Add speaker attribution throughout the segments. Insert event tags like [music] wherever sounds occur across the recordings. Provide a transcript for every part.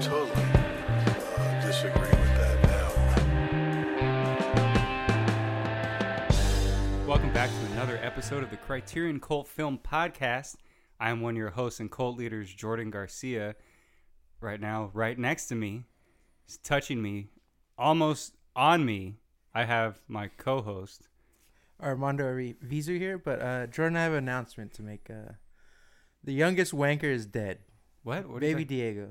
Speaker 1: totally uh, disagree with that now.
Speaker 2: Welcome back to another episode of the Criterion Cult Film Podcast. I am one of your hosts and cult leaders, Jordan Garcia. Right now, right next to me, is touching me, almost on me, I have my co host.
Speaker 3: Armando Ari- Vizu here, but uh, Jordan, I have an announcement to make. Uh, the youngest wanker is dead.
Speaker 2: What? what is
Speaker 3: Baby Diego.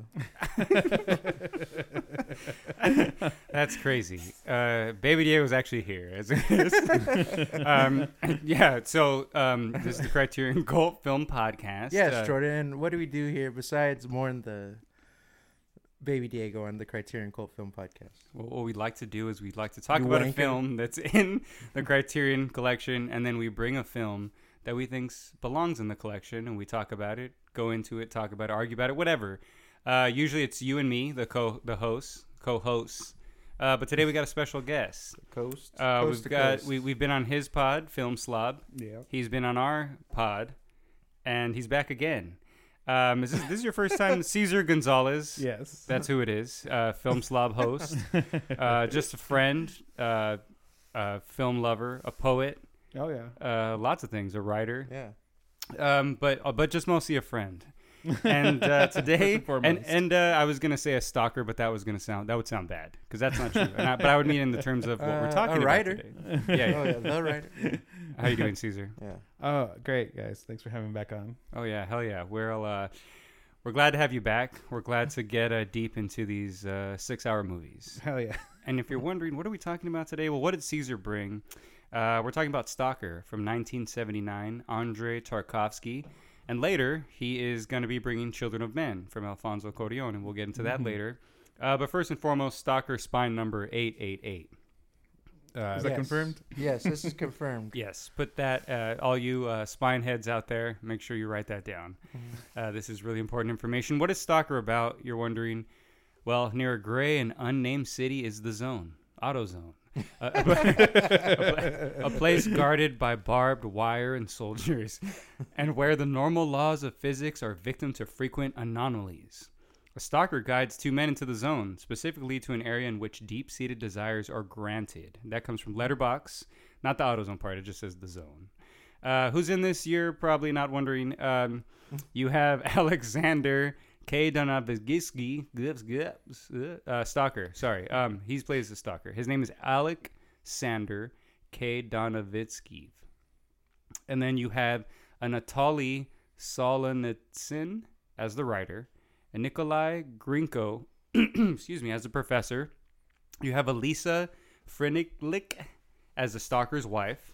Speaker 2: that? That's crazy. Uh, Baby Diego was actually here. As it is.
Speaker 3: [laughs]
Speaker 2: um, [clears throat] yeah, so um, this is the Criterion Cult Film Podcast.
Speaker 3: yes,
Speaker 2: Uh,
Speaker 3: Jordan. And what do we do here besides mourn the Baby Diego on the Criterion Cult Film Podcast?
Speaker 2: Well, what we'd like to do is we'd like to talk
Speaker 3: You
Speaker 2: about a
Speaker 3: wanker.
Speaker 2: film that's in the Criterion collection, and then we bring a film that we think belongs in the collection, and we talk about it, go into it, talk about it, argue about it, whatever. Uh, usually, it's you and me, the co the hosts, co-hosts. Uh, but today we got a special guest.
Speaker 4: Coast.
Speaker 2: Uh,
Speaker 3: Coast
Speaker 2: we've
Speaker 3: to
Speaker 2: got
Speaker 3: coast.
Speaker 2: we, we've been on his pod, Film Slob.
Speaker 4: yeah.
Speaker 2: He's been on our pod, and he's back again. Um, is this, this is your first
Speaker 3: [laughs]
Speaker 2: time, Caesar Gonzalez?
Speaker 4: Yes.
Speaker 2: That's who it is. Uh, film slob
Speaker 4: [laughs]
Speaker 2: host, uh, just a friend, uh, a film lover, a poet,
Speaker 4: oh yeah.
Speaker 2: uh, lots of things, a writer,
Speaker 3: Yeah.
Speaker 2: um, but uh, but just mostly a friend. And
Speaker 4: [laughs]
Speaker 2: uh, today,
Speaker 4: and
Speaker 2: and
Speaker 4: foremost.
Speaker 2: and uh, I was gonna say a stalker, but that was gonna sound that would sound bad because that's not true. And I, but I would mean in the terms of what
Speaker 3: Uh,
Speaker 2: we're
Speaker 3: a
Speaker 2: talking about
Speaker 3: writer.
Speaker 2: today. Yeah.
Speaker 4: [laughs]
Speaker 3: Oh, yeah. The writer.
Speaker 2: yeah. How you doing, Caesar?
Speaker 3: Yeah.
Speaker 4: oh, great guys. Thanks for having me back on.
Speaker 2: Oh yeah, hell yeah. We're all, uh, we're glad to have you back. We're glad to get uh, deep into these uh, six-hour movies.
Speaker 4: [laughs] Hell yeah.
Speaker 2: And if you're wondering, what are we talking about today? Well, what did Caesar bring? Uh, we're talking about Stalker from 1979, Andre Tarkovsky. And later, he is going to be bringing Children of Men from Alfonso Cuarón, and we'll get into that later. Uh, but first and foremost, Stalker spine number 888.
Speaker 4: Uh, Is that
Speaker 3: Yes.
Speaker 4: confirmed?
Speaker 3: Yes, this is
Speaker 4: [laughs]
Speaker 3: confirmed.
Speaker 2: Yes, put that, uh, all you uh, spine heads out there, make sure you write that down. Uh, this is really important information. What is Stalker about? You're wondering. Well, near a gray and unnamed city is the zone, AutoZone. Uh, a, pla- a place guarded by barbed wire and soldiers, and where the normal laws of physics are victim to frequent anomalies. A stalker guides two men into the zone, specifically to an area in which deep seated desires are granted. That comes from Letterbox, not the AutoZone part, it just says the zone. Uh, who's in this year? Probably not wondering. Um, you have [laughs] Alexander K. Donovitzky, Gibbs, Gibbs, uh, Stalker. Sorry, um, he plays the Stalker. His name is Alexander K. Donovitsky. And then you have Anatoly Solonitsin as the writer, and Nikolai Grinko, [clears throat] excuse me, as the professor. You have Elisa Frenichlik as the stalker's wife,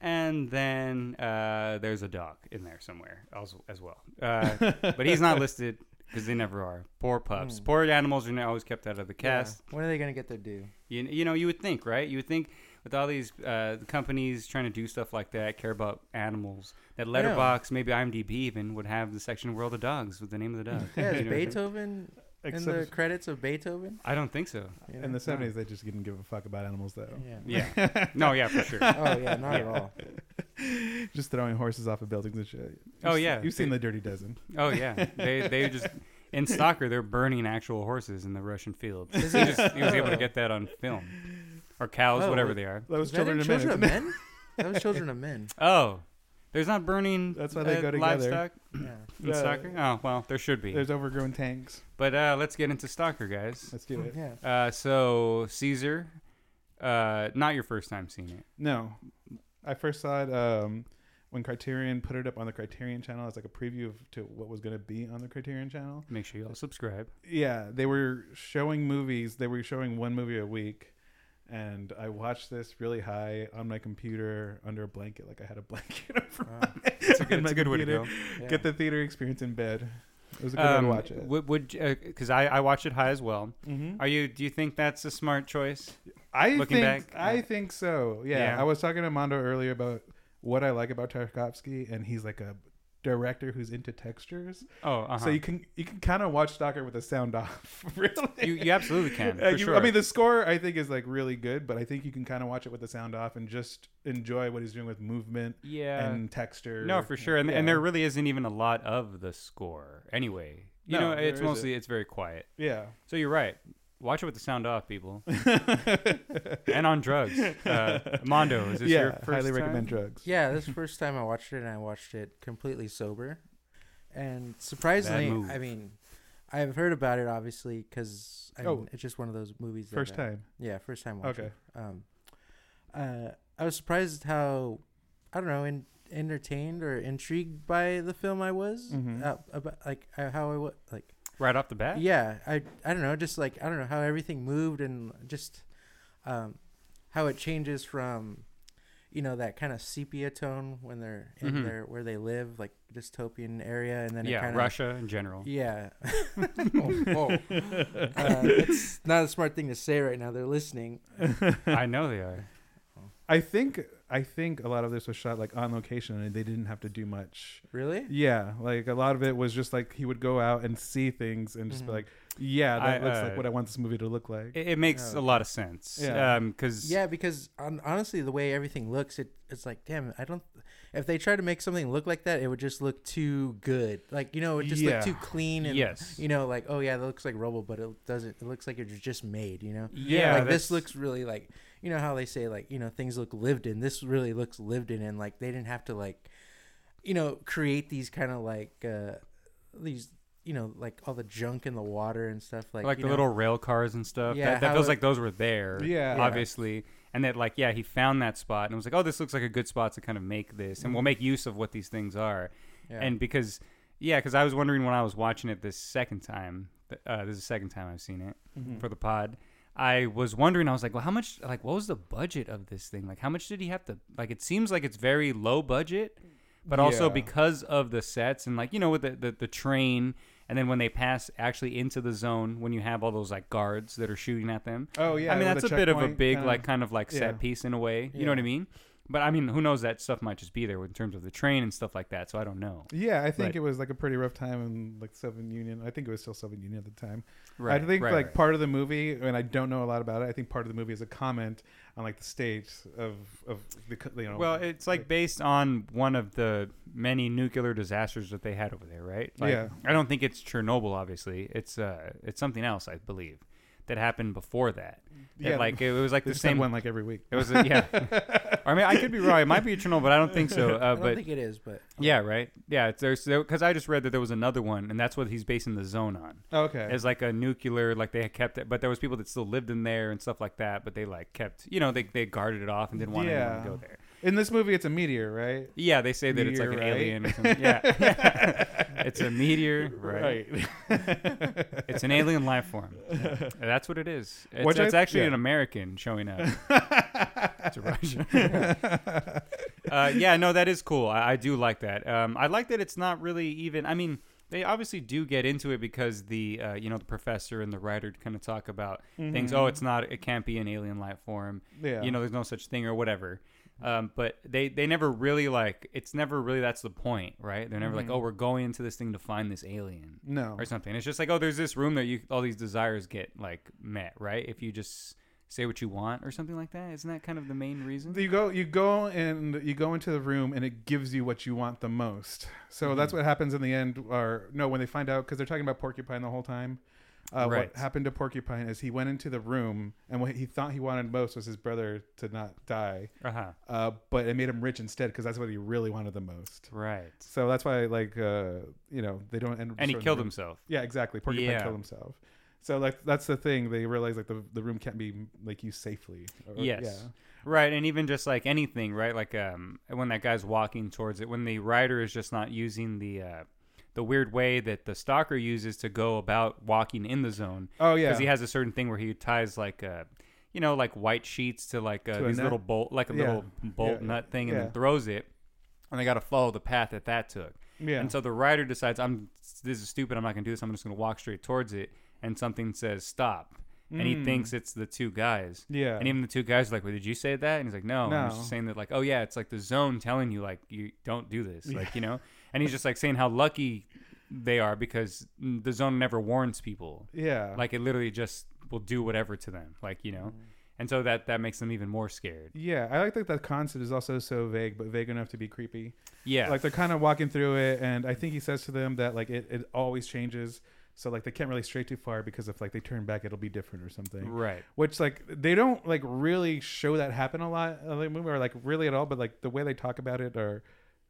Speaker 2: and then uh, there's a dog in there somewhere as, as well. Uh, but he's not listed because they never are. Poor pups. Poor animals are now always kept out of the cast.
Speaker 3: Yeah. When are they going to get their
Speaker 4: [laughs]
Speaker 3: due?
Speaker 2: You, you know, you would think, right? You would think with all these uh, companies trying to do stuff like that, care about animals, that Letterbox, maybe IMDb even, would have the section World of Dogs with the name of the
Speaker 4: [laughs]
Speaker 2: dog.
Speaker 3: Yeah,
Speaker 2: You
Speaker 3: is
Speaker 2: know?
Speaker 3: Beethoven in the
Speaker 4: Except-
Speaker 3: credits of Beethoven?
Speaker 2: I don't think so.
Speaker 3: You
Speaker 4: In
Speaker 3: know?
Speaker 4: the seventies, they just didn't give a fuck about animals though.
Speaker 3: Yeah.
Speaker 2: Yeah. no, yeah, for sure.
Speaker 3: Oh, yeah, not at all.
Speaker 4: Just throwing horses off of buildings and shit. You've
Speaker 2: Oh,
Speaker 4: s-
Speaker 2: yeah.
Speaker 4: You've seen the Dirty Dozen.
Speaker 2: Oh, yeah. They, they just, in Stalker, they're burning actual horses in the Russian fields. He,
Speaker 3: Is it-
Speaker 2: just, he was able to get that on film. Or cows,
Speaker 3: Oh,
Speaker 2: whatever
Speaker 3: wait.
Speaker 2: they are.
Speaker 4: That was
Speaker 3: Is that
Speaker 4: children
Speaker 3: in
Speaker 4: of
Speaker 3: Children of
Speaker 4: men. isn't it?
Speaker 3: Men? That was Children of Men.
Speaker 2: Oh, there's not burning
Speaker 4: That's why they
Speaker 2: uh,
Speaker 4: go together.
Speaker 2: livestock
Speaker 3: Yeah.
Speaker 2: in
Speaker 4: [laughs] Yeah.
Speaker 2: Stalker? Oh, well, there should be.
Speaker 4: [laughs] There's overgrown tanks.
Speaker 2: But uh, let's get into Stalker, guys.
Speaker 4: Let's do it.
Speaker 3: Oh, Yeah.
Speaker 2: Uh, so Caesar, uh, not your first time seeing it.
Speaker 4: No, I first saw it um, when Criterion put it up on the Criterion Channel as like a preview of, to what was going to be on the Criterion Channel.
Speaker 2: Make sure you all subscribe.
Speaker 4: yeah they were showing movies they were showing one movie a week and i watched this really high on my computer under a blanket like i had a [laughs] blanket over
Speaker 3: Wow.
Speaker 2: It's
Speaker 4: [laughs]
Speaker 2: a good,
Speaker 4: And
Speaker 2: it's a
Speaker 4: my
Speaker 2: good way to go.
Speaker 4: computer.
Speaker 3: Yeah.
Speaker 4: get the theater experience in bed it was a good
Speaker 2: Um,
Speaker 4: way to watch it
Speaker 2: Would, because I I watched it high as well.
Speaker 4: Mhm.
Speaker 2: Are you? Do you think that's a smart choice?
Speaker 4: i
Speaker 2: looking
Speaker 4: think
Speaker 2: back,
Speaker 4: i
Speaker 2: yeah.
Speaker 4: think so yeah,
Speaker 2: Yeah.
Speaker 4: i was talking to mondo earlier about what i like about tarkovsky and he's like a director who's into textures
Speaker 2: Oh, uh-huh.
Speaker 4: so you can you can kind of watch stalker with the sound off [laughs] really
Speaker 2: [laughs] you you absolutely can.
Speaker 4: Uh,
Speaker 2: For
Speaker 4: you-
Speaker 2: sure.
Speaker 4: I mean, the score I think is like really good, but I think you can kind of watch it with the sound off and just enjoy what he's doing with movement
Speaker 2: yeah.
Speaker 4: and texture.
Speaker 2: no, for sure, and,
Speaker 4: Yeah.
Speaker 2: and there really isn't even a lot of the score anyway. You
Speaker 4: No,
Speaker 2: know,
Speaker 4: there
Speaker 2: it's
Speaker 4: isn't.
Speaker 2: mostly it's very quiet.
Speaker 4: Yeah.
Speaker 2: So you're right. Watch it with the sound off,
Speaker 4: [laughs]
Speaker 2: people. and on drugs. Uh, Mondo, is this
Speaker 4: yeah.
Speaker 2: your first
Speaker 4: highly
Speaker 2: time?
Speaker 4: recommend drugs.
Speaker 3: Yeah, this [laughs] first time I watched it, and I watched it completely sober, and
Speaker 2: Bad
Speaker 3: surprisingly,
Speaker 2: move.
Speaker 3: I mean, I've heard about it obviously because I
Speaker 4: Oh.
Speaker 3: mean, it's just one of those movies. That,
Speaker 4: First
Speaker 3: uh,
Speaker 4: time.
Speaker 3: Yeah, first time watching.
Speaker 4: Okay.
Speaker 3: Um, uh, I was surprised how I don't know, in, entertained or intrigued by the film I was
Speaker 4: Mhm.
Speaker 3: uh, about like uh, how I was like
Speaker 2: Right off the bat?
Speaker 3: yeah i i don't know just like i don't know how everything moved and just um how it changes from you know that kind of sepia tone when they're in
Speaker 2: Mhm.
Speaker 3: their where they live like dystopian area and then it
Speaker 2: yeah,
Speaker 3: kind of
Speaker 2: Russia in
Speaker 4: [laughs]
Speaker 2: general.
Speaker 3: yeah oh, oh. [laughs] Uh, that's not a smart thing to say right now they're listening
Speaker 2: I know they are.
Speaker 4: I think I think a lot of this was shot like on location and they didn't have to do much.
Speaker 3: really
Speaker 4: Yeah, like a lot of it was just like he would go out and see things and just
Speaker 3: Mhm.
Speaker 4: be like, "Yeah, that
Speaker 2: Mm-hmm. I,
Speaker 4: looks
Speaker 2: uh,
Speaker 4: like what I want this movie to look like."
Speaker 2: It, it makes
Speaker 3: Yeah.
Speaker 2: a lot of sense. um,
Speaker 4: Yeah.
Speaker 2: Because
Speaker 3: yeah because on, honestly the way everything looks it it's like damn i don't if they try to make something look like that it would just look too good like you know it just
Speaker 4: Yeah.
Speaker 3: look too clean and
Speaker 2: yes.
Speaker 3: you know like oh yeah that looks like rubble but it doesn't it looks like it was just made you know
Speaker 2: yeah,
Speaker 3: like this
Speaker 2: that's-
Speaker 3: looks really like you know how they say like you know things look lived in this really looks lived in and like they didn't have to like you know create these kind of like uh these you know like all the junk in the water and stuff like
Speaker 2: like,
Speaker 3: you
Speaker 2: the
Speaker 3: know,
Speaker 2: little rail cars and stuff.
Speaker 3: Yeah,
Speaker 2: that, that
Speaker 3: how
Speaker 2: feels
Speaker 3: it-
Speaker 2: like those were there.
Speaker 4: Yeah. Yeah.
Speaker 2: obviously. And that like yeah, he found that spot and was like, oh, this looks like a good spot to kind of make this, and we'll make use of what these things are.
Speaker 3: Mm-hmm. yeah.
Speaker 2: And because yeah, because I was wondering when I was watching it this second time. th- Uh, this is the second time I've seen it
Speaker 3: Mm-hmm.
Speaker 2: for the pod. I was wondering. I was like, well, how much? Like, what was the budget of this thing? Like, how much did he have to? Like, it seems like it's very low budget, but also
Speaker 4: Yeah.
Speaker 2: because of the sets and like you know with the, the the train. And then when they pass actually into the zone, when you have all those like guards that are shooting at them,
Speaker 4: Oh yeah,
Speaker 2: I mean,
Speaker 4: with
Speaker 2: that's a bit of a
Speaker 4: checkpoint,
Speaker 2: big,
Speaker 4: kinda-
Speaker 2: like, kind of like
Speaker 4: yeah.
Speaker 2: set piece in a way. You know what I
Speaker 3: Yeah.
Speaker 2: mean? But I mean, who knows? That stuff might just be there in terms of the train and stuff like that. So I don't know.
Speaker 4: Yeah, I think
Speaker 2: Right.
Speaker 4: it was like a pretty rough time in like Seven Union. I think it was still Seven Union at the time.
Speaker 2: Right.
Speaker 4: I think
Speaker 2: right,
Speaker 4: like
Speaker 2: right.
Speaker 4: part of the movie, and I don't know a lot about it. I think part of the movie is a comment on like the state of of the co- you know.
Speaker 2: Well, it's like based on one of the many nuclear disasters that they had over there, right? Like,
Speaker 4: Yeah.
Speaker 2: I don't think it's Chernobyl. Obviously, it's uh, it's something else, I believe, that happened before that. That,
Speaker 4: Yeah.
Speaker 2: Like it was like
Speaker 4: they
Speaker 2: the
Speaker 4: just have
Speaker 2: same.
Speaker 4: one like every week.
Speaker 2: It was a, yeah. I mean, I could be wrong. It might be Chernobyl, but I don't think so. Uh,
Speaker 3: i don't
Speaker 2: but
Speaker 3: think it is but
Speaker 2: yeah, right. Yeah, it's, there's because I just read that there was another one, and that's what he's basing the zone on.
Speaker 4: Okay.
Speaker 2: as like a nuclear like they had kept it but there was people that still lived in there and stuff like that but they like kept you know they, they guarded it off and didn't want anyone
Speaker 4: Yeah.
Speaker 2: to go there
Speaker 4: in this movie, it's a meteor, right?
Speaker 2: yeah they say that it's like an
Speaker 4: Meteorite.
Speaker 2: alien or something yeah [laughs] it's a meteor right, it's an alien life form that's what it is it's,
Speaker 4: Which I-
Speaker 2: it's actually
Speaker 4: yeah.
Speaker 2: an american showing up to Russia. uh, yeah, no, that is cool. I, I do like that. Um, I like that it's not really even. I mean, they obviously do get into it because the uh, you know the professor and the writer kind of talk about things. Oh, it's not. It can't be an alien life form.
Speaker 4: [laughs] Mm-hmm. Yeah.
Speaker 2: You know, there's no such thing or whatever. Um, but they they never really like. It's never really that's the point, right? They're never like, oh, we're going into this thing to find this alien
Speaker 4: Mm-hmm. No.
Speaker 2: or something. It's just like, oh, there's this room that you all these desires get like met, right? If you just say what you want or something like that. Isn't that kind of the main reason?
Speaker 4: You go, you go, and you go into the room, and it gives you what you want the most. So
Speaker 2: Mm-hmm.
Speaker 4: that's what happens in the end. Or no, when they find out, because they're talking about Porcupine the whole time. Uh,
Speaker 2: Right.
Speaker 4: What happened to Porcupine is he went into the room, and what he thought he wanted most was his brother to not die.
Speaker 2: Uh huh.
Speaker 4: Uh, but it made him rich instead, because that's what he really wanted the most.
Speaker 2: Right.
Speaker 4: So that's why, like, uh, you know, they don't end. up
Speaker 2: And he
Speaker 4: destroying the
Speaker 2: killed
Speaker 4: room.
Speaker 2: himself.
Speaker 4: Yeah, exactly. Porcupine
Speaker 2: Yeah.
Speaker 4: killed himself. So like that's the thing. They realize like the the room can't be like used safely. Or-
Speaker 2: Yes.
Speaker 4: Yeah.
Speaker 2: Right, and even just like anything, right? Like um, when that guy's walking towards it, when the rider is just not using the uh, the weird way that the stalker uses to go about walking in the zone.
Speaker 4: Oh yeah.
Speaker 2: because he has a certain thing where he ties like uh you know like white sheets to like uh,
Speaker 4: To a
Speaker 2: these
Speaker 4: nut?
Speaker 2: little bolt like a
Speaker 4: Yeah.
Speaker 2: little bolt
Speaker 4: Yeah,
Speaker 2: nut thing and
Speaker 4: yeah.
Speaker 2: then throws it and they got to follow the path that that took
Speaker 4: Yeah.
Speaker 2: and so the rider decides i'm this is stupid i'm not gonna do this i'm just gonna walk straight towards it and something says stop and
Speaker 4: Hmm.
Speaker 2: he thinks it's the two guys
Speaker 4: Yeah.
Speaker 2: and even the two guys are like well did you say that and he's like no, And he's
Speaker 4: No.
Speaker 2: just saying that like oh yeah it's like the zone telling you like you don't do this like you know and he's just like saying how lucky they are because mm, the zone never warns people
Speaker 4: yeah. Mm.
Speaker 2: like it literally just will do whatever to them like you know and so that that makes them even more scared.
Speaker 4: Yeah, I like that the concept is also so vague, but vague enough to be creepy.
Speaker 2: Yeah,
Speaker 4: Like they're kind of walking through it, and I think he says to them that like it, it always changes, so like they can't really stray too far because if like they turn back, it'll be different or something.
Speaker 2: right.
Speaker 4: Which like they don't like really show that happen a lot in the movie, or like really at all. But like the way they talk about it or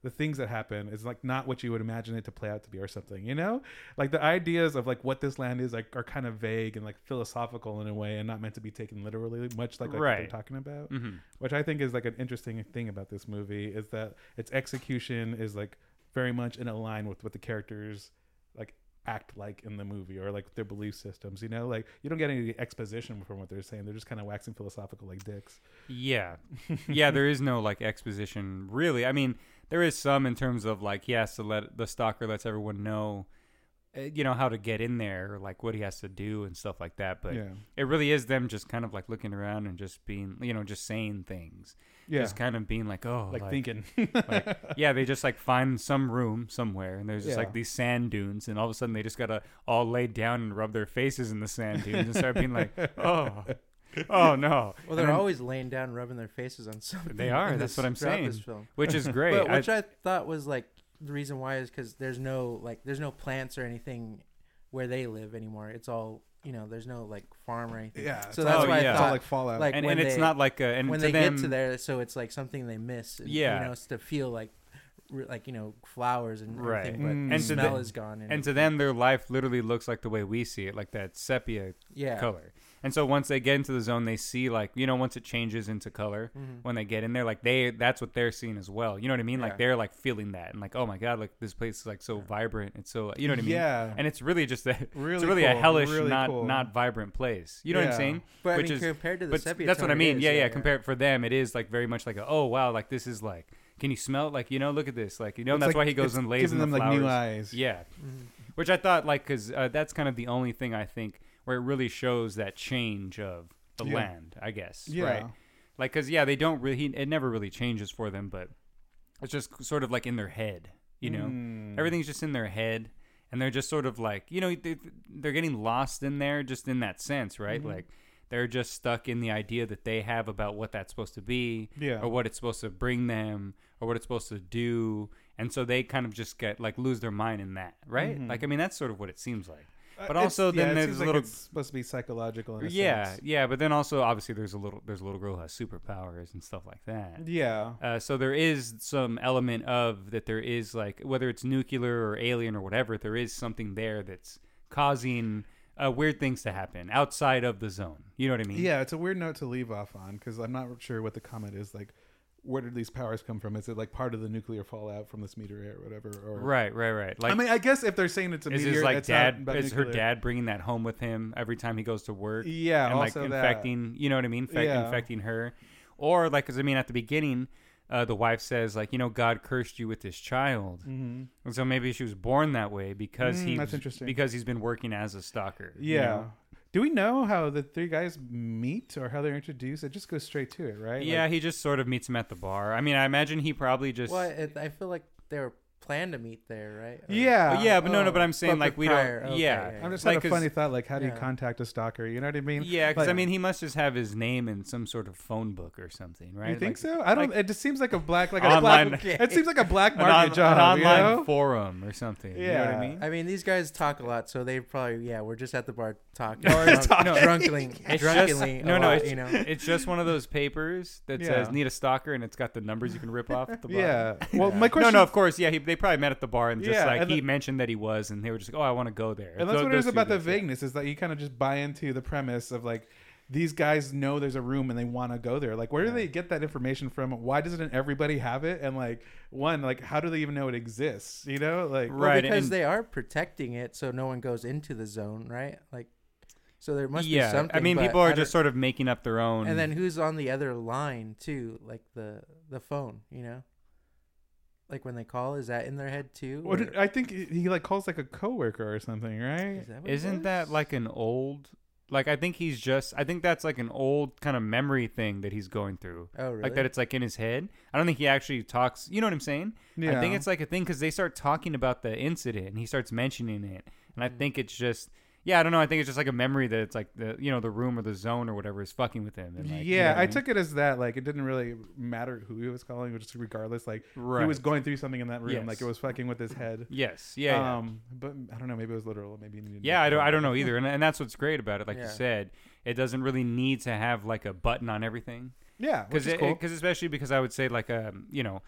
Speaker 4: the things that happen is like not what you would imagine it to play out to be or something. You know, like the ideas of like what this land is like are kind of vague and like philosophical in a way, and not meant to be taken literally. Much like, like what they're
Speaker 2: Right.
Speaker 4: talking about
Speaker 2: hmm
Speaker 4: which I think is like an interesting thing about this movie is that its execution is like very much in line with what the characters like act like in the movie or like their belief systems. You know, like you don't get any exposition from what they're saying. They're just kind of waxing philosophical like dicks. [laughs]
Speaker 2: Yeah. Yeah, there is no like exposition really. I mean, there is some in terms of like he has to let the stalker lets everyone know uh, you know how to get in there, or, like what he has to do and stuff like that, but
Speaker 4: yeah,
Speaker 2: it really is them just kind of like looking around and just being, you know, just saying things.
Speaker 4: yeah,
Speaker 2: Just kind of being like, "Oh,
Speaker 4: like, thinking.
Speaker 2: like- [laughs] yeah, they just like find some room somewhere and there's just
Speaker 4: Yeah.
Speaker 2: like these sand dunes and all of a sudden they just got to all lay down and rub their faces in the sand dunes and start being
Speaker 3: [laughs]
Speaker 2: like, "Oh, oh no."
Speaker 3: Well,
Speaker 2: And
Speaker 3: they're
Speaker 2: then-
Speaker 3: always laying down, rubbing their faces on [laughs] something.
Speaker 2: They are,
Speaker 3: in
Speaker 2: that's
Speaker 3: this-
Speaker 2: what I'm
Speaker 3: throughout
Speaker 2: saying.
Speaker 3: This film.
Speaker 2: which is great.
Speaker 3: but
Speaker 2: I-
Speaker 3: which I, thought was like the reason why is because there's no like there's no plants or anything where they live anymore. It's all you know. There's no like farm or anything.
Speaker 4: [laughs] [laughs] yeah,
Speaker 3: So that's
Speaker 2: all-
Speaker 3: why
Speaker 2: yeah.
Speaker 3: I
Speaker 4: it's
Speaker 3: thought
Speaker 4: all like Fallout.
Speaker 3: like,
Speaker 2: and,
Speaker 3: when
Speaker 2: and it's
Speaker 3: they-
Speaker 2: not like a, and
Speaker 3: when
Speaker 2: to
Speaker 3: they
Speaker 2: them,
Speaker 3: get to there, so it's like something they miss. And,
Speaker 2: Yeah.
Speaker 3: you know, it's to feel like re- like you know flowers and
Speaker 2: Right.
Speaker 3: everything, but
Speaker 4: Mm.
Speaker 3: the
Speaker 4: And so
Speaker 3: smell
Speaker 2: the-
Speaker 3: is gone. And,
Speaker 2: and to them their life literally looks like the way we see it, like that sepia
Speaker 3: yeah,
Speaker 2: color. And so once they get into the zone, they see like you know once it changes into color
Speaker 4: Mm-hmm.
Speaker 3: Mhm.
Speaker 2: when they get in there, like they that's what they're seeing as well. You know what I mean?
Speaker 3: Yeah.
Speaker 2: Like they're like feeling that and like oh my god, like this place is like so vibrant. It's so you know what I mean?
Speaker 4: Yeah.
Speaker 2: And it's really just that
Speaker 4: Really
Speaker 2: it's really a
Speaker 4: cool,
Speaker 2: hellish,
Speaker 4: really
Speaker 2: not
Speaker 4: cool.
Speaker 2: not vibrant place. You know what
Speaker 4: Yeah.
Speaker 2: I'm saying?
Speaker 3: But
Speaker 2: Which
Speaker 3: I mean,
Speaker 2: is-
Speaker 3: compared to the
Speaker 2: but
Speaker 3: sepia
Speaker 2: that's what I
Speaker 3: tone, it
Speaker 2: mean.
Speaker 3: is,
Speaker 2: yeah, yeah. Compared for them, it is like very much like a, oh wow, like this is like can you smell it? Like you know, look at this. Like you know, and
Speaker 4: It's
Speaker 2: that's
Speaker 4: like-
Speaker 2: why he goes
Speaker 4: it's
Speaker 2: and lays
Speaker 4: giving
Speaker 2: in the
Speaker 4: them like new
Speaker 2: flowers.
Speaker 4: eyes. Mm-hmm.
Speaker 2: Yeah, which I thought like because uh, that's kind of the only thing I think where it really shows that change of the
Speaker 4: Yeah.
Speaker 2: land, I guess.
Speaker 4: yeah.
Speaker 2: Right. Like because yeah, they don't really. It never really changes for them, but it's just sort of like in their head, you know.
Speaker 4: Mm.
Speaker 2: Everything's just in their head, and they're just sort of like you know they, they're getting lost in there, just in that sense, right?
Speaker 4: Mm-hmm.
Speaker 2: Like they're just stuck in the idea that they have about what that's supposed to be,
Speaker 4: Yeah.
Speaker 2: or what it's supposed to bring them, or what it's supposed to do, and so they kind of just get like lose their mind in that, right? Like I mean, that's sort of what it seems like.
Speaker 4: Mm-hmm. Uh,
Speaker 2: But also,
Speaker 4: it's- yeah,
Speaker 2: then
Speaker 4: it
Speaker 2: there's
Speaker 4: seems
Speaker 2: a
Speaker 4: like
Speaker 2: little
Speaker 4: it's supposed to be psychological. In a
Speaker 2: yeah,
Speaker 4: sense.
Speaker 2: yeah, but then also obviously there's a little there's a little girl who has superpowers and stuff like that.
Speaker 4: yeah.
Speaker 2: Uh, so there is some element of that there is like whether it's nuclear or alien or whatever, there is something there that's causing uh, weird things to happen outside of the zone. You know what I mean?
Speaker 4: Yeah, it's a weird note to leave off on because I'm not sure what the comment is. Like, where did these powers come from? Is it like part of the nuclear fallout from this meteor or whatever? Or
Speaker 2: Right, right, right. Like
Speaker 4: I mean, I guess if they're saying it's a
Speaker 2: is
Speaker 4: meteor,
Speaker 2: his like
Speaker 4: it's not
Speaker 2: dad
Speaker 4: about
Speaker 2: is her
Speaker 4: nuclear.
Speaker 2: dad bringing that home with him every time he goes to work?
Speaker 4: Yeah,
Speaker 2: and like
Speaker 4: also that.
Speaker 2: infecting. You know what I mean? Infect,
Speaker 4: Yeah.
Speaker 2: Infecting her, or like because I mean at the beginning. Uh, the wife says, like, you know, God cursed you with this child, mm-hmm. and so maybe she was born that way because
Speaker 4: Mm,
Speaker 2: he
Speaker 4: that's interesting.
Speaker 2: because he's been working as a stalker. you
Speaker 4: Yeah.
Speaker 2: know?
Speaker 4: Do we know how the three guys meet or how they're introduced? It just goes straight to it, right?
Speaker 2: Yeah,
Speaker 4: Like,
Speaker 2: he just sort of meets him at the bar. I mean, I imagine he probably just.
Speaker 3: Well, it, I feel like they were planned to meet there, right? Or-
Speaker 4: yeah. Oh.
Speaker 2: But yeah, but no, no.
Speaker 3: Oh,
Speaker 2: But I'm saying
Speaker 3: but
Speaker 2: like we
Speaker 3: prior,
Speaker 2: don't.
Speaker 3: okay,
Speaker 2: yeah,
Speaker 3: yeah,
Speaker 4: I'm just
Speaker 2: like,
Speaker 4: had a
Speaker 2: 'cause-
Speaker 4: funny thought. Like, how do you
Speaker 3: yeah.
Speaker 4: contact a stalker? You know what I mean?
Speaker 2: Yeah, because I
Speaker 4: Like,
Speaker 2: mean, he must just have his name in some sort of phone book or something, right?
Speaker 4: You think
Speaker 2: Like,
Speaker 4: so? I don't.
Speaker 2: like-
Speaker 4: it just seems like a black, like a
Speaker 2: Online- [laughs]
Speaker 4: black. It seems like a black
Speaker 2: An,
Speaker 4: market
Speaker 2: on- an
Speaker 4: job. you
Speaker 2: online
Speaker 4: know?
Speaker 2: forum or something. You know what
Speaker 4: Yeah.
Speaker 2: I mean?
Speaker 3: I mean, these guys talk a lot, so they probably yeah. We're just at the bar talking,
Speaker 2: Or
Speaker 3: drunk,
Speaker 2: it's talking. No.
Speaker 3: drunkenly,
Speaker 2: [laughs] It's
Speaker 3: drunkenly.
Speaker 2: just-
Speaker 3: a
Speaker 2: no, no,
Speaker 3: lot,
Speaker 2: it's-
Speaker 3: you know.
Speaker 2: [laughs] It's just one of those papers that
Speaker 4: Yeah.
Speaker 2: says need a stalker, and it's got the numbers you can rip off. At the bottom. [laughs]
Speaker 4: [laughs] Yeah. Well,
Speaker 3: Yeah.
Speaker 4: my
Speaker 2: No,
Speaker 4: question.
Speaker 2: no, of course, yeah. He, they probably met at the bar and just
Speaker 4: Yeah,
Speaker 2: like
Speaker 4: and
Speaker 2: he
Speaker 4: the-
Speaker 2: mentioned that he was, and they were just like, "Oh, I want to go there."
Speaker 4: And that's
Speaker 2: Tho-
Speaker 4: what it is
Speaker 2: those two
Speaker 4: about the
Speaker 2: dudes, yeah.
Speaker 4: vagueness is that you kind of just buy into the premise of like these guys know there's a room and they want to go there. Like, where do they get that information from? Why doesn't everybody have it? And like, one, like, how do they even know it exists? You know, like,
Speaker 3: Well,
Speaker 2: Right,
Speaker 3: because
Speaker 2: and-
Speaker 3: they are protecting it, so no one goes into the zone, right? Like, so there must
Speaker 2: yeah,
Speaker 3: be something.
Speaker 2: I mean,
Speaker 3: but
Speaker 2: people are
Speaker 3: don't-
Speaker 2: just sort of making up their own.
Speaker 3: And then who's on the other line too? Like the the phone, you know. Like when they call, is that in their head too?
Speaker 4: what
Speaker 3: or-
Speaker 4: did- I think he he, like calls like a coworker or something, right?
Speaker 3: is that what it
Speaker 2: Isn't that
Speaker 3: was?
Speaker 2: like an old? Like I think he's just. I think that's like an old kind of memory thing that he's going through.
Speaker 3: Oh, really?
Speaker 2: Like that, it's like in his head. I don't think he actually talks. You know what I'm saying? I think
Speaker 4: Yeah. Mm.
Speaker 2: it's like a thing because they start talking about the incident and he starts mentioning it, and I think it's just Yeah, I don't know. I think it's just like a memory that it's like the you know the room or the zone or whatever is fucking with him. And like, you know
Speaker 4: yeah,
Speaker 2: what
Speaker 4: I
Speaker 2: mean?
Speaker 4: took it as that. Like, it didn't really matter who he was calling, just regardless. Like, he
Speaker 2: Right.
Speaker 4: was going through something in that room.
Speaker 2: Yes.
Speaker 4: Like, it was fucking with his head.
Speaker 2: Yes. Yeah. yeah.
Speaker 4: Um, but I don't know. Maybe it was literal. Maybe he needed
Speaker 2: Yeah, I don't, I don't know either.
Speaker 4: Either.
Speaker 2: And, and that's what's great about it. Like
Speaker 3: Yeah.
Speaker 2: you said, it doesn't really need to have like a button on everything.
Speaker 4: Yeah, which
Speaker 2: Because
Speaker 4: is cool.
Speaker 2: especially because I would say like, um, you know,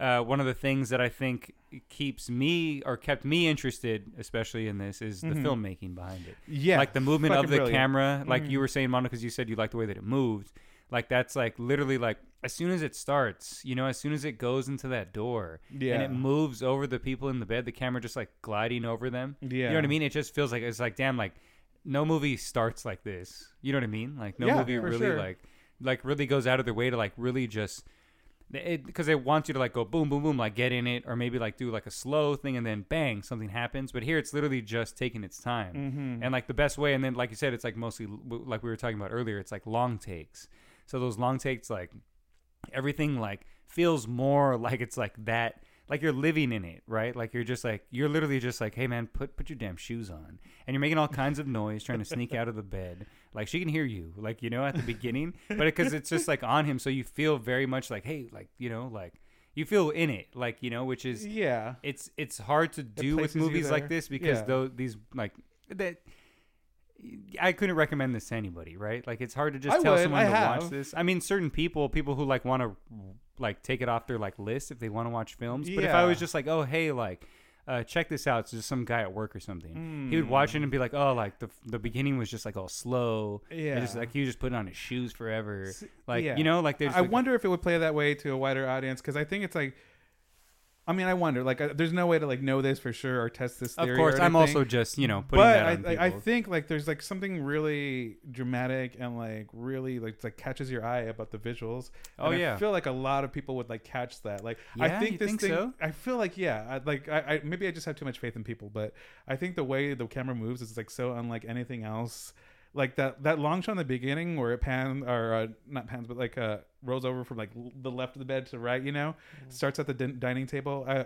Speaker 2: uh, one of the things that I think keeps me or kept me interested, especially in this, is the
Speaker 4: Mm-hmm.
Speaker 2: filmmaking behind it.
Speaker 4: yeah,
Speaker 2: Like the movement
Speaker 4: fucking
Speaker 2: of the
Speaker 4: brilliant. Mm-hmm.
Speaker 2: camera. Like you were saying, Monica, because you said you liked the way that it moved. Like that's like literally like as soon as it starts, you know, as soon as it goes into that door and
Speaker 4: Yeah.
Speaker 2: it moves over the people in the bed, the camera just like gliding over them. You know what
Speaker 4: Yeah.
Speaker 2: I mean? It just feels like it's like damn like no movie starts like this. You know what I mean? Like no
Speaker 4: Yeah,
Speaker 2: movie
Speaker 4: for
Speaker 2: really
Speaker 4: sure.
Speaker 2: like like really goes out of their way to like really just because they want you to like go boom boom boom like get in it or maybe like do like a slow thing and then bang something happens but here it's literally just taking its time and like the best way and then like you said it's like mostly w- like we were talking about earlier it's like long takes so those long takes like everything like feels more [laughs] like it's like that like you're living in it right like you're just like you're literally just like hey man put put your damn shoes on and you're making all kinds of noise trying to sneak out of the bed like she can hear you like you know at the beginning but because it's just like on him so you feel very much like hey like you know like you feel in it like you know which is
Speaker 4: Yeah,
Speaker 2: it's it's hard to do with
Speaker 4: places you
Speaker 2: movies like
Speaker 4: there.
Speaker 2: this because
Speaker 4: Yeah.
Speaker 2: though these like that I couldn't recommend this to anybody, right? Like it's hard to just
Speaker 4: I
Speaker 2: tell
Speaker 4: would,
Speaker 2: someone
Speaker 4: I
Speaker 2: to watch
Speaker 4: have.
Speaker 2: this. I mean, certain people, people who like want to like take it off their like list if they want to watch films. But if I
Speaker 4: Yeah.
Speaker 2: was just like, oh hey, like uh, check this out, it's just some guy at work or something. He would watch
Speaker 4: Hmm.
Speaker 2: it and be like, oh, like the the beginning was just like all slow. It just
Speaker 4: Yeah.
Speaker 2: like he was just putting on his shoes forever. Like
Speaker 4: yeah.
Speaker 2: you know, like there's
Speaker 4: I wonder if it would play that way to a wider audience because I think it's like, I mean, I wonder. Like, uh, there's no way to like know this for sure or test this.
Speaker 2: Of
Speaker 4: theory
Speaker 2: course,
Speaker 4: or
Speaker 2: I'm
Speaker 4: anything.
Speaker 2: also just you know putting
Speaker 4: But
Speaker 2: that
Speaker 4: I,
Speaker 2: on
Speaker 4: I, I
Speaker 2: people.
Speaker 4: think like there's like something really dramatic and like really like it's, like catches your eye about the visuals.
Speaker 2: Oh,
Speaker 4: And
Speaker 2: yeah.
Speaker 4: I feel like a lot of people would like catch that. Like
Speaker 2: Yeah,
Speaker 4: I
Speaker 2: you
Speaker 4: think this
Speaker 2: think
Speaker 4: thing.
Speaker 2: so?
Speaker 4: I feel like yeah. I, like I, I maybe I just have too much faith in people, but I think the way the camera moves is like so unlike anything else. Like that that long shot in the beginning where it pans or uh, not pans but like uh rolls over from like l- the left of the bed to the right, you know,
Speaker 2: Mm.
Speaker 4: starts at the din- dining table. Uh,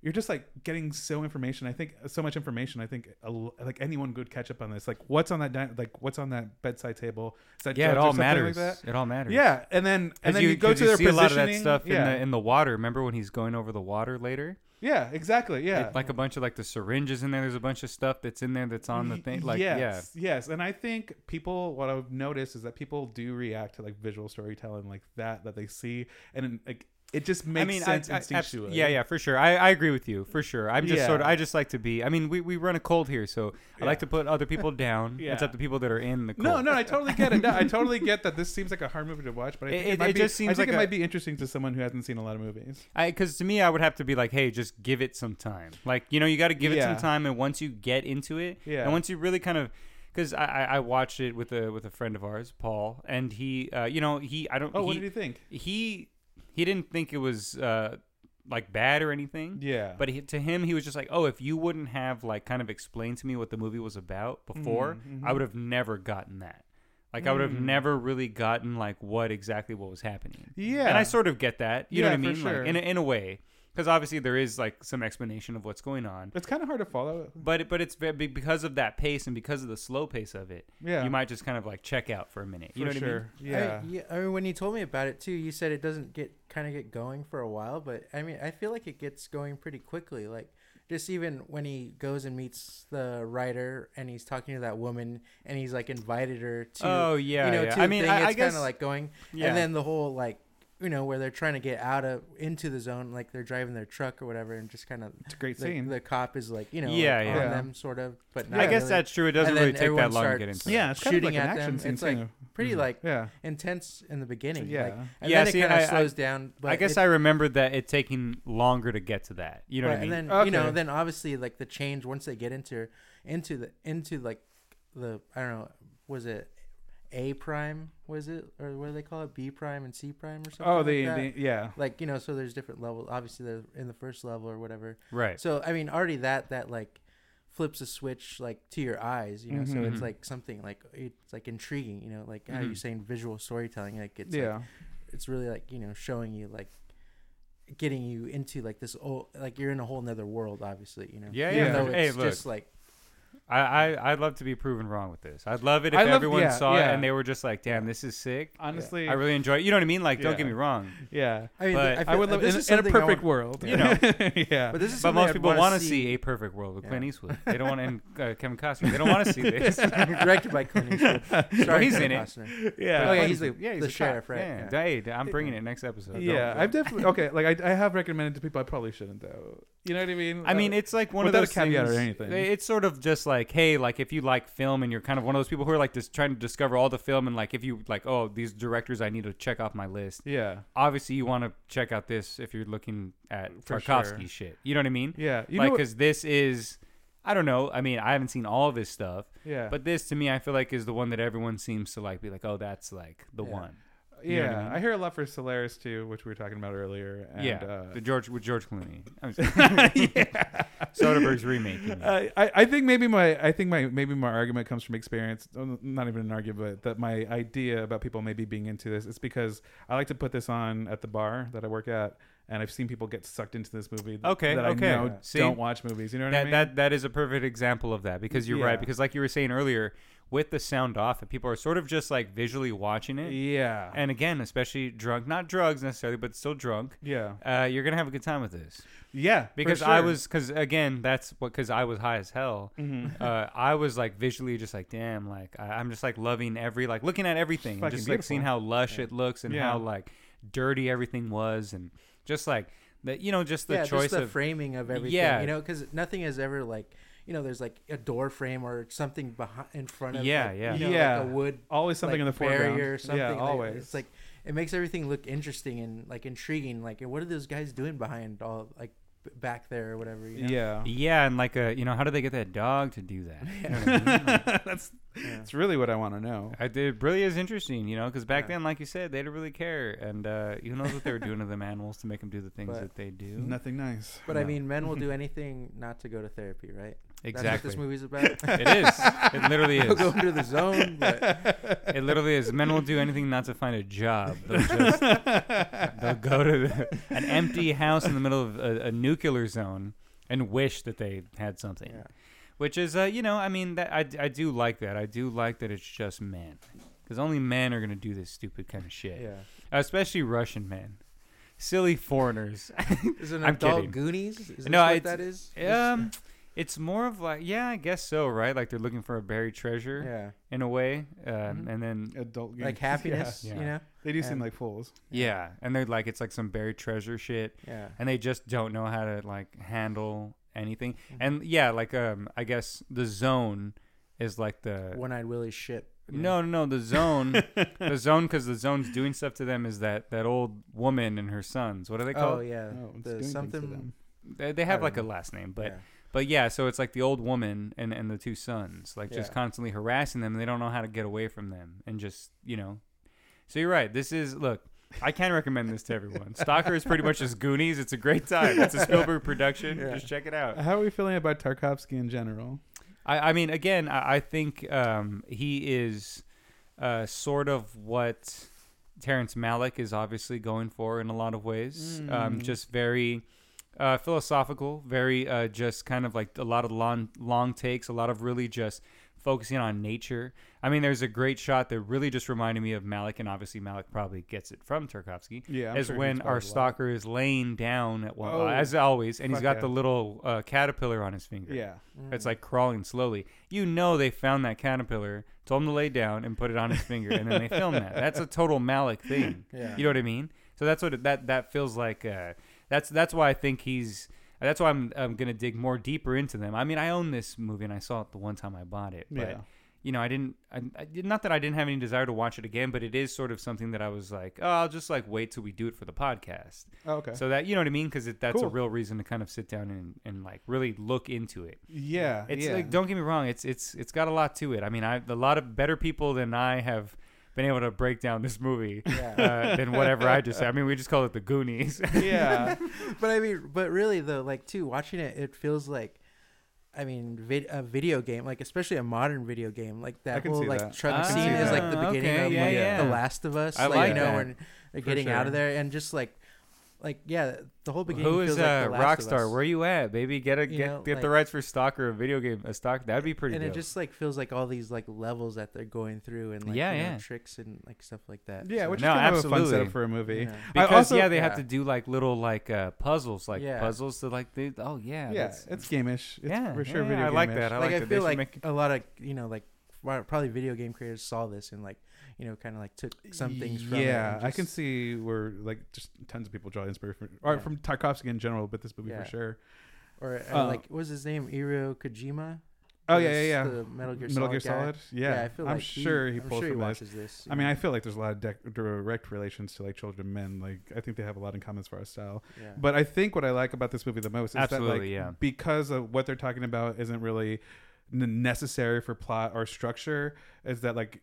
Speaker 4: you're just like getting so information. I think so much information. I think a l like anyone could catch up on this. Like what's on that di- like what's on that bedside table? Is that
Speaker 2: yeah, it
Speaker 4: drugs or
Speaker 2: all
Speaker 4: something like
Speaker 2: matters.
Speaker 4: that?
Speaker 2: It all matters.
Speaker 4: Yeah, and then and
Speaker 2: 'Cause
Speaker 4: then you, go
Speaker 2: 'cause
Speaker 4: to their
Speaker 2: see a
Speaker 4: positioning.
Speaker 2: lot of that stuff
Speaker 4: yeah.
Speaker 2: in the in the water. Remember when he's going over the water later?
Speaker 4: yeah, exactly. Yeah,
Speaker 2: Like a bunch of like the syringes in there. There's a bunch of stuff that's in there that's on the thing. Like yeah,
Speaker 4: yes, yes. And I think people, what I've noticed is that people do react to like visual storytelling like that that they see, and like it just makes sense
Speaker 2: abs-
Speaker 4: instinctually.
Speaker 2: yeah, yeah, for sure. I, I agree with you, for sure. I'm just
Speaker 4: Yeah.
Speaker 2: sort of, I just like to be. I mean, we, we run a cold here, so I like to put other people down,
Speaker 4: Yeah.
Speaker 2: except the people that are in the cold.
Speaker 4: No, no, I totally get it. No,
Speaker 2: [laughs]
Speaker 4: I totally get that this seems like a hard movie to watch, but
Speaker 2: It-
Speaker 4: I think
Speaker 2: it-
Speaker 4: it, might
Speaker 2: it
Speaker 4: be,
Speaker 2: just seems
Speaker 4: I think
Speaker 2: like
Speaker 4: it
Speaker 2: a-
Speaker 4: might be interesting to someone who hasn't seen a lot of movies.
Speaker 2: because to me, I would have to be like, hey, just give it some time. Like, you know, you got to give it some
Speaker 4: Yeah.
Speaker 2: time, and once you get into it,
Speaker 4: Yeah.
Speaker 2: and once you really kind of, because I, I I watched it with a with a friend of ours, Paul, and he, uh, you know, he I don't.
Speaker 4: Oh,
Speaker 2: he,
Speaker 4: what did you think?
Speaker 2: He he didn't think it was uh, like bad or anything.
Speaker 4: Yeah,
Speaker 2: But he, to him, he was just like, "Oh, if you wouldn't have like kind of explained to me what the movie was about before,
Speaker 4: Mm-hmm,
Speaker 2: I would have never gotten that. Like, I would
Speaker 4: Mm.
Speaker 2: have never really gotten like what exactly what was happening.
Speaker 4: Yeah.
Speaker 2: and I sort of get that. You know
Speaker 4: Yeah,
Speaker 2: what I
Speaker 4: for
Speaker 2: mean?
Speaker 4: sure.
Speaker 2: Like in a, in a way, because obviously there is like some explanation of what's going on.
Speaker 4: it's kind of hard to follow.
Speaker 2: But it- but it's ve- be- because of that pace and because of the slow pace of it,
Speaker 4: Yeah.
Speaker 2: you might just kind of like check out for a minute. You
Speaker 4: for
Speaker 2: know what
Speaker 4: sure.
Speaker 3: I-
Speaker 4: Yeah.
Speaker 3: yeah. I mean, when you told me about it too, you said it doesn't get kind of get going for a while, but I mean, I feel like it gets going pretty quickly. Like just even when he goes and meets the writer and he's talking to that woman and he's like invited her to.
Speaker 2: Oh, yeah,
Speaker 3: You know,
Speaker 2: yeah.
Speaker 3: to
Speaker 2: I
Speaker 3: a
Speaker 2: mean,
Speaker 3: thing,
Speaker 2: I- I
Speaker 3: it's kind
Speaker 2: guess-
Speaker 3: of like going,
Speaker 2: yeah.
Speaker 3: and then the whole like. You know where they're trying to get out of into the zone, like they're driving their truck or whatever, and just kind of
Speaker 4: It's a great
Speaker 3: the,
Speaker 4: scene.
Speaker 3: The cop is like, you know,
Speaker 2: Yeah,
Speaker 3: like,
Speaker 2: yeah.
Speaker 3: on them sort of, but
Speaker 2: I
Speaker 3: not
Speaker 2: mean? I guess
Speaker 3: really.
Speaker 2: that's true. It
Speaker 3: And
Speaker 2: doesn't
Speaker 3: then
Speaker 2: really take
Speaker 3: everyone
Speaker 2: that long to get
Speaker 3: starts-
Speaker 2: into. it. Mm-hmm.
Speaker 4: yeah, it's kind
Speaker 3: shooting
Speaker 4: of like an
Speaker 3: at
Speaker 4: action
Speaker 3: them.
Speaker 4: scene
Speaker 3: it's like
Speaker 4: too.
Speaker 3: pretty like
Speaker 4: Yeah.
Speaker 3: intense in the beginning.
Speaker 4: Yeah.
Speaker 3: like- and
Speaker 2: Yeah,
Speaker 3: then
Speaker 2: see,
Speaker 3: it kind
Speaker 2: I- I-
Speaker 3: of slows down. But
Speaker 2: I guess
Speaker 3: it,
Speaker 2: I remembered that it taking longer to get to that. You know
Speaker 3: but-
Speaker 2: what I mean?
Speaker 3: And then
Speaker 4: Okay.
Speaker 3: you know, then obviously like the change once they get into into the into like the I don't know was it A prime was it or what do they call it B prime and C prime or something?
Speaker 4: Oh,
Speaker 3: like
Speaker 4: the,
Speaker 3: that?
Speaker 4: the yeah.
Speaker 3: like you know so there's different levels obviously they're in the first level or whatever
Speaker 2: Right.
Speaker 3: so i mean already that that like flips a switch like to your eyes you know so it's like something like it's like intriguing you know like how you're saying visual storytelling like it's like,
Speaker 4: Yeah.
Speaker 3: it's really like you know showing you like getting you into like this old like you're in a whole nother world obviously you know
Speaker 2: Yeah,
Speaker 3: Even
Speaker 4: yeah.
Speaker 3: though
Speaker 2: Hey,
Speaker 3: it's
Speaker 2: look.
Speaker 3: just like
Speaker 2: I, I I'd love to be proven wrong with this. I'd love it if
Speaker 4: I love-
Speaker 2: everyone
Speaker 4: yeah,
Speaker 2: saw
Speaker 4: yeah.
Speaker 2: it and they were just like, "Damn, this is sick."
Speaker 4: Honestly,
Speaker 2: I really enjoy it. You know what I mean? Like, don't get
Speaker 4: Yeah.
Speaker 2: me wrong.
Speaker 4: yeah.
Speaker 3: I mean,
Speaker 2: But
Speaker 3: I, feel,
Speaker 4: I would love
Speaker 3: this
Speaker 4: in,
Speaker 3: is
Speaker 4: in a
Speaker 3: something I want-
Speaker 4: perfect world.
Speaker 2: You know.
Speaker 4: [laughs] yeah.
Speaker 3: But this is
Speaker 2: But
Speaker 3: something
Speaker 2: most
Speaker 3: I'd
Speaker 2: people
Speaker 3: wanna
Speaker 2: want to see.
Speaker 3: see
Speaker 2: a perfect world with
Speaker 3: Yeah.
Speaker 2: Clint Eastwood.
Speaker 3: [laughs]
Speaker 2: They don't want and uh, Kevin Costner. They don't want to see this.
Speaker 3: directed by Clint Eastwood. Sorry,
Speaker 2: he's in
Speaker 3: Kevin
Speaker 2: it.
Speaker 3: Costner.
Speaker 4: yeah.
Speaker 3: Oh [laughs] yeah,
Speaker 2: Clint
Speaker 3: he's the,
Speaker 2: Eastwood. Yeah, he's
Speaker 3: the
Speaker 2: a cop.
Speaker 3: sheriff, right?
Speaker 2: Yeah.
Speaker 3: Yeah.
Speaker 2: Hey, I'm bringing it next episode. Uh, Don't-
Speaker 4: Yeah, I've definitely okay. Like I, I have recommended to people. I probably shouldn't though. You know what I mean?
Speaker 2: I mean,
Speaker 4: Uh,
Speaker 2: it's like one of
Speaker 4: without a
Speaker 2: those
Speaker 4: caveat or
Speaker 2: things-
Speaker 4: anything.
Speaker 2: they- It's sort of just like, hey, like if you like film and you're kind of one of those people who are like just trying to discover all the film and like if you like, oh, these directors I need to check off my list.
Speaker 4: yeah,
Speaker 2: Obviously, you want to check out this if you're looking at
Speaker 4: For
Speaker 2: Tarkovsky
Speaker 4: sure.
Speaker 2: shit. You know what I mean?
Speaker 4: yeah. You
Speaker 2: like
Speaker 4: know,
Speaker 2: because this is, I don't know. I mean, I haven't seen all of his stuff,
Speaker 4: yeah,
Speaker 2: but this to me, I feel like is the one that everyone seems to like be like, oh, that's like the
Speaker 3: Yeah.
Speaker 2: one. you know
Speaker 4: yeah.
Speaker 2: what I
Speaker 4: I,
Speaker 2: mean?
Speaker 4: hear a lot for Solaris too, which we were talking about earlier. And,
Speaker 2: yeah,
Speaker 4: uh,
Speaker 2: the George with George
Speaker 4: [laughs]
Speaker 2: Clooney. I'm sorry. [laughs] Soderbergh's remake. you mean.
Speaker 4: I, I I think maybe my I think my maybe my argument comes from experience. Um, Not even an argument, but that my idea about people maybe being into this is because I like to put this on at the bar that I work at, and I've seen people get sucked into this movie.
Speaker 2: Okay,
Speaker 4: that
Speaker 2: okay.
Speaker 4: I know
Speaker 2: See?
Speaker 4: don't watch movies. You know what
Speaker 2: that,
Speaker 4: I mean?
Speaker 2: that that is a perfect example of that because you're
Speaker 4: Yeah.
Speaker 2: right because like you were saying earlier with the sound off and people are sort of just like visually watching it
Speaker 4: yeah,
Speaker 2: and again especially drunk not drugs necessarily but still drunk
Speaker 4: yeah,
Speaker 2: uh, you're gonna have a good time with this
Speaker 4: yeah. for
Speaker 2: because I
Speaker 4: sure.
Speaker 2: was because again that's what because I was high as hell uh, I was like visually just like damn like I, I'm just like loving every like looking at everything and
Speaker 4: fucking
Speaker 2: just like seeing how lush it looks and
Speaker 4: Yeah.
Speaker 2: how like dirty everything was and just like that you know just the
Speaker 3: yeah,
Speaker 2: choice
Speaker 3: just the
Speaker 2: of
Speaker 3: framing of everything.
Speaker 2: Yeah.
Speaker 3: you know, because nothing is ever like you know. There's like a door frame or something behind in front of.
Speaker 2: Yeah,
Speaker 3: like,
Speaker 2: yeah.
Speaker 3: you know,
Speaker 4: Yeah.
Speaker 3: Like a wood.
Speaker 4: always something
Speaker 3: like,
Speaker 4: in the foreground.
Speaker 3: barrier or something.
Speaker 4: Yeah,
Speaker 3: like,
Speaker 4: always.
Speaker 3: It's like it makes everything look interesting and like intriguing. Like, what are those guys doing behind all like b- back there or whatever? You know?
Speaker 4: yeah.
Speaker 2: Yeah, and like a you know, how do they get that dog to do that? You know what I mean?
Speaker 4: that's that's really what I want to know.
Speaker 2: I- it really is interesting, you know, because back then, like you said, they didn't really care, and uh, who knows what they were doing to them animals to make them do the things
Speaker 3: But-
Speaker 2: that they do.
Speaker 4: Nothing nice.
Speaker 3: But I
Speaker 2: No.
Speaker 3: mean, men
Speaker 4: [laughs]
Speaker 3: will do anything not to go to therapy, right? That's what
Speaker 2: exactly,
Speaker 3: this movie's [laughs] about.
Speaker 2: [laughs] it is. It literally
Speaker 3: They'll go
Speaker 2: is.
Speaker 3: into
Speaker 2: [laughs]
Speaker 3: the zone, but
Speaker 2: It literally is. Men will do anything not to find a job. They'll,
Speaker 3: [laughs]
Speaker 2: just, they'll go to the, an empty house in the middle of a, a nuclear zone and wish that they had something.
Speaker 3: Yeah.
Speaker 2: Which is, uh, you know, I mean, that I, I do like that. I do like that it's just men. Because only men are going to do this stupid kind of shit.
Speaker 3: yeah.
Speaker 2: Especially Russian men. Silly
Speaker 3: [laughs]
Speaker 2: foreigners.
Speaker 3: Is it an
Speaker 2: I'm
Speaker 3: adult
Speaker 2: kidding.
Speaker 3: Goonies? Is this
Speaker 2: No,
Speaker 3: what
Speaker 2: it's-
Speaker 3: that is?
Speaker 2: um, it's more of like, yeah, I guess so, right? Like they're looking for a buried treasure
Speaker 3: yeah,
Speaker 2: in a way. Um,
Speaker 3: Mhm.
Speaker 2: And then
Speaker 4: Adult games. [laughs]
Speaker 3: like happiness,
Speaker 2: Yeah.
Speaker 3: you know?
Speaker 4: Yeah. They do seem
Speaker 3: and-
Speaker 4: like fools.
Speaker 2: Yeah, and they're like it's like some buried treasure shit,
Speaker 3: Yeah,
Speaker 2: and they just don't know how to like handle anything.
Speaker 3: Mm-hmm.
Speaker 2: And yeah, like um, I guess the zone is like the
Speaker 3: one-eyed Willy ship.
Speaker 2: no, no, no, the
Speaker 3: [laughs]
Speaker 2: zone, the zone, because the zone's doing stuff to them is that that old woman and her sons. What are they
Speaker 3: Oh
Speaker 2: called?
Speaker 3: yeah,
Speaker 4: Oh, it's doing
Speaker 3: the
Speaker 4: things to
Speaker 3: something.
Speaker 4: them.
Speaker 2: They, they have like a last name, but
Speaker 3: yeah.
Speaker 2: but yeah, so it's like the old woman and and the two sons, like just
Speaker 3: Yeah.
Speaker 2: constantly harassing them. and They don't know how to get away from them, and just you know. So you're right. This is look. I can recommend this to
Speaker 3: [laughs]
Speaker 2: everyone. Stalker is pretty much just Goonies. It's a great time. It's a Spielberg production.
Speaker 3: Yeah.
Speaker 2: Just check it out.
Speaker 4: How are we feeling about Tarkovsky in general?
Speaker 2: I, I mean, again, I, I think um, he is uh, sort of what Terrence Malick is obviously going for in a lot of ways. Um,
Speaker 4: Mm.
Speaker 2: just very uh, philosophical, very uh, just kind of like a lot of long, long takes, a lot of really just focusing on nature. I mean, there's a great shot that really just reminded me of Malick, and obviously Malick probably gets it from Tarkovsky.
Speaker 4: Yeah, I'm
Speaker 2: is
Speaker 4: sure he
Speaker 2: when
Speaker 4: inspired a
Speaker 2: our
Speaker 4: lot.
Speaker 2: stalker is laying down at one,
Speaker 4: Oh,
Speaker 2: as always, and he's
Speaker 4: fuck
Speaker 2: got
Speaker 4: yeah.
Speaker 2: the little uh, caterpillar on his finger.
Speaker 4: Yeah.
Speaker 2: It's like crawling slowly. You know they found that caterpillar, told him to lay down and put it on his finger, and then they filmed that. That's a total Malik
Speaker 4: [laughs]
Speaker 2: thing.
Speaker 3: Yeah.
Speaker 2: You know what I mean? So that's what it, that that feels like. Uh, that's that's why I think he's. That's why I'm I'm gonna dig more deeper into them. I mean, I own this movie and I saw it the one time I bought it, but
Speaker 4: Yeah.
Speaker 2: you know, I didn't. I, I did not that I didn't have any desire to watch it again, but it is sort of something that I was like, oh, I'll just like wait till we do it for the podcast.
Speaker 4: Oh, okay.
Speaker 2: So that you know what I mean? Because that's a
Speaker 4: Cool.
Speaker 2: real reason to kind of sit down and and like really look into it.
Speaker 4: yeah.
Speaker 2: It's
Speaker 4: yeah.
Speaker 2: like don't get me wrong. It's it's it's got a lot to it. I mean, I a lot of better people than I have been able to break down this movie uh, than whatever I just. I mean, we just call it the Goonies.
Speaker 4: [laughs] yeah.
Speaker 2: [laughs]
Speaker 3: but I mean, but really though, like too, watching it, it feels like, I mean, vid- a video game, like especially a modern video game, like that
Speaker 4: can
Speaker 3: whole
Speaker 4: see
Speaker 3: like
Speaker 4: that.
Speaker 3: truck
Speaker 2: I can see
Speaker 3: scene is
Speaker 2: that.
Speaker 3: like the beginning
Speaker 2: Okay,
Speaker 3: of
Speaker 2: yeah,
Speaker 3: like,
Speaker 2: yeah.
Speaker 3: the Last of Us,
Speaker 2: I
Speaker 3: like,
Speaker 2: like
Speaker 3: you know,
Speaker 2: that.
Speaker 3: when they're
Speaker 4: For
Speaker 3: getting out
Speaker 4: sure.
Speaker 3: of there, and just like like yeah, the whole beginning.
Speaker 2: Who is
Speaker 3: feels like
Speaker 2: uh,
Speaker 3: the Last of
Speaker 2: Rockstar?
Speaker 3: Us.
Speaker 2: Where you at, baby? Get a
Speaker 3: You
Speaker 2: get
Speaker 3: know,
Speaker 2: get the
Speaker 3: like-
Speaker 2: rights for Stalker, a video game, a stock. That'd be pretty.
Speaker 3: and
Speaker 2: dope.
Speaker 3: it just like feels like all these like levels that they're going through and like
Speaker 2: Yeah,
Speaker 3: you know,
Speaker 2: yeah.
Speaker 3: tricks and like stuff like that.
Speaker 4: Yeah,
Speaker 3: so-
Speaker 4: which
Speaker 2: No,
Speaker 4: is kind of a
Speaker 2: absolutely.
Speaker 4: fun setup for a movie.
Speaker 3: Yeah.
Speaker 4: I
Speaker 2: because
Speaker 4: also-
Speaker 2: yeah, they have
Speaker 3: yeah.
Speaker 2: to do like little like uh, puzzles, like
Speaker 3: Yeah.
Speaker 2: puzzles to like they, oh yeah,
Speaker 4: yeah,
Speaker 2: that's-
Speaker 4: it's gamish. It's
Speaker 2: Yeah,
Speaker 4: for sure.
Speaker 2: yeah,
Speaker 4: video
Speaker 2: I like
Speaker 4: game-ish.
Speaker 2: that. I
Speaker 3: like,
Speaker 2: like
Speaker 3: I
Speaker 2: that. They
Speaker 3: feel
Speaker 2: should
Speaker 3: like
Speaker 2: make-
Speaker 3: a lot of you know like well, probably video game creators saw this and like you know kind of like took some things from it
Speaker 4: yeah,
Speaker 3: and
Speaker 4: I can
Speaker 3: just-
Speaker 4: see where like just tons of people draw inspiration from, or
Speaker 3: Yeah.
Speaker 4: from Tarkovsky in general, but this movie
Speaker 3: Yeah.
Speaker 4: for sure.
Speaker 3: or uh,
Speaker 4: uh,
Speaker 3: like what was his name Iro Kojima.
Speaker 4: Oh
Speaker 3: He
Speaker 4: yeah, yeah,
Speaker 3: was
Speaker 4: yeah.
Speaker 3: The Metal Gear Solid.
Speaker 4: Metal Gear
Speaker 3: guy.
Speaker 4: Solid. Yeah,
Speaker 3: I feel
Speaker 4: I'm
Speaker 3: like
Speaker 4: sure he,
Speaker 3: I'm
Speaker 4: pulled
Speaker 3: sure he
Speaker 4: from that.
Speaker 3: watches this.
Speaker 4: I mean, I feel like there's a lot of dec- direct relations to like Children of Men. Like, I think they have a lot in common as far as style.
Speaker 3: yeah.
Speaker 4: But I think what I like about this movie the most is that, like,
Speaker 2: Absolutely, yeah.
Speaker 4: because of what they're talking about isn't really n- necessary for plot or structure. Is that like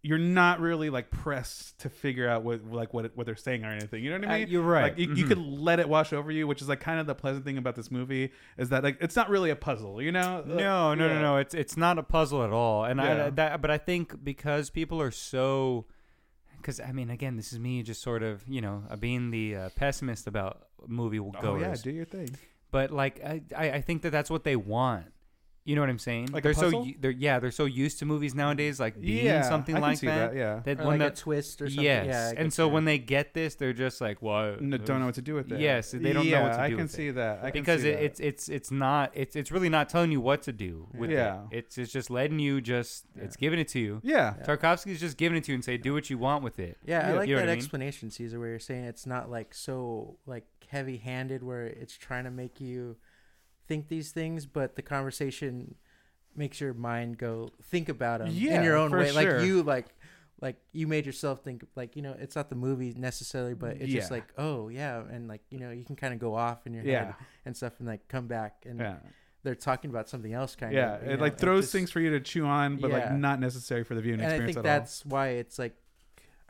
Speaker 4: you're not really like pressed to figure out what like what what they're saying or anything. You know what I
Speaker 2: Uh,
Speaker 4: mean?
Speaker 2: you're right.
Speaker 4: Like you, you
Speaker 2: Mhm.
Speaker 4: could let it wash over you, which is like kind of the pleasant thing about this movie is that like it's not really a puzzle. You know?
Speaker 2: No, no, no, no. It's it's not a puzzle at all. And I
Speaker 4: Uh, Yeah.
Speaker 2: that, but I think because people are so, because I mean, again, this is me just sort of you know uh, being the uh, pessimist about movie will
Speaker 4: Oh
Speaker 2: go.
Speaker 4: yeah, do your thing.
Speaker 2: but like I, I I think that that's what they want. You know what I'm saying?
Speaker 4: Like a
Speaker 2: they're so
Speaker 4: puzzle?
Speaker 2: u- they're yeah they're so used to movies nowadays like being
Speaker 4: yeah,
Speaker 2: something
Speaker 4: I can
Speaker 2: like
Speaker 4: see
Speaker 2: that.
Speaker 4: Yeah.
Speaker 2: That
Speaker 3: Or
Speaker 2: when
Speaker 3: like a
Speaker 2: the-
Speaker 3: twist or something.
Speaker 2: yes,
Speaker 3: Yeah, I
Speaker 2: and
Speaker 3: get
Speaker 2: so
Speaker 3: you.
Speaker 2: when they get this, they're just like, "Well,
Speaker 4: No, don't know what to do with it.
Speaker 2: Yes, they don't know what to
Speaker 4: I
Speaker 2: do
Speaker 4: can
Speaker 2: with it.
Speaker 4: see that. I can
Speaker 2: because
Speaker 4: see
Speaker 2: it,
Speaker 4: that.
Speaker 2: it's it's it's not it's it's really not telling you what to do with
Speaker 4: Yeah.
Speaker 2: it. It's it's just letting you just it's giving it to you.
Speaker 4: yeah.
Speaker 2: Tarkovsky's just giving it to you and say, "Do what you want with it."
Speaker 3: Yeah, I
Speaker 2: You
Speaker 3: like
Speaker 2: know
Speaker 3: that
Speaker 2: what I mean?
Speaker 3: explanation, Caesar, where you're saying it's not like so like heavy handed where it's trying to make you think these things, but the conversation makes your mind go think about them in
Speaker 4: Yeah,
Speaker 3: your own
Speaker 4: for
Speaker 3: way.
Speaker 4: sure.
Speaker 3: Like you like like you made yourself think like, you know, it's not the movie necessarily, but it's just
Speaker 4: Yeah.
Speaker 3: like, oh yeah, and like, you know, you can kinda go off in your head
Speaker 4: Yeah.
Speaker 3: and stuff and like come back and
Speaker 4: Yeah.
Speaker 3: they're talking about something else kind
Speaker 4: Yeah.
Speaker 3: of.
Speaker 4: It like throws things for you to chew on, but
Speaker 3: Yeah.
Speaker 4: like not necessary for the viewing
Speaker 3: and I
Speaker 4: experience
Speaker 3: think
Speaker 4: at all.
Speaker 3: that's why it's like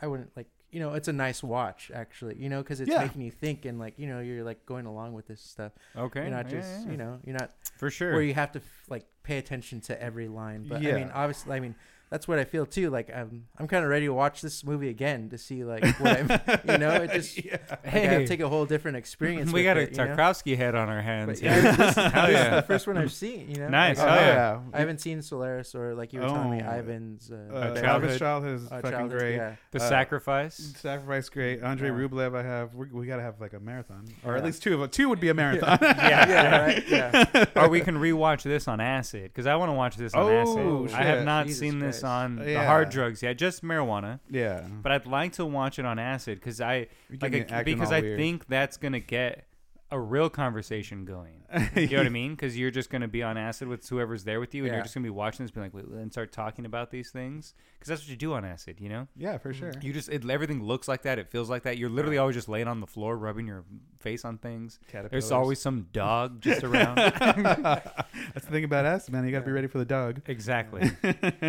Speaker 3: I wouldn't like you know it's a nice watch actually you know because it's
Speaker 4: Yeah.
Speaker 3: making you think and like you know you're like going along with this stuff
Speaker 2: Okay,
Speaker 3: you're not
Speaker 2: yeah,
Speaker 3: just
Speaker 2: yeah.
Speaker 3: you know you're not
Speaker 2: for sure.
Speaker 3: where you have to f- like pay attention to every line but I mean
Speaker 4: Yeah.
Speaker 3: obviously I mean that's what I feel too like I'm I'm kind of ready to watch this movie again to see like what I'm, you know it just
Speaker 4: yeah.
Speaker 3: like, I gotta take a whole different experience
Speaker 2: [laughs] we
Speaker 3: with
Speaker 2: got a
Speaker 3: it, you know?
Speaker 2: Tarkovsky head on our hands.
Speaker 3: but yeah,
Speaker 2: [laughs]
Speaker 3: this,
Speaker 2: Hell
Speaker 4: [laughs]
Speaker 3: this is
Speaker 2: yeah.
Speaker 3: the first one I've seen you know
Speaker 2: Nice,
Speaker 3: Like,
Speaker 2: hell
Speaker 3: I-
Speaker 2: yeah.
Speaker 3: I haven't seen Solaris or like you were telling me
Speaker 4: Oh.
Speaker 3: Ivan's uh,
Speaker 4: Uh,
Speaker 3: Bad-
Speaker 2: childhood-
Speaker 4: Travis Child is
Speaker 3: uh,
Speaker 4: fucking
Speaker 3: childhood,
Speaker 4: great.
Speaker 3: yeah.
Speaker 2: the
Speaker 4: uh,
Speaker 2: sacrifice.
Speaker 4: [laughs] Sacrifice great. Andre
Speaker 3: Yeah.
Speaker 4: Rublev, I have. We, we gotta have like a marathon, or at
Speaker 3: Yeah.
Speaker 4: least two of two would be a marathon.
Speaker 2: Yeah.
Speaker 3: yeah, right? yeah.
Speaker 2: or we can rewatch this on acid because I want to watch this on
Speaker 4: Oh,
Speaker 2: acid. I have
Speaker 4: shit.
Speaker 2: not
Speaker 3: Jesus
Speaker 2: seen this
Speaker 3: Christ.
Speaker 2: on the
Speaker 4: Yeah.
Speaker 2: hard drugs yet, just marijuana.
Speaker 4: yeah.
Speaker 2: But I'd like to watch it on acid because I
Speaker 4: You're
Speaker 2: like
Speaker 4: getting
Speaker 2: I-
Speaker 4: acting
Speaker 2: because
Speaker 4: all
Speaker 2: I
Speaker 4: weird.
Speaker 2: think that's gonna get a real conversation
Speaker 4: [laughs]
Speaker 2: going. You know what I mean? Because you're just gonna be on acid with whoever's there with you, and you're
Speaker 3: Yeah.
Speaker 2: just gonna be watching this, being like, wait, and start talking about these things because that's what you do on acid. You know,
Speaker 4: Yeah, for sure.
Speaker 2: you just it, everything looks like that. It feels like that. You're literally always just laying on the floor, rubbing your face on things. There's
Speaker 4: Caterpillars.
Speaker 2: always some dog just
Speaker 4: [laughs]
Speaker 2: around.
Speaker 4: That's the thing about us, man. You gotta be ready for the dog. [laughs]
Speaker 2: Exactly.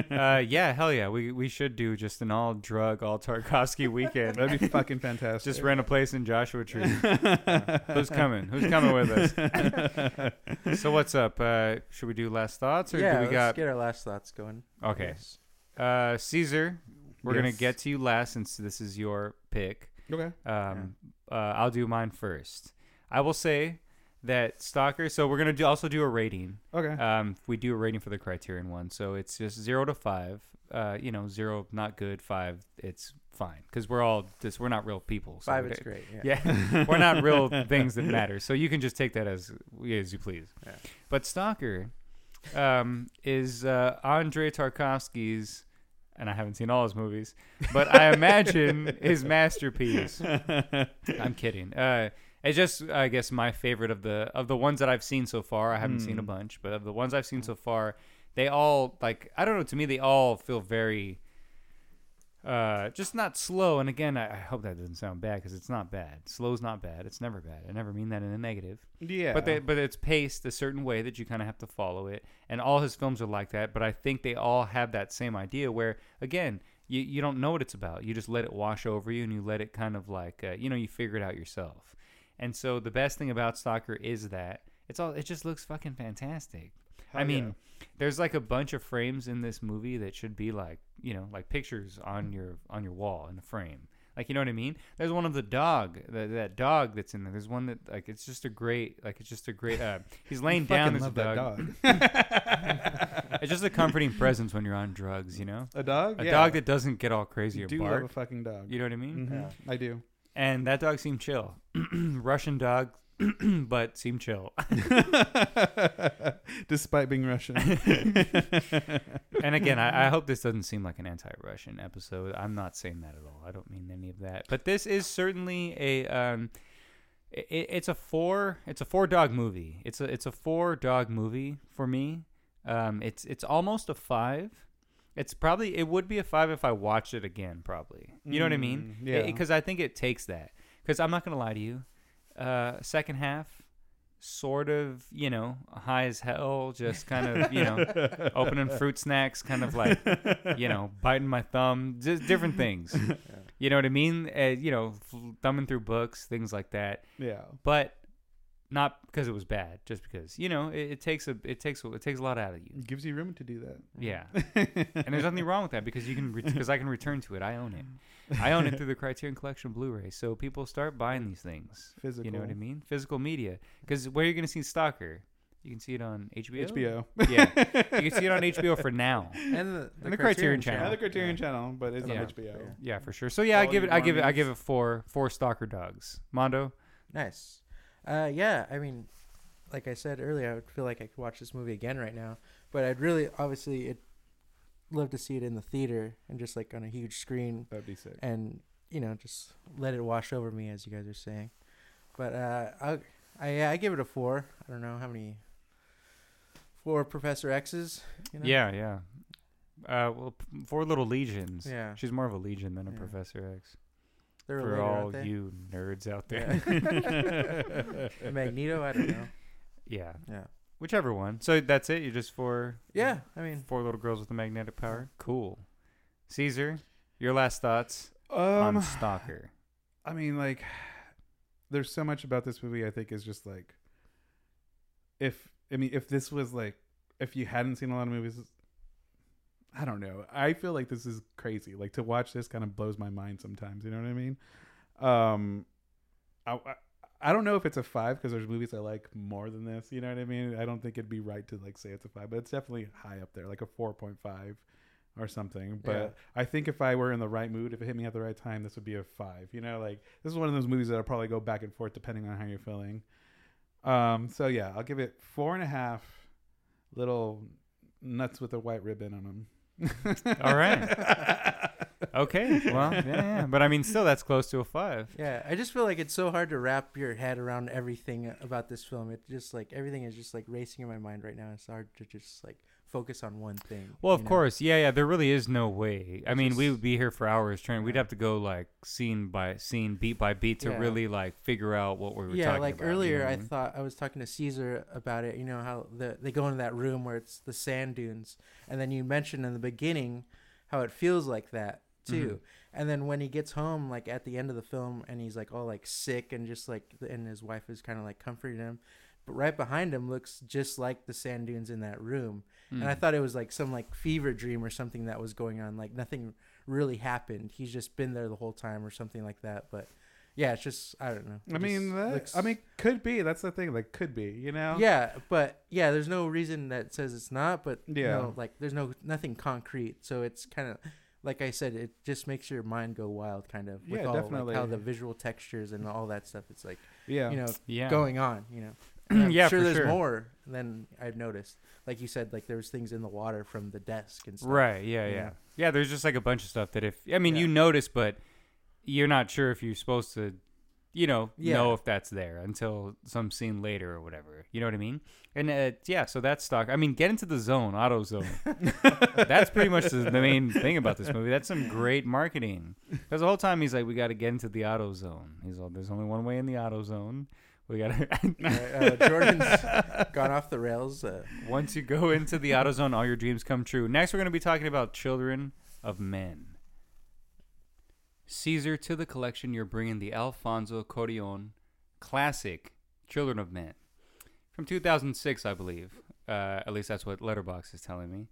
Speaker 2: uh, yeah, hell yeah. We we should do just an all drug, all Tarkovsky weekend.
Speaker 4: That'd be fucking fantastic.
Speaker 2: just rent a place in Joshua
Speaker 3: [laughs]
Speaker 2: Tree. Yeah. Who's coming? Who's coming with us?
Speaker 3: [laughs]
Speaker 2: so what's up? Uh, should we do last thoughts or
Speaker 3: yeah,
Speaker 2: do we
Speaker 3: let's
Speaker 2: got
Speaker 3: get our last thoughts going.
Speaker 2: okay?
Speaker 3: Yes.
Speaker 2: Uh, Caesar, we're gonna
Speaker 4: Yes.
Speaker 2: get to you last since this is your pick.
Speaker 4: okay.
Speaker 2: Um, uh, I'll do mine first. I will say that Stalker. So we're gonna do also do a rating.
Speaker 4: Okay.
Speaker 2: Um, we do a rating for the Criterion one, so it's just zero to five. Uh, you know, zero not good, five it's fine because we're all just we're not real people. So
Speaker 3: Five,
Speaker 2: we
Speaker 3: it's
Speaker 2: don't-
Speaker 3: great. Yeah. [laughs]
Speaker 2: Yeah, we're not real things that matter. So you can just take that as as you please.
Speaker 3: Yeah.
Speaker 2: But Stalker um, is uh, Andre Tarkovsky's, and I haven't seen all his movies, but I imagine his masterpiece. I'm kidding. Uh, it's just, I guess, my favorite of the of the ones that I've seen so far. I haven't seen a bunch, but of the ones I've seen so far, they all like I don't know. To me, they all feel very, uh, just not slow. And again, I, I hope that doesn't sound bad because it's not bad. Slow's not bad. It's never bad. I never mean that in a negative.
Speaker 4: yeah.
Speaker 2: But they, but it's paced a certain way that you kind of have to follow it, and all his films are like that. But I think they all have that same idea where, again, you you don't know what it's about. You just let it wash over you, and you let it kind of like uh, you know you figure it out yourself. And so the best thing about Stalker is that it's all it just looks fucking fantastic. I
Speaker 4: Hell
Speaker 2: mean, there's like a bunch of frames in this movie that should be like you know like pictures on your on your wall in a frame. Like you know what I mean? There's one of the dog, the, that dog that's in there. There's one that like it's just a great, like it's just a great. Uh, he's laying down.
Speaker 4: Fucking
Speaker 2: There's a
Speaker 4: love that
Speaker 2: dog.
Speaker 4: dog.
Speaker 2: [laughs] It's just a comforting presence when you're on drugs, you know.
Speaker 4: [laughs] A dog?
Speaker 2: A
Speaker 4: Yeah.
Speaker 2: dog that doesn't get all crazy
Speaker 4: You
Speaker 2: or
Speaker 4: do
Speaker 2: bark.
Speaker 4: love a fucking dog.
Speaker 2: you know what I mean?
Speaker 4: Mhm.
Speaker 3: Yeah.
Speaker 4: I do.
Speaker 2: And that dog seemed chill, [clears throat] Russian dog, [clears throat] but seemed chill.
Speaker 4: Mm-hmm.
Speaker 2: [laughs]
Speaker 4: [laughs] Despite being Russian.
Speaker 2: and again, I, I hope this doesn't seem like an anti-Russian episode. I'm not saying that at all. I don't mean any of that. But this is certainly a um, i i- it's a four it's a four dog movie. It's a it's a four dog movie for me. Um, it's it's almost a five. It's probably it would be a five if I watched it again. Probably you know what I mean?
Speaker 4: Mm, yeah.
Speaker 2: Because I think it takes that. Because I'm not gonna lie to you, uh, second half. Sort of, you know, high as hell, just kind of, you know, opening fruit snacks, kind of like, you know, biting my thumb, just different things. You know what I mean? Uh, you know, f- thumbing through books, things like that.
Speaker 4: Yeah.
Speaker 2: But not because it was bad, just because you know it, it takes a it takes a- it takes a lot out of you.
Speaker 4: It gives you room to do that.
Speaker 2: Yeah, and there's nothing wrong with that because you can because I can return to it. I own it. I own it through the Criterion Collection Blu-ray. So people start buying these things. You know what I
Speaker 4: Physical.
Speaker 2: mean? Physical media. Because where you're gonna see Stalker, you can see it on HBO.
Speaker 4: HBO.
Speaker 2: Yeah, you can see it on HBO for now.
Speaker 3: And the,
Speaker 2: the Criterion Channel.
Speaker 4: Another Criterion Channel, but it's
Speaker 2: Yeah.
Speaker 4: on HBO.
Speaker 2: Yeah, for sure. So yeah, I
Speaker 5: All
Speaker 2: give
Speaker 5: you
Speaker 2: it. I give it. I
Speaker 5: normies.
Speaker 2: give it four. Four stalker dogs. Mondo.
Speaker 3: Nice. Uh, yeah, I mean, like I said earlier, I would feel like I could watch this movie again right now, but I'd really, obviously, I'd love to see it in the theater and just like on a huge screen
Speaker 4: That'd be sick.
Speaker 3: and, you know, just let it wash over me, as you guys are saying. But uh, I'll, I, yeah, I give it a four. I don't know how many. Four Professor X's. You know?
Speaker 2: Yeah, yeah. Uh, well, p- four little legions.
Speaker 3: Yeah.
Speaker 2: she's more of a legion than a
Speaker 3: Yeah.
Speaker 2: Professor X.
Speaker 3: They're
Speaker 2: For
Speaker 3: related, aren't
Speaker 2: all
Speaker 3: they?
Speaker 2: you nerds out there.
Speaker 3: Yeah. [laughs] Magneto, I don't know.
Speaker 2: Yeah.
Speaker 3: Yeah.
Speaker 2: whichever one. So that's it. You're just four.
Speaker 3: Yeah, Mm-hmm. I mean,
Speaker 2: Four little girls with a magnetic power. Cool. Caesar, your last thoughts on
Speaker 3: [sighs]
Speaker 4: Um,
Speaker 2: Stalker.
Speaker 4: I mean, like, there's so much about this movie. I think is just like, if I mean, if this was like, if you hadn't seen a lot of movies, I don't know. I feel like this is crazy. Like to watch this kind of blows my mind sometimes. You know what I mean? Um, I. I I don't know if it's a five because there's movies I like more than this. You know what I mean? I don't think it'd be right to like say it's a five, but it's definitely high up there, like a four point five or something. But
Speaker 3: Yeah.
Speaker 4: I think if I were in the right mood, if it hit me at the right time, this would be a five. You know, like this is one of those movies that I'll probably go back and forth depending on how you're feeling. Um, so yeah, I'll give it four and a half little nuts with a white ribbon on them.
Speaker 2: [laughs] All right.
Speaker 4: [laughs]
Speaker 2: Okay. Well, yeah, yeah. But I mean, still, that's close to a five.
Speaker 3: Yeah, I just feel like it's so hard to wrap your head around everything about this film. It just like everything is just like racing in my mind right now. It's hard to just like focus on one thing.
Speaker 2: Well,
Speaker 3: you
Speaker 2: of
Speaker 3: know?
Speaker 2: course, yeah, yeah. There really is no way. I mean, we
Speaker 3: Just-
Speaker 2: would be here for hours trying. We'd have to go like scene by scene, beat by beat, to
Speaker 3: Yeah.
Speaker 2: really like figure out what we were
Speaker 3: Yeah,
Speaker 2: talking
Speaker 3: like
Speaker 2: about. you know
Speaker 3: earlier,
Speaker 2: what
Speaker 3: I
Speaker 2: mean?
Speaker 3: thought I was talking to Caesar about it. You know how the, they go into that room where it's the sand dunes, and then you mentioned in the beginning how it feels like that too.
Speaker 2: Mm-hmm.
Speaker 3: And then when he gets home, like at the end of the film, and he's like all like sick and just like, and his wife is kind of like comforting him, but right behind him looks just like the sand dunes in that room. And I
Speaker 2: Mm.
Speaker 3: thought it was like some like fever dream or something that was going on. Like nothing really happened. He's just been there the whole time or something like that. But yeah, it's just I don't know. It
Speaker 4: I mean,
Speaker 3: just
Speaker 4: that,
Speaker 3: looks-
Speaker 4: I mean, could be. That's the thing. Like, could be. You know.
Speaker 3: yeah, but yeah, there's no reason that says it's not, but yeah,
Speaker 4: Yeah.
Speaker 3: like there's no nothing concrete, so it's kind of like I said, it just makes your mind go wild, kind of with
Speaker 4: Yeah,
Speaker 3: all like,
Speaker 4: definitely.
Speaker 3: how the visual textures and all that stuff. It's like
Speaker 4: Yeah.
Speaker 3: you know
Speaker 2: yeah.
Speaker 3: going on,
Speaker 2: [clears throat]
Speaker 3: you know. And I'm
Speaker 2: Yeah,
Speaker 3: sure
Speaker 2: for
Speaker 3: there's
Speaker 2: sure.
Speaker 3: more than I've noticed. Like you said, like there was things in the water from the desk and stuff.
Speaker 2: Right. Yeah,
Speaker 3: you
Speaker 2: yeah. Yeah.
Speaker 3: know?
Speaker 2: There's just like a bunch of stuff that if I mean
Speaker 3: Yeah.
Speaker 2: you notice, but you're not sure if you're supposed to, you know,
Speaker 3: Yeah.
Speaker 2: know if that's there until some scene later or whatever. You know what I mean? And uh, yeah, so that's stock. I mean, get into the zone, auto zone.
Speaker 3: [laughs]
Speaker 2: that's pretty much the, the main thing about this movie. That's some great marketing. Because the whole time he's like, we got to get into the auto zone. He's all, there's only one way in the auto zone. We got to.
Speaker 3: Uh, uh, Jordan's gone off the
Speaker 2: [laughs]
Speaker 3: rails. Uh,
Speaker 2: Once you go into the auto zone, all your dreams come true. Next, we're going to be talking about Children of Men. Caesar, to the collection, you're bringing the Alfonso Corion classic Children of Men from 2006, I believe. Uh, at least that's what Letterbox is telling me.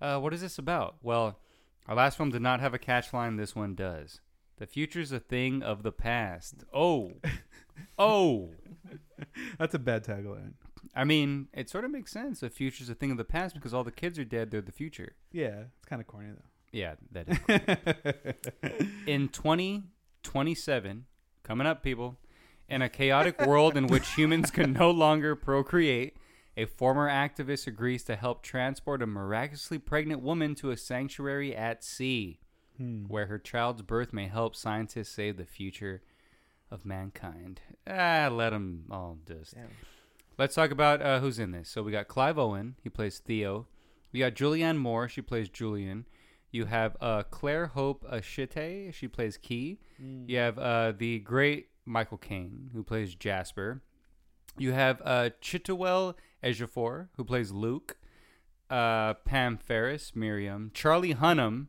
Speaker 2: Uh, what is this about? Well, our last film did not have a catch line. This one does. The future's a thing of the past. Oh, oh.
Speaker 4: That's a bad tagline.
Speaker 2: I mean, it sort of makes sense. The future's a thing of the past because all the kids are dead. They're the future.
Speaker 4: Yeah, it's kind of corny though.
Speaker 2: Yeah, that is. in 2027, coming up, people, in a chaotic world in which humans can no longer procreate, a former activist agrees to help transport a miraculously pregnant woman to a sanctuary at sea, where her child's birth may help scientists save the future of mankind. Ah, let them all just.
Speaker 3: Damn.
Speaker 2: Let's talk about uh, who's in this. So we got Clive Owen, he plays Theo. We got Julianne Moore, she plays Julian. You have uh, Claire Hope Ashite, she plays Key.
Speaker 4: Hmm.
Speaker 2: You have uh, the great Michael Caine, who plays Jasper. You have uh, Chitowell Ejiofor, who plays Luke. Uh, Pam Ferris, Miriam. Charlie Hunnam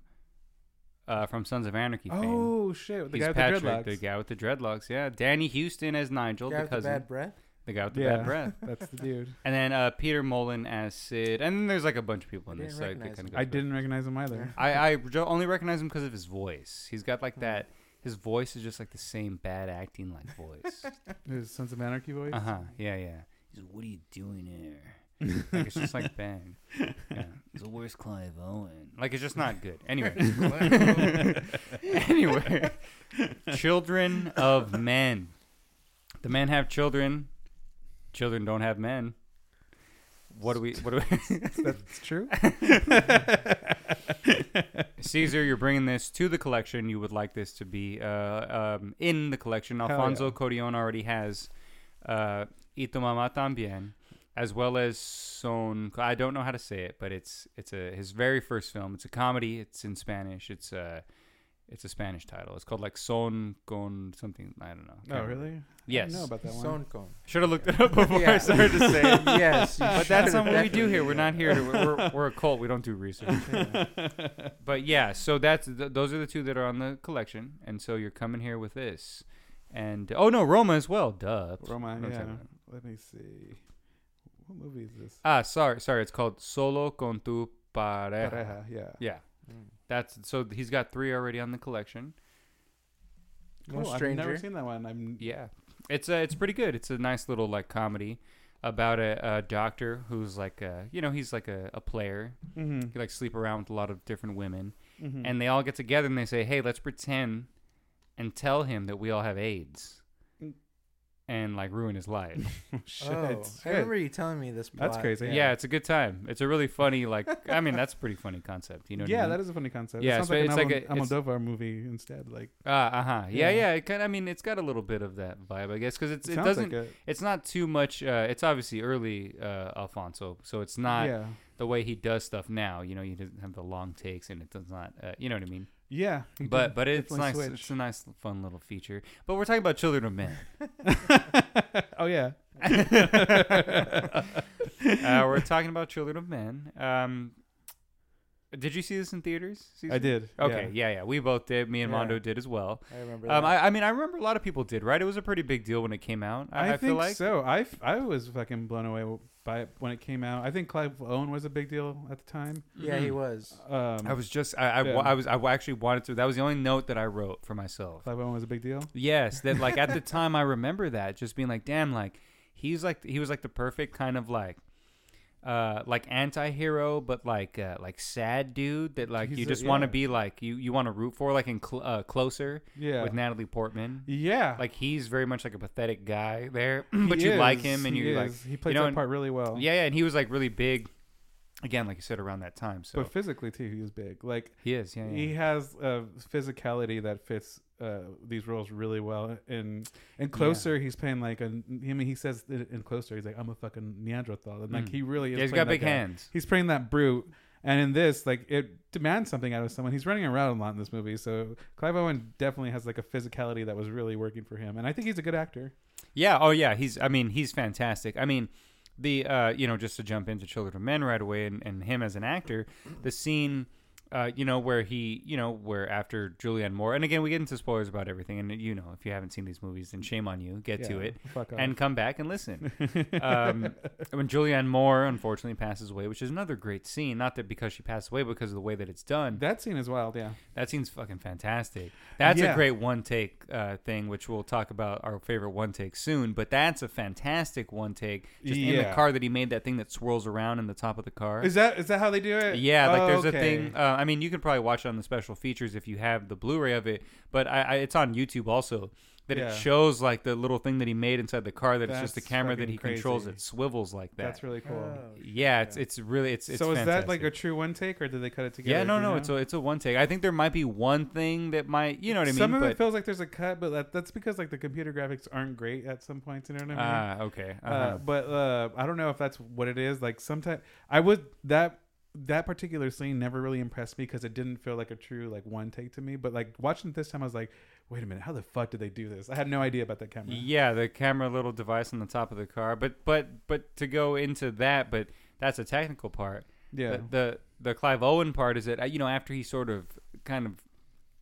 Speaker 2: uh, from Sons of Anarchy fame.
Speaker 4: Oh shit! The
Speaker 2: He's
Speaker 4: guy with
Speaker 2: Patrick,
Speaker 4: the dreadlocks.
Speaker 2: guy with the dreadlocks. Yeah, Danny Houston as Nigel,
Speaker 3: Guy
Speaker 2: the
Speaker 3: with the
Speaker 2: cousin,
Speaker 3: bad breath.
Speaker 2: the guy with the
Speaker 4: yeah,
Speaker 2: bad breath.
Speaker 4: [laughs] that's the dude.
Speaker 2: And then uh, Peter Mullen as Sid. And then there's like a bunch of people in
Speaker 3: I
Speaker 2: this.
Speaker 3: didn't
Speaker 2: So it
Speaker 3: recognize
Speaker 2: kinda
Speaker 3: him.
Speaker 2: goes by.
Speaker 4: I didn't recognize him either.
Speaker 2: I, I jo- only recognize him because of his voice. He's got
Speaker 3: Hmm.
Speaker 2: like that. His voice is just like the same bad acting like
Speaker 3: [laughs]
Speaker 2: voice.
Speaker 4: His Sons of Anarchy voice.
Speaker 2: uh huh. Yeah, yeah. He's like, what are you doing here? like it's just
Speaker 3: [laughs]
Speaker 2: like bang. Yeah. He's the worst Clive Owen. Like it's just not good.
Speaker 3: [laughs]
Speaker 2: Anyway. [laughs] anyway. children of men. The men have children. Children don't have men. What do we? What do we? [laughs]
Speaker 4: That's true.
Speaker 2: Caesar, you're bringing this to the collection. You would like this to be uh, um, in the collection. Alfonso
Speaker 4: yeah.
Speaker 2: Codion already has uh, Y tu mamá también, as well as Son. I don't know how to say it, but it's it's a his very first film. It's a comedy. It's in Spanish. It's uh, it's a Spanish title. It's called like Son con something. I don't know. Can't
Speaker 4: Oh
Speaker 2: remember.
Speaker 4: really? I
Speaker 2: Yes.
Speaker 4: didn't know about that one.
Speaker 3: Soncon.
Speaker 2: Should have looked it
Speaker 4: [laughs]
Speaker 2: up before I
Speaker 3: Yeah.
Speaker 2: started to say it.
Speaker 3: [laughs] yes, you
Speaker 2: But that's
Speaker 3: should
Speaker 2: not what we do
Speaker 3: definitely
Speaker 2: here.
Speaker 3: do
Speaker 2: We're
Speaker 3: that.
Speaker 2: not here. To, we're, we're, we're a cult. We don't do research. But yeah, so that's th- those are the two that are on the collection, and so you're coming here with this, and oh no, Roma as well. Duh.
Speaker 4: Roma.
Speaker 2: What am I
Speaker 4: Yeah.
Speaker 2: talking about?
Speaker 4: Let me see. What movie is this?
Speaker 2: Ah, sorry, sorry. It's called Solo con tu pareja.
Speaker 4: Pareja. Yeah.
Speaker 2: Yeah,
Speaker 3: Oh,
Speaker 2: that's so he's got three already on the collection.
Speaker 3: One
Speaker 4: Cool, I've never
Speaker 3: stranger.
Speaker 4: seen that one. I'm.
Speaker 2: Yeah, it's uh, it's pretty good. It's a nice little like comedy about a, a doctor who's like uh you know he's like a, a player
Speaker 4: Mm-hmm.
Speaker 2: he like sleep around with a lot of different women
Speaker 4: Mhm. [laughs]
Speaker 2: and they all get together and they say hey let's pretend and tell him that we all have aids
Speaker 4: Mm.
Speaker 2: and like ruin his life
Speaker 4: Shit.
Speaker 3: Oh, I
Speaker 4: good.
Speaker 3: remember you telling me this. Plot.
Speaker 4: That's crazy.
Speaker 2: yeah.
Speaker 4: [laughs] Yeah.
Speaker 2: it's a good time it's a really funny like i mean that's a pretty funny concept you know what
Speaker 4: yeah,
Speaker 2: I mean?
Speaker 4: that is a funny concept.
Speaker 2: Yeah,
Speaker 4: it sounds
Speaker 2: so
Speaker 4: like
Speaker 2: it's
Speaker 4: an
Speaker 2: like
Speaker 4: Almond-
Speaker 2: a- it's-
Speaker 4: Almodovar movie instead. Like
Speaker 2: uh, uh-huh yeah yeah,
Speaker 4: Yeah.
Speaker 2: it kind of i mean it's got a little bit of that vibe i guess because it's
Speaker 4: it
Speaker 2: it,
Speaker 4: sounds
Speaker 2: doesn't
Speaker 4: like it.
Speaker 2: it's not too much uh it's obviously early uh alfonso so it's not
Speaker 4: yeah,
Speaker 2: the way he does stuff now you know he doesn't have the long takes and it does not uh, you know what i mean
Speaker 4: yeah. he
Speaker 2: but
Speaker 4: did
Speaker 2: but it's nice.
Speaker 4: definitely
Speaker 2: It's a nice, fun little feature. But we're talking about children of men. [laughs]
Speaker 4: switch. [laughs] oh yeah,
Speaker 2: uh, we're talking about children of men. Um, did you see this in theaters? Caesar?
Speaker 4: I did.
Speaker 2: Okay, yeah. yeah, We both did. Me and
Speaker 3: Yeah.
Speaker 2: Mondo did as well.
Speaker 3: I remember.
Speaker 2: Um,
Speaker 3: that.
Speaker 2: I, I mean, I remember a lot of people did. Right? It was a pretty big deal when it came out. I,
Speaker 4: I,
Speaker 2: I
Speaker 4: think
Speaker 2: feel like.
Speaker 4: so. I, f- I was fucking blown away by it when it came out. I think Clive Owen was a big deal at the time.
Speaker 3: yeah,
Speaker 2: Mm. [laughs]
Speaker 3: he was.
Speaker 4: Um,
Speaker 2: I was just. I. I,
Speaker 4: Yeah.
Speaker 2: I was. I actually wanted to. That was the only note that I wrote for myself.
Speaker 4: Clive Owen was a big deal.
Speaker 2: Yes, that like at the
Speaker 4: [laughs]
Speaker 2: time I remember that just being like, damn, like he's like he was like the perfect kind of like uh like anti-hero but like uh like sad dude that like you
Speaker 4: He's a-
Speaker 2: just want to
Speaker 4: yeah.
Speaker 2: be like you you want to root for like in cl- uh, closer
Speaker 4: Yeah,
Speaker 2: with Natalie Portman.
Speaker 4: yeah.
Speaker 2: Like he's very much like a pathetic guy there, [clears throat] but
Speaker 4: He
Speaker 2: you like
Speaker 4: is,
Speaker 2: him and
Speaker 4: he
Speaker 2: you like
Speaker 4: is. he played
Speaker 2: you know,
Speaker 4: that
Speaker 2: and-
Speaker 4: part really well.
Speaker 2: Yeah, yeah, and he was like really big again like you said around that time. So
Speaker 4: but physically too, he was big. Like
Speaker 2: he is, yeah. yeah.
Speaker 4: he has a physicality that fits uh, these roles really well. And and closer, he's playing like a. I mean, he says it in closer, he's like, "I'm a fucking Neanderthal," and like
Speaker 2: Mm.
Speaker 4: he really is.
Speaker 2: Yeah, he's
Speaker 4: playing
Speaker 2: got
Speaker 4: that
Speaker 2: big
Speaker 4: guy.
Speaker 2: hands.
Speaker 4: He's playing that brute. And in this, like it demands something out of someone. He's running around a lot in this movie, so Clive Owen definitely has like a physicality that was really working for him. And I think he's a good actor.
Speaker 2: Yeah. Oh, yeah. He's. I mean, he's fantastic. I mean, the uh, you know, just to jump into Children of Men right away, and, and him as an actor, the scene uh, you know, where he, you know, where after Julianne Moore, and again, we get into spoilers about everything, and you know, if you haven't seen these movies, then shame on you. Get to
Speaker 4: Yeah,
Speaker 2: it
Speaker 4: fuck off.
Speaker 2: and come back and listen. um, when Julianne Moore unfortunately passes away, which is another great scene, not that because she passed away, but because of the way that it's done. That,
Speaker 4: that scene is wild. Yeah,
Speaker 2: scene's fucking fantastic. That's a
Speaker 4: Yeah.
Speaker 2: great one take uh, thing, which we'll talk about our favorite one take soon. But that's a fantastic one take, just in the
Speaker 4: Yeah.
Speaker 2: car that he made that thing that swirls around in the top of the car.
Speaker 4: is that is that how they do it?
Speaker 2: Yeah, like
Speaker 4: Oh,
Speaker 2: there's a
Speaker 4: okay.
Speaker 2: thing. Uh, I mean, you can probably watch it on the special features if you have the Blu-ray of it, but I, I it's on YouTube also. That
Speaker 4: Yeah.
Speaker 2: it shows like the little thing that he made inside the car. That it's just the
Speaker 4: That's
Speaker 2: camera that
Speaker 4: fucking
Speaker 2: he controls
Speaker 4: crazy.
Speaker 2: that swivels like that.
Speaker 4: That's really cool.
Speaker 2: yeah, it's it's really it's it's.
Speaker 4: so is that like a
Speaker 2: fantastic.
Speaker 4: true one take, or did they cut it together?
Speaker 2: yeah? No,
Speaker 4: Do you
Speaker 2: no,
Speaker 4: know?
Speaker 2: it's a it's a one take. I think there might be one thing that might you know what I mean.
Speaker 4: Some of
Speaker 2: but,
Speaker 4: it feels like there's a cut, but that, that's because like the computer graphics aren't great at some points. You know what I mean?
Speaker 2: ah okay.
Speaker 4: Uh,
Speaker 2: Uh-huh.
Speaker 4: but uh, I don't know if that's what it is. Like sometimes I would that that particular scene never really impressed me because it didn't feel like a true like one take to me. But like watching it this time, I was like, wait a minute, how the fuck did they do this? I had no idea about that camera.
Speaker 2: Yeah, the camera little device on the top of the car. But but but to go into that, but that's a technical part.
Speaker 4: Yeah.
Speaker 2: The the, the Clive Owen part is that uh, you know after he sort of kind of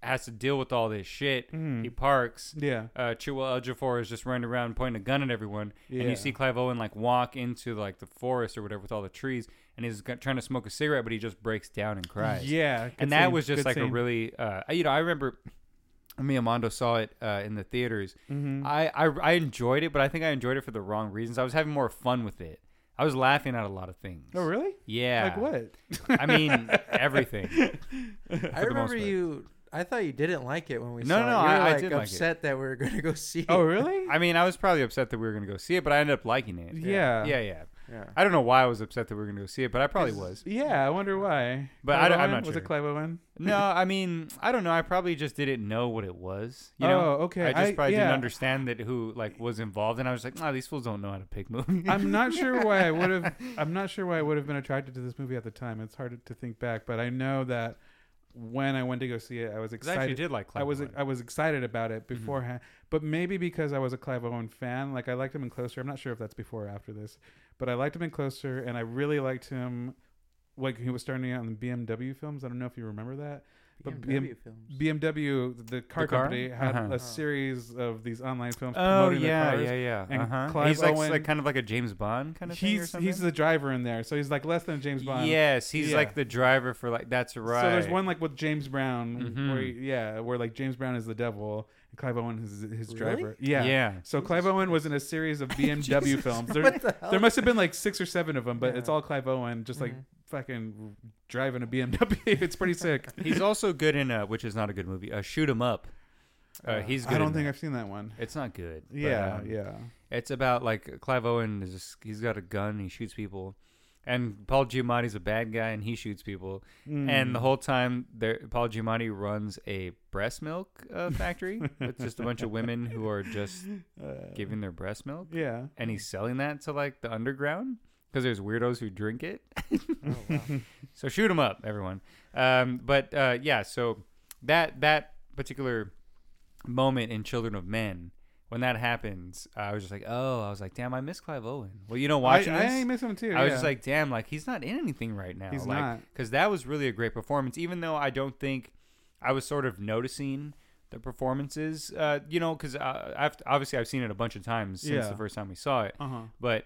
Speaker 2: has to deal with all this shit,
Speaker 4: Mm-hmm.
Speaker 2: he parks.
Speaker 4: Yeah.
Speaker 2: Uh, Chiwetel Ejiofor is just running around pointing a gun at everyone, and
Speaker 4: Yeah.
Speaker 2: you see Clive Owen like walk into like the forest or whatever with all the trees, and he's g- trying to smoke a cigarette, but he just breaks down and cries
Speaker 4: Yeah, good
Speaker 2: and that
Speaker 4: scene,
Speaker 2: was just
Speaker 4: good
Speaker 2: like a
Speaker 4: scene.
Speaker 2: really uh, you know i remember me and Mondo saw it uh, in the theaters
Speaker 4: Mm-hmm.
Speaker 2: I, I i enjoyed it but i think i enjoyed it for the wrong reasons i was having more fun with it i was laughing at a lot of things
Speaker 4: Oh really?
Speaker 2: yeah
Speaker 4: Like what?
Speaker 2: i mean everything
Speaker 3: I
Speaker 2: the most
Speaker 3: remember
Speaker 2: part.
Speaker 3: you. I thought you didn't like it when we
Speaker 2: No,
Speaker 3: saw
Speaker 2: no,
Speaker 3: it. You
Speaker 2: I-
Speaker 3: were,
Speaker 2: I
Speaker 3: like,
Speaker 2: did like it.
Speaker 3: upset that we were [laughs] going to go see.
Speaker 4: [laughs] Oh
Speaker 3: it.
Speaker 4: really?
Speaker 2: i mean i was probably upset that we were gonna go see it but i ended up liking it
Speaker 4: Yeah.
Speaker 2: yeah yeah
Speaker 3: Yeah.
Speaker 2: i don't know why i was upset that we were gonna go see it but i probably was
Speaker 4: Yeah, I wonder why.
Speaker 2: But
Speaker 4: Clive
Speaker 2: I don't- I'm
Speaker 4: Owen?
Speaker 2: not
Speaker 4: Was
Speaker 2: sure.
Speaker 4: it Clive Owen?
Speaker 2: no i mean i don't know i probably just didn't know what it was you know
Speaker 4: Oh, okay.
Speaker 2: i just
Speaker 4: I-
Speaker 2: probably didn't
Speaker 4: yeah.
Speaker 2: understand that who like was involved and i was like oh these fools don't know how to pick movies
Speaker 4: I'm not sure why I would have. I'm not sure why I would have been attracted to this movie at the time. It's hard to think back, but I know that when I went to go see it, I was
Speaker 2: [laughs] 'Cause I actually
Speaker 4: excited.
Speaker 2: did like Clive
Speaker 4: I was
Speaker 2: Owen. Mm-hmm.
Speaker 4: I was excited about it beforehand, but maybe because I was a Clive Owen fan, like I liked him in Closer. I'm not sure if that's before or after this, but I liked him in Closer, and I really liked him. Like he was starting out in BMW films. I don't know if you remember that. But BMW
Speaker 3: BMW films.
Speaker 4: BMW, the car,
Speaker 2: car?
Speaker 4: company, had
Speaker 2: Uh-huh.
Speaker 4: a series of these online films.
Speaker 2: Oh
Speaker 4: promoting their
Speaker 2: yeah,
Speaker 4: cars.
Speaker 2: yeah, yeah.
Speaker 4: and
Speaker 2: uh-huh.
Speaker 4: Clive
Speaker 2: he's like,
Speaker 4: Owen-
Speaker 2: like kind of like a James Bond kind of thing or
Speaker 4: He's
Speaker 2: something.
Speaker 4: he's the driver in there, so he's like less than James Bond.
Speaker 2: Yes, he's
Speaker 4: Yeah.
Speaker 2: like the driver for like that's right.
Speaker 4: So there's one like with James Brown,
Speaker 2: Mhm.
Speaker 4: where he- yeah, where like James Brown is the devil and Clive Owen is his
Speaker 3: Really?
Speaker 4: driver. Yeah.
Speaker 2: Yeah.
Speaker 4: So Clive Owen was in
Speaker 3: [laughs]
Speaker 4: a series of BMW films. There,
Speaker 3: What the hell?
Speaker 4: there must have been like six or seven of them, but it's
Speaker 3: Yeah. Mm-hmm.
Speaker 4: all Clive Owen, just like fucking driving a BMW. [laughs] it's pretty sick.
Speaker 2: He's also good in uh, which is not a good movie. Uh, Shoot 'em up. [laughs] Uh, he's good.
Speaker 4: I don't
Speaker 2: in
Speaker 4: think
Speaker 2: that.
Speaker 4: I've seen that one.
Speaker 2: it's not good. but,
Speaker 4: yeah,
Speaker 2: um,
Speaker 4: yeah.
Speaker 2: It's about like Clive Owen is just, he's got a gun, he shoots people. And Paul Giamatti's a bad guy and he shoots people. And
Speaker 4: Mm.
Speaker 2: the whole time there Paul Giamatti runs a breast milk uh, factory with just a bunch of women who are
Speaker 4: [laughs]
Speaker 2: just
Speaker 4: Uh,
Speaker 2: giving their breast milk.
Speaker 4: Yeah.
Speaker 2: and he's selling that to like the underground because there's weirdos who drink
Speaker 4: [laughs]
Speaker 2: it.
Speaker 4: Oh,
Speaker 2: so shoot him up, everyone. Um, but uh, yeah, so that that particular moment in Children of Men when that happens, I was just like, oh, I was like, damn, I miss Clive Owen. Well, you know, watching
Speaker 4: I,
Speaker 2: this,
Speaker 4: I miss him too.
Speaker 2: I was
Speaker 4: yeah.
Speaker 2: just like, damn, like he's not in anything right now.
Speaker 4: He's
Speaker 2: like,
Speaker 4: not.
Speaker 2: Because that was really a great performance, even though I don't think I was sort of noticing the performances. Uh, you know, because I've obviously I've seen it a bunch of times since
Speaker 4: Yeah.
Speaker 2: the first time we saw it.
Speaker 4: Uh-huh.
Speaker 2: But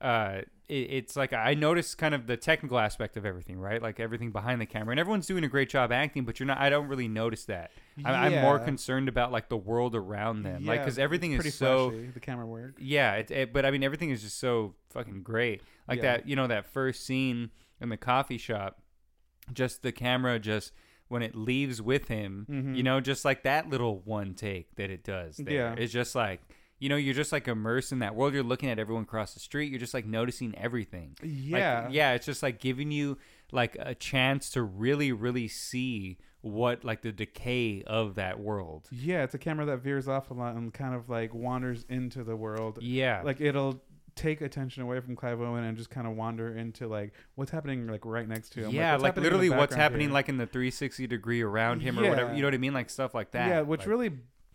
Speaker 2: uh, it, it's like I noticed kind of the technical aspect of everything, right? Like everything behind the camera, and everyone's doing a great job acting, but you're not. I don't really notice that. I, I'm more
Speaker 4: Yeah.
Speaker 2: concerned about like the world around them, like
Speaker 4: Yeah,
Speaker 2: because everything
Speaker 4: it's pretty
Speaker 2: is so.
Speaker 4: flashy, the camera work.
Speaker 2: Yeah, it, it, but I mean, everything is just so fucking great. Like
Speaker 4: Yeah.
Speaker 2: that, you know, that first scene in the coffee shop, just the camera, just when it leaves with him, you know, just like that little one take that it does. There.
Speaker 4: Mm-hmm. Yeah.
Speaker 2: It's just like, you know, you're just like immersed in that world. You're looking at everyone across the street. You're just like noticing everything. Like,
Speaker 4: Yeah.
Speaker 2: yeah. It's just like giving you like a chance to really, really see what like the decay of that world.
Speaker 4: Yeah, it's a camera that veers off a lot and kind of like wanders into the world.
Speaker 2: Yeah.
Speaker 4: Like it'll take attention away from Clive Owen and just kind of wander into like what's happening like right next to him.
Speaker 2: Yeah,
Speaker 4: what's
Speaker 2: like,
Speaker 4: happening in the
Speaker 2: literally what's
Speaker 4: background
Speaker 2: happening
Speaker 4: here.
Speaker 2: like in the 360 degree around him or whatever.
Speaker 4: Yeah.
Speaker 2: You know what I mean? Like stuff like that.
Speaker 4: Yeah, which
Speaker 2: Like,
Speaker 4: really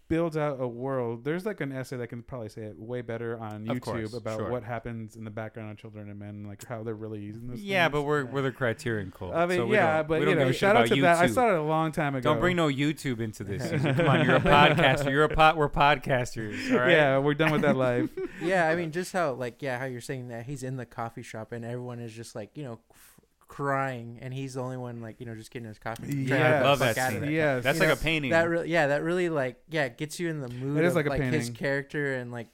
Speaker 4: builds out a world. There's like an essay that can probably say it way better on
Speaker 2: Of
Speaker 4: YouTube
Speaker 2: course,
Speaker 4: about
Speaker 2: sure.
Speaker 4: what happens in the background of children and men, like how they're really using this.
Speaker 2: Yeah, but we're we're the criterion cult.
Speaker 4: I mean,
Speaker 2: so we
Speaker 4: yeah,
Speaker 2: don't-
Speaker 4: but
Speaker 2: we
Speaker 4: you
Speaker 2: don't give
Speaker 4: know,
Speaker 2: a shit
Speaker 4: shout out
Speaker 2: about
Speaker 4: to that. I
Speaker 2: YouTube.
Speaker 4: started a long time ago.
Speaker 2: Don't bring no YouTube into this.
Speaker 4: [laughs]
Speaker 2: Caesar. Come on, you're a podcaster. You're a pod. We're podcasters. All right.
Speaker 4: Yeah, we're done with
Speaker 2: [laughs]
Speaker 4: that life.
Speaker 3: yeah, I mean, just how like yeah, how you're saying that he's in the coffee shop and everyone is just like you know f- crying, and he's the only one like you know just getting his coffee. trying to
Speaker 4: Yeah,
Speaker 3: get the
Speaker 2: love
Speaker 3: fuck
Speaker 2: that
Speaker 3: out of
Speaker 2: scene.
Speaker 3: there.
Speaker 4: yes,
Speaker 2: That's
Speaker 3: You
Speaker 2: like
Speaker 3: know,
Speaker 2: a painting.
Speaker 3: That really, yeah, that really like yeah gets you in the mood.
Speaker 4: It is
Speaker 3: of,
Speaker 4: like a
Speaker 3: like his
Speaker 4: painting.
Speaker 3: character and like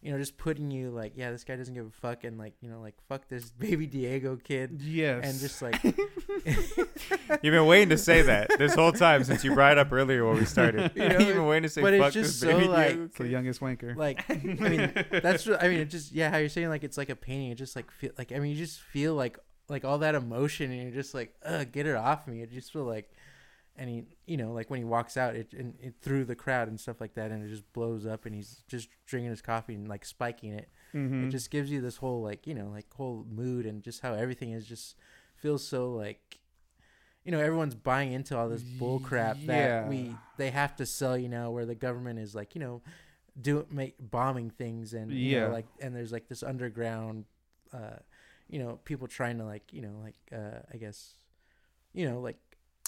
Speaker 3: you know just putting you like yeah, this guy doesn't give a fuck and like you know like fuck this [laughs] baby Diego kid
Speaker 4: yes,
Speaker 3: and just
Speaker 4: [laughs]
Speaker 3: like
Speaker 2: You've been waiting to say that this whole time since you brought it up earlier when we
Speaker 4: [laughs]
Speaker 2: started.
Speaker 3: You know,
Speaker 2: You've been waiting to say
Speaker 3: but it's
Speaker 2: fuck this
Speaker 3: just so
Speaker 2: baby.
Speaker 3: like
Speaker 4: it's the youngest wanker.
Speaker 3: like I mean that's re- I mean it just yeah how you're saying like it's like a painting it just like feel like I mean you just feel like like all that emotion and you're just like ugh get it off me it just feel like and he you know like when he walks out it and it through the crowd and stuff like that and it just blows up and he's just drinking his coffee and like spiking it
Speaker 4: Mhm.
Speaker 2: Mm-hmm.
Speaker 3: it just gives you this whole like you know like whole mood and just how everything is just feels so like you know everyone's buying into all this bull crap
Speaker 4: Yeah.
Speaker 3: that we they have to sell you now where the government is like you know do make bombing things and you know,
Speaker 4: Yeah.
Speaker 3: like and there's like this underground uh you know people trying to like you know like uh i guess you know like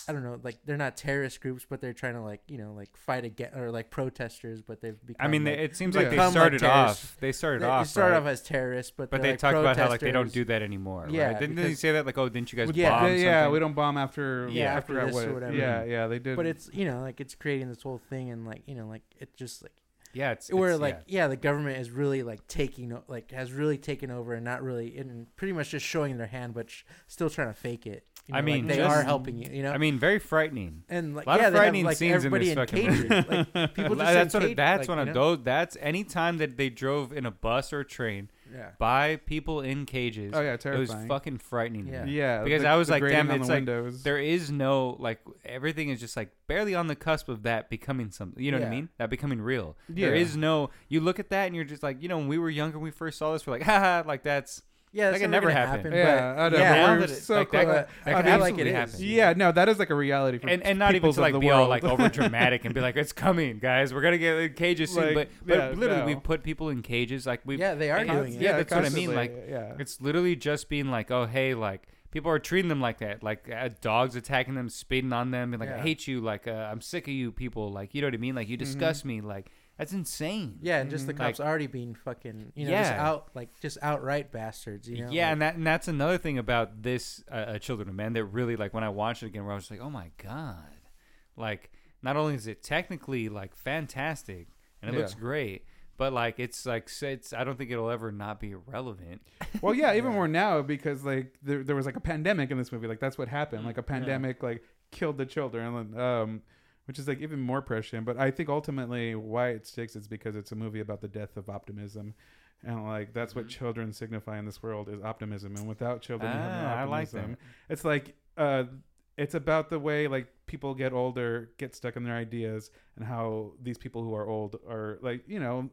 Speaker 3: I don't know, like they're not terrorist groups, but they're trying to like you know like fight against or like protesters, but they've become.
Speaker 2: I mean,
Speaker 3: like,
Speaker 2: they, it seems
Speaker 4: Yeah.
Speaker 2: like they
Speaker 3: Become, like,
Speaker 2: started
Speaker 3: terrorists.
Speaker 2: off. They started
Speaker 3: they,
Speaker 2: off.
Speaker 3: they started
Speaker 2: right?
Speaker 3: off as terrorists, but
Speaker 2: but
Speaker 3: they're,
Speaker 2: they
Speaker 3: like,
Speaker 2: talked about how like they don't
Speaker 3: protesters.
Speaker 2: do that anymore.
Speaker 3: Yeah,
Speaker 2: right? didn't they
Speaker 3: because-
Speaker 2: say that like, oh, didn't you guys
Speaker 3: Yeah,
Speaker 2: bomb
Speaker 4: yeah, yeah,
Speaker 2: something?
Speaker 4: we don't bomb after.
Speaker 2: Yeah,
Speaker 4: I
Speaker 3: after
Speaker 4: forgot
Speaker 3: this
Speaker 4: what
Speaker 3: or
Speaker 4: it-
Speaker 3: whatever.
Speaker 4: Yeah, yeah, they did.
Speaker 3: But it's you know like it's creating this whole thing and like you know like it just like
Speaker 2: yeah, it's
Speaker 3: where
Speaker 2: it's-
Speaker 3: like
Speaker 2: yeah.
Speaker 3: yeah. the government is really like taking o- like has really taken over and not really and pretty much just showing their hand but sh- still trying to fake it. You
Speaker 2: I
Speaker 3: know,
Speaker 2: mean,
Speaker 3: like, they
Speaker 2: just-
Speaker 3: are helping you. You know,
Speaker 2: I mean, very frightening.
Speaker 3: and like
Speaker 2: lot of
Speaker 3: yeah, they have
Speaker 2: frightening
Speaker 3: like
Speaker 2: scenes in
Speaker 3: everybody
Speaker 2: this
Speaker 3: in
Speaker 2: fucking
Speaker 3: cages.
Speaker 2: [laughs]
Speaker 3: Like, people just
Speaker 2: that's
Speaker 3: in
Speaker 2: what.
Speaker 3: cage-
Speaker 2: that's
Speaker 3: like,
Speaker 2: what
Speaker 3: you
Speaker 2: I'm.
Speaker 3: know?
Speaker 2: Those. That's any time that they drove in a bus or a train
Speaker 3: Yeah.
Speaker 2: by people in cages.
Speaker 4: oh yeah,
Speaker 2: it was
Speaker 4: terrifying.
Speaker 2: fucking frightening. to
Speaker 3: Yeah.
Speaker 2: me.
Speaker 4: yeah,
Speaker 2: Because
Speaker 4: the-
Speaker 2: I was
Speaker 4: the
Speaker 2: like,
Speaker 4: grating
Speaker 2: damn,
Speaker 4: on
Speaker 2: it's
Speaker 4: the
Speaker 2: like
Speaker 4: windows.
Speaker 2: There is no like everything is just like barely on the cusp of that becoming something. You know what I
Speaker 3: Yeah.
Speaker 2: mean? That becoming real. There
Speaker 4: Yeah.
Speaker 2: is no. You look at that and you're just like, you know, when we were younger, we first saw this, we're like, [laughs] haha, like that's.
Speaker 3: Yeah,
Speaker 2: Like,
Speaker 3: that's
Speaker 2: it never
Speaker 3: never gonna
Speaker 2: happened.
Speaker 3: happen.
Speaker 4: Yeah, I
Speaker 3: but,
Speaker 4: know,
Speaker 3: yeah,
Speaker 4: we're
Speaker 2: now that it-
Speaker 4: so
Speaker 2: like, that-
Speaker 4: close.
Speaker 3: that
Speaker 4: I
Speaker 2: could
Speaker 4: mean,
Speaker 2: absolutely
Speaker 3: happen.
Speaker 4: Yeah, no, that is like a reality for
Speaker 2: and, and not even
Speaker 4: peoples
Speaker 2: to
Speaker 4: of
Speaker 2: like
Speaker 4: the
Speaker 2: be all
Speaker 4: world. [laughs]
Speaker 2: like over dramatic and be like it's coming guys we're gonna get in cages soon
Speaker 4: Like,
Speaker 2: but but
Speaker 4: yeah,
Speaker 2: literally
Speaker 4: no.
Speaker 2: we've put people in cages like we
Speaker 3: Yeah, they are
Speaker 2: and-
Speaker 3: doing it.
Speaker 2: yeah, that's what I mean like
Speaker 4: constantly, yeah.
Speaker 2: it's literally just being like oh hey like people are treating them like that like uh, dogs attacking them spitting on them and like I
Speaker 3: Yeah.
Speaker 2: hate you like uh, I'm sick of you people like you know what I mean like you
Speaker 4: Mm-hmm.
Speaker 2: disgust me like that's insane
Speaker 3: Yeah, and just the
Speaker 2: Mhm.
Speaker 3: cops
Speaker 2: Like-
Speaker 3: already being fucking, you know, just
Speaker 2: Yeah.
Speaker 3: out like just outright bastards, you
Speaker 2: yeah,
Speaker 3: know.
Speaker 2: and that and that's another thing about this uh, uh, Children of Men that really like when I watched it again, where I was like, oh my god, like not only is it technically like fantastic and it
Speaker 4: Yeah.
Speaker 2: looks great, but like it's like s- it's I don't think it'll ever not be relevant.
Speaker 4: [laughs] well, yeah, even more now because like there, there was like a pandemic in this movie. Like that's what happened. Like a pandemic like killed the children, um, which is like even more prescient. But I think ultimately why it sticks is because it's a movie about the death of optimism, and like that's what
Speaker 2: Mm-hmm.
Speaker 4: children signify in this world is optimism. And without children, you have no
Speaker 2: Ah, I like
Speaker 4: optimism. It's like uh, it's about the way like people get older, get stuck in their ideas, and how these people who are old are like you know.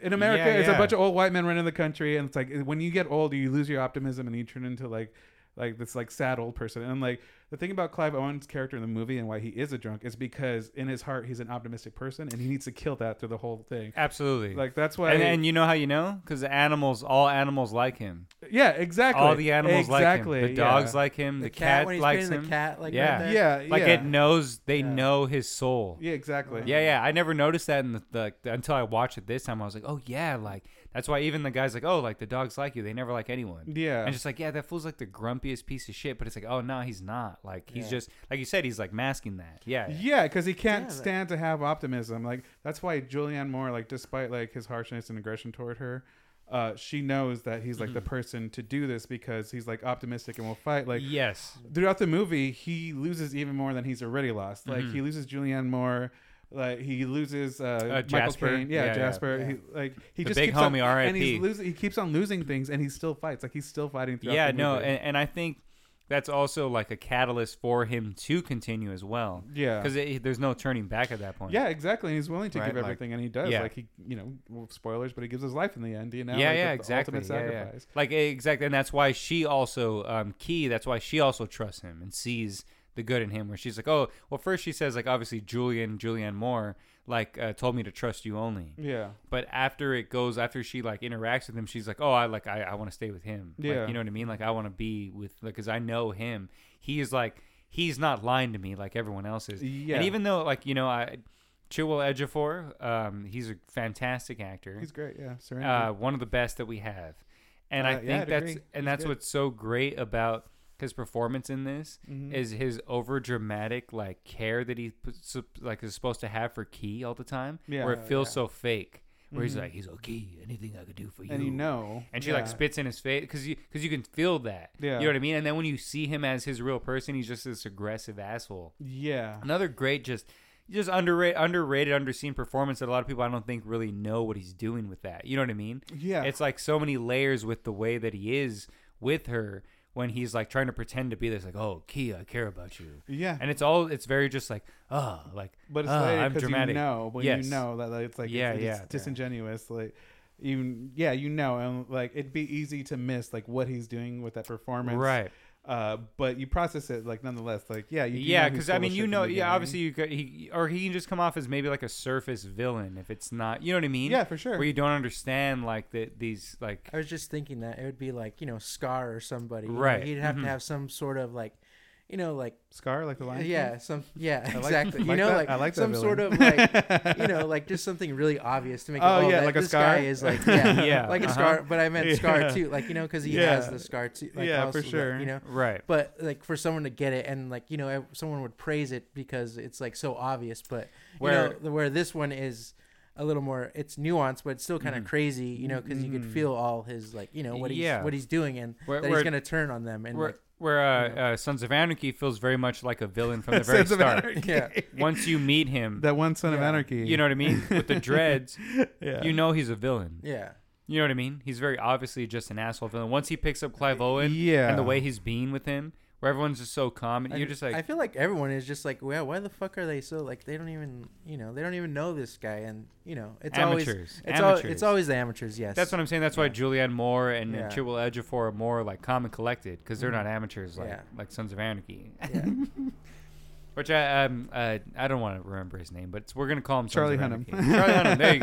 Speaker 4: In America,
Speaker 2: Yeah,
Speaker 4: it's a
Speaker 2: yeah.
Speaker 4: bunch of old white men running the country, and it's like eh, when you get old, you lose your optimism and you turn into like like this like sad old person. And like the thing about Clive Owen's character in the movie and why he is a drunk is because in his heart he's an optimistic person and he needs to kill that through the whole thing.
Speaker 2: Absolutely.
Speaker 4: Like that's why,
Speaker 2: and, and you know how you know? Because the animals, all animals like him.
Speaker 4: yeah, exactly.
Speaker 2: All the animals
Speaker 4: exactly.
Speaker 2: like him. The dogs
Speaker 4: yeah.
Speaker 2: like him. The,
Speaker 3: The,
Speaker 2: cat,
Speaker 3: cat, when he's
Speaker 2: likes
Speaker 3: painting
Speaker 2: him.
Speaker 3: the cat, like
Speaker 2: Yeah.
Speaker 3: right there.
Speaker 4: yeah,
Speaker 2: Like
Speaker 4: uh, yeah.
Speaker 2: it knows they
Speaker 3: Yeah.
Speaker 2: know his soul.
Speaker 4: Yeah, exactly.
Speaker 2: Yeah, yeah. I never noticed that in the, the until I watched it this time. I was like, oh yeah, like that's why even the guys like, oh, like the dogs like you. They never like anyone.
Speaker 4: yeah.
Speaker 2: And just like, yeah, that fool's like the grumpiest piece of shit. But it's like, oh no, he's not. Like he's
Speaker 3: Yeah.
Speaker 2: just like you said, he's like masking that. Yeah.
Speaker 4: Yeah, because he can't
Speaker 3: Yeah, that-
Speaker 4: stand to have optimism. Like that's why Julianne Moore, like despite like his harshness and aggression toward her, uh, she knows that he's like the
Speaker 2: Mm-hmm.
Speaker 4: person to do this because he's like optimistic and will fight. Like
Speaker 2: yes.
Speaker 4: throughout the movie, he loses even more than he's already lost. Like
Speaker 2: Mm-hmm.
Speaker 4: he loses Julianne Moore. Like he loses uh, Michael
Speaker 2: Jasper.
Speaker 4: Caine. Yeah,
Speaker 2: Yeah, yeah.
Speaker 4: Jasper.
Speaker 3: Yeah.
Speaker 4: He, like he
Speaker 2: The
Speaker 4: just
Speaker 2: big
Speaker 4: keeps
Speaker 2: homie,
Speaker 4: on, and he's
Speaker 2: RIP.
Speaker 4: losing. He keeps on losing things, and he still fights. Like he's still fighting. Throughout
Speaker 2: Yeah.
Speaker 4: the
Speaker 2: No.
Speaker 4: movie.
Speaker 2: And, and I think that's also like a catalyst for him to continue as well.
Speaker 4: yeah,
Speaker 2: Because there's no turning back at that point.
Speaker 4: Yeah, exactly. And he's willing to
Speaker 2: Right,
Speaker 4: give
Speaker 2: like-
Speaker 4: everything, and he does.
Speaker 2: yeah.
Speaker 4: Like he, you know, well, spoilers, but he gives his life in the end. You know,
Speaker 2: yeah,
Speaker 4: like,
Speaker 2: yeah,
Speaker 4: it's the
Speaker 2: exactly.
Speaker 4: ultimate
Speaker 2: Yeah, yeah.
Speaker 4: sacrifice.
Speaker 2: Like eh, exactly, and that's why she also um, key. That's why she also trusts him and sees the good in him where she's like, oh, well, first she says like obviously Julian, Julianne Moore, like uh, told me to trust you only.
Speaker 4: Yeah.
Speaker 2: But after it goes, after she like interacts with him, she's like, oh, I like I, I want to stay with him. Like,
Speaker 4: Yeah.
Speaker 2: you know what I mean? Like I want to be with because I know him. He is like he's not lying to me like everyone else is.
Speaker 4: Yeah.
Speaker 2: And even though like you know I. Chiwetel Ejiofor, um, he's a fantastic actor
Speaker 4: He's great. Yeah. Serenity.
Speaker 2: uh, one of the best that we have. And I
Speaker 4: Uh, yeah,
Speaker 2: think
Speaker 4: I'd
Speaker 2: that's
Speaker 4: agree.
Speaker 2: and
Speaker 4: He's
Speaker 2: that's
Speaker 4: good.
Speaker 2: what's so great about his performance in this
Speaker 4: Mm-hmm.
Speaker 2: is his over dramatic like care that he p- sup- like is supposed to have for Key all the time, where
Speaker 4: Yeah. Mm-hmm.
Speaker 2: it feels so fake. Where he's like, he's like, Key, anything I could do for you,
Speaker 4: and you know.
Speaker 2: and she
Speaker 4: Yeah.
Speaker 2: like spits in his face because you because you can feel that,
Speaker 4: Yeah.
Speaker 2: you know what I mean. And then when you see him as his real person, he's just this aggressive asshole
Speaker 4: Yeah.
Speaker 2: another great just just underrated underrated underseen performance that a lot of people I don't think really know what he's doing with that. You know what I mean?
Speaker 4: Yeah.
Speaker 2: It's like so many layers with the way that he is with her when he's like trying to pretend to be this like, "Oh, Kia, I care about
Speaker 4: [laughs]
Speaker 2: you."
Speaker 4: Yeah.
Speaker 2: And it's all it's very just like, "Oh, like
Speaker 4: But it's
Speaker 2: "Ah,
Speaker 4: later
Speaker 2: I'm
Speaker 4: because you
Speaker 2: dramatic."
Speaker 4: know, but
Speaker 2: Yes.
Speaker 4: you know that like, it's like
Speaker 2: Yeah,
Speaker 4: it's,
Speaker 2: yeah,
Speaker 4: it's
Speaker 2: yeah.
Speaker 4: disingenuous. Like you, yeah, you know, and like it'd be easy to miss like what he's doing with that performance,
Speaker 2: Right.
Speaker 4: Uh, but you process it like nonetheless, like yeah, you do
Speaker 2: Yeah,
Speaker 4: know he's
Speaker 2: because
Speaker 4: full
Speaker 2: I
Speaker 4: of
Speaker 2: mean,
Speaker 4: shit
Speaker 2: you
Speaker 4: from
Speaker 2: know,
Speaker 4: the
Speaker 2: yeah,
Speaker 4: beginning.
Speaker 2: obviously you could, he or he can just come off as maybe like a surface villain if it's not, you know what I mean?
Speaker 4: Yeah, for sure.
Speaker 2: Where you don't understand like the, these like
Speaker 3: I was just thinking that it would be like you know Scar or somebody. you know,
Speaker 2: Right.
Speaker 3: he'd
Speaker 4: Mm-hmm.
Speaker 3: have to have some sort of like, you know, like
Speaker 4: Scar like the lion. King?
Speaker 3: yeah, some yeah,
Speaker 4: like-
Speaker 3: exactly. you
Speaker 4: like
Speaker 3: know,
Speaker 4: that-
Speaker 3: like,
Speaker 4: I like that
Speaker 3: some sort of like you
Speaker 4: [laughs]
Speaker 3: know, like just something really obvious to make.
Speaker 4: Oh,
Speaker 3: it, oh
Speaker 4: yeah,
Speaker 3: that-
Speaker 4: like a
Speaker 3: this
Speaker 4: scar?
Speaker 3: guy is
Speaker 4: [laughs]
Speaker 3: like yeah,
Speaker 2: Yeah,
Speaker 3: like a
Speaker 2: uh-huh.
Speaker 3: scar. But I meant
Speaker 4: Yeah.
Speaker 3: Scar too, like you know, because he has
Speaker 4: Yeah.
Speaker 3: the scar too. Like,
Speaker 4: Yeah,
Speaker 3: also
Speaker 4: for
Speaker 3: that,
Speaker 4: sure.
Speaker 3: you know,
Speaker 2: right.
Speaker 3: but like for someone to get it and like you know ev- someone would praise it because it's like so obvious but
Speaker 2: Where-
Speaker 3: you know the- where this one is a little more it's nuanced but it's still kind of crazy you know because you could feel all his like you know what he's
Speaker 2: Mm-hmm. Yeah.
Speaker 3: what he's doing and
Speaker 2: Where-
Speaker 3: that
Speaker 2: where-
Speaker 3: he's gonna turn on them and
Speaker 2: where,
Speaker 3: like,
Speaker 2: where uh, uh, Sons of Anarchy feels very much like a villain from the very
Speaker 4: Sons of
Speaker 2: start. [laughs]
Speaker 4: Anarchy.
Speaker 3: yeah
Speaker 2: Once you meet him,
Speaker 4: [laughs] that one son of anarchy.
Speaker 2: you know what I mean, with the dreads,
Speaker 4: yeah.
Speaker 2: you know he's a villain.
Speaker 3: yeah
Speaker 2: You know what I mean? He's very obviously just an asshole villain. Once he picks up Clive Owen,
Speaker 4: Yeah.
Speaker 2: and the way he's being with him, where everyone's just so calm, and you're just like,
Speaker 3: I feel like everyone is just like, yeah, why the fuck are they so like? They don't even, you know, they don't even know this guy, and you know, it's
Speaker 2: Amateurs.
Speaker 3: always, it's al-
Speaker 2: Amateurs.
Speaker 3: it's always the amateurs. Yes,
Speaker 2: that's what I'm saying. That's why Julianne Moore and
Speaker 3: Yeah.
Speaker 2: yeah. Chiwetel Ejiofor are more like calm and collected because they're not amateurs like
Speaker 3: Yeah.
Speaker 2: like Sons of Anarchy. [laughs]
Speaker 3: Yeah.
Speaker 2: Which I um uh, I don't want to remember his name, but it's- we're gonna call him Sons
Speaker 4: Charlie
Speaker 2: of
Speaker 4: Hunnam.
Speaker 2: Anarchy. Charlie Hunnam. There you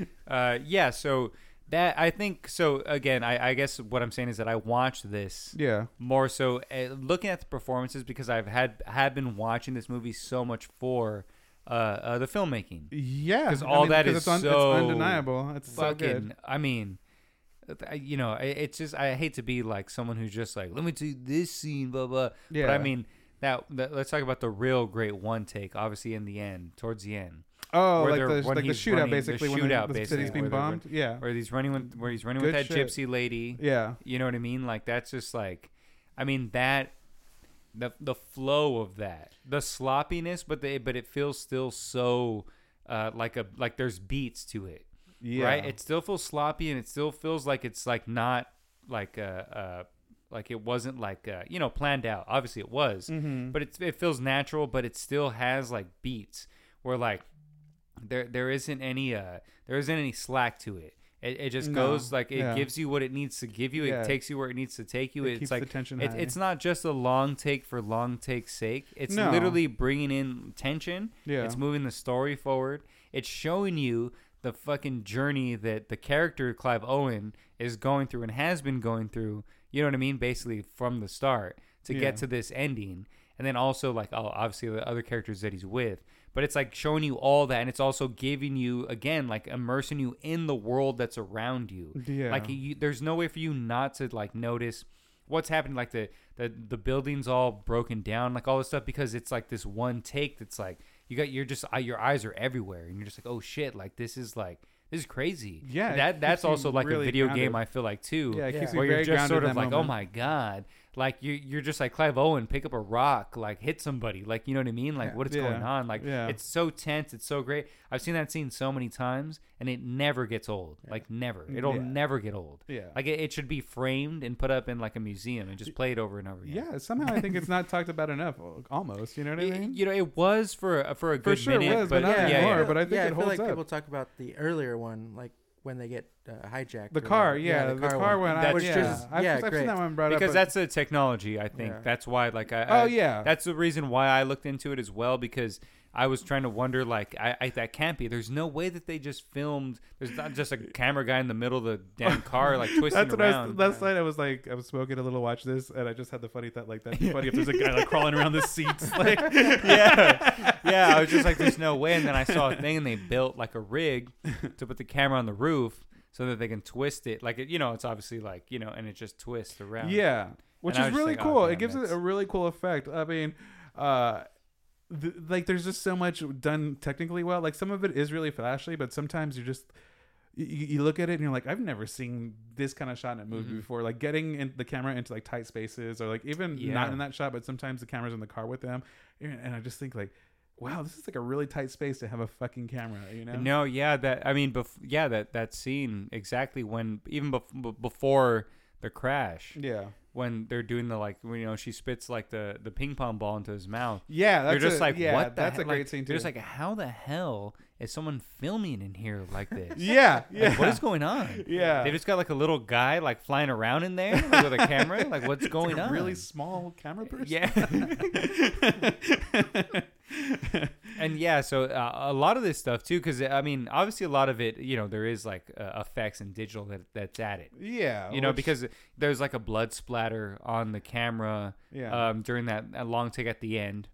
Speaker 2: go.
Speaker 4: [laughs]
Speaker 2: Uh, yeah. So that I think so. Again, I, I guess what I'm saying is that I watched this
Speaker 4: yeah.
Speaker 2: more so uh, looking at the performances because I've had have been watching this movie so much for uh, uh the filmmaking.
Speaker 4: Yeah,
Speaker 2: 'Cause
Speaker 4: I
Speaker 2: all
Speaker 4: mean,
Speaker 2: that
Speaker 4: because
Speaker 2: is
Speaker 4: it's un-
Speaker 2: so
Speaker 4: it's undeniable. It's so good.
Speaker 2: Fucking, I mean. I- You know, I- it's just I hate to be like someone who's just like, let me do this scene, blah blah. But I
Speaker 4: Yeah.
Speaker 2: mean, that, that let's talk about the real great one take. Obviously, in the end, towards the end,
Speaker 4: Oh,
Speaker 2: where
Speaker 4: like
Speaker 2: they're-
Speaker 4: the,
Speaker 2: when
Speaker 4: like the
Speaker 2: he's
Speaker 4: shootout,
Speaker 2: running- the
Speaker 4: basically, when
Speaker 2: shootout,
Speaker 4: the, the
Speaker 2: basically,
Speaker 4: city's being
Speaker 2: where they're-
Speaker 4: bombed. Yeah,
Speaker 2: where he's running with where he's running with that
Speaker 4: Good shit.
Speaker 2: gypsy lady.
Speaker 4: yeah,
Speaker 2: You know what I mean? Like that's just like, I mean that, the the flow of that, the sloppiness, but they but it feels still so, uh, like a like there's beats to it,
Speaker 4: yeah.
Speaker 2: right? It still feels sloppy and it still feels like it's like not like uh uh like it wasn't like uh you know planned out. Obviously it was,
Speaker 4: Mm-hmm.
Speaker 2: but it it feels natural, but it still has like beats where like there there isn't any uh there isn't any slack to it. It, it just
Speaker 4: No.
Speaker 2: goes like it
Speaker 4: Yeah.
Speaker 2: gives you what it needs to give you.
Speaker 4: Yeah.
Speaker 2: It takes you where it needs to take you.
Speaker 4: It
Speaker 2: it's
Speaker 4: keeps
Speaker 2: like
Speaker 4: the tension
Speaker 2: it-
Speaker 4: high.
Speaker 2: it's not just a long take for long take's sake. It's
Speaker 4: No.
Speaker 2: literally bringing in tension.
Speaker 4: Yeah.
Speaker 2: It's moving the story forward. It's showing you the fucking journey that the character Clive Owen is going through and has been going through. You know what I mean? Basically from the start to
Speaker 4: Yeah.
Speaker 2: get to this ending. And then also like oh, obviously the other characters that he's with. But it's like showing you all that and it's also giving you again like immersing you in the world that's around you.
Speaker 4: Yeah.
Speaker 2: Like you, there's no way for you not to like notice what's happening like the, the the building's all broken down like all this stuff because it's like this one take that's like you got you're just uh, your eyes are everywhere and you're just like oh shit like this is like this is crazy
Speaker 4: Yeah, it
Speaker 2: that
Speaker 4: keeps
Speaker 2: that's
Speaker 4: you
Speaker 2: also like a
Speaker 4: really
Speaker 2: video game
Speaker 4: grounded.
Speaker 2: i feel like too
Speaker 4: Yeah, it keeps you
Speaker 2: where you're
Speaker 4: very
Speaker 2: just
Speaker 4: grounded
Speaker 2: sort
Speaker 4: in
Speaker 2: of
Speaker 4: that
Speaker 2: like oh
Speaker 4: moment.
Speaker 2: my god like you you're just like clive owen pick up a rock like hit somebody like you know what i mean like what is
Speaker 4: Yeah.
Speaker 2: going on like
Speaker 4: Yeah.
Speaker 2: it's so tense it's so great i've seen that scene so many times and it never gets old like never it'll
Speaker 4: Mm, Yeah.
Speaker 2: never get old
Speaker 4: Yeah.
Speaker 2: like it, it should be framed and put up in like a museum and just played over and over again.
Speaker 4: yeah. Somehow I think it's not talked about enough. Almost, you know what I
Speaker 2: It-
Speaker 4: mean?
Speaker 2: you know, it was for a, for a good
Speaker 4: sure it
Speaker 2: minute,
Speaker 4: was,
Speaker 2: but,
Speaker 4: but not
Speaker 2: yeah,
Speaker 4: anymore.
Speaker 2: yeah,
Speaker 4: but I think
Speaker 3: yeah,
Speaker 4: it
Speaker 3: I feel
Speaker 4: holds
Speaker 3: like
Speaker 4: up.
Speaker 3: people talk about the earlier one, like when they get uh, hijacked.
Speaker 4: The
Speaker 3: or
Speaker 4: car,
Speaker 3: whatever.
Speaker 4: yeah, the car one. I,
Speaker 2: That's
Speaker 4: was
Speaker 2: Which
Speaker 4: yeah,
Speaker 2: is-
Speaker 4: I've,
Speaker 3: yeah,
Speaker 4: I've seen
Speaker 3: great.
Speaker 4: that one brought up.
Speaker 2: because
Speaker 4: but-
Speaker 2: that's the technology. I think
Speaker 4: Yeah.
Speaker 2: that's why. Like I.
Speaker 4: Oh,
Speaker 2: I-
Speaker 4: yeah.
Speaker 2: That's the reason why I looked into it as well because I was trying to wonder like I, I that can't be. There's no way that they just filmed. There's not
Speaker 4: [laughs]
Speaker 2: just a camera guy in the middle of the damn car like twisting
Speaker 4: That's what I was
Speaker 2: around.
Speaker 4: last night. I was like, I was smoking a little, watch this, and I just had the funny thought, like, that'd be funny if there's a guy like crawling around
Speaker 2: [laughs]
Speaker 4: the seats, like,
Speaker 2: yeah, yeah. I was just like, there's no way. And then I saw a thing, and they built like a rig to put the camera on the roof so that they can twist it. Like it, you know, it's obviously like you know, and it just twists around.
Speaker 4: yeah, which
Speaker 2: And I
Speaker 4: is
Speaker 2: was
Speaker 4: really
Speaker 2: like, oh,
Speaker 4: cool.
Speaker 2: damn,
Speaker 4: it gives it
Speaker 2: that's-
Speaker 4: a really cool effect. I mean, uh, th- like, there's just so much done technically well. Like, some of it is really flashy, but sometimes you just you, you look at it and you're like, I've never seen this kind of shot in a
Speaker 2: Mm-hmm.
Speaker 4: movie before. Like getting in the camera into like tight spaces, or like even
Speaker 2: Yeah.
Speaker 4: not in that shot, but sometimes the camera's in the car with them, and and I just think like. Wow, this is like a really tight space to have a fucking camera, you know?
Speaker 2: No, yeah, that I mean, bef- yeah, that that scene exactly when even bef- b- before the crash
Speaker 4: Yeah.
Speaker 2: when they're doing the like you know she spits like the the ping pong ball into his mouth.
Speaker 4: Yeah, that's
Speaker 2: they're just
Speaker 4: a,
Speaker 2: like,
Speaker 4: yeah,
Speaker 2: what? The
Speaker 4: that's
Speaker 2: he-"
Speaker 4: a great
Speaker 2: like,
Speaker 4: scene too.
Speaker 2: They're just like, how the hell is someone filming in here like
Speaker 4: [laughs]
Speaker 2: this?
Speaker 4: yeah,
Speaker 2: [laughs]
Speaker 4: yeah,
Speaker 2: Like, what is going on?
Speaker 4: [laughs] Yeah.
Speaker 2: They just got like a little guy like flying around in there like, with a camera. Like, what's going
Speaker 4: a
Speaker 2: on?
Speaker 4: Really small camera person.
Speaker 2: Yeah. [laughs] and yeah, so uh, a lot of this stuff too, because I mean, obviously a lot of it, you know, there is like uh, effects and digital that that's at it.
Speaker 4: yeah.
Speaker 2: You know,
Speaker 4: which-
Speaker 2: because there's like a blood splatter on the camera
Speaker 4: Yeah. Hmm.
Speaker 2: um, during that, that long take at the end.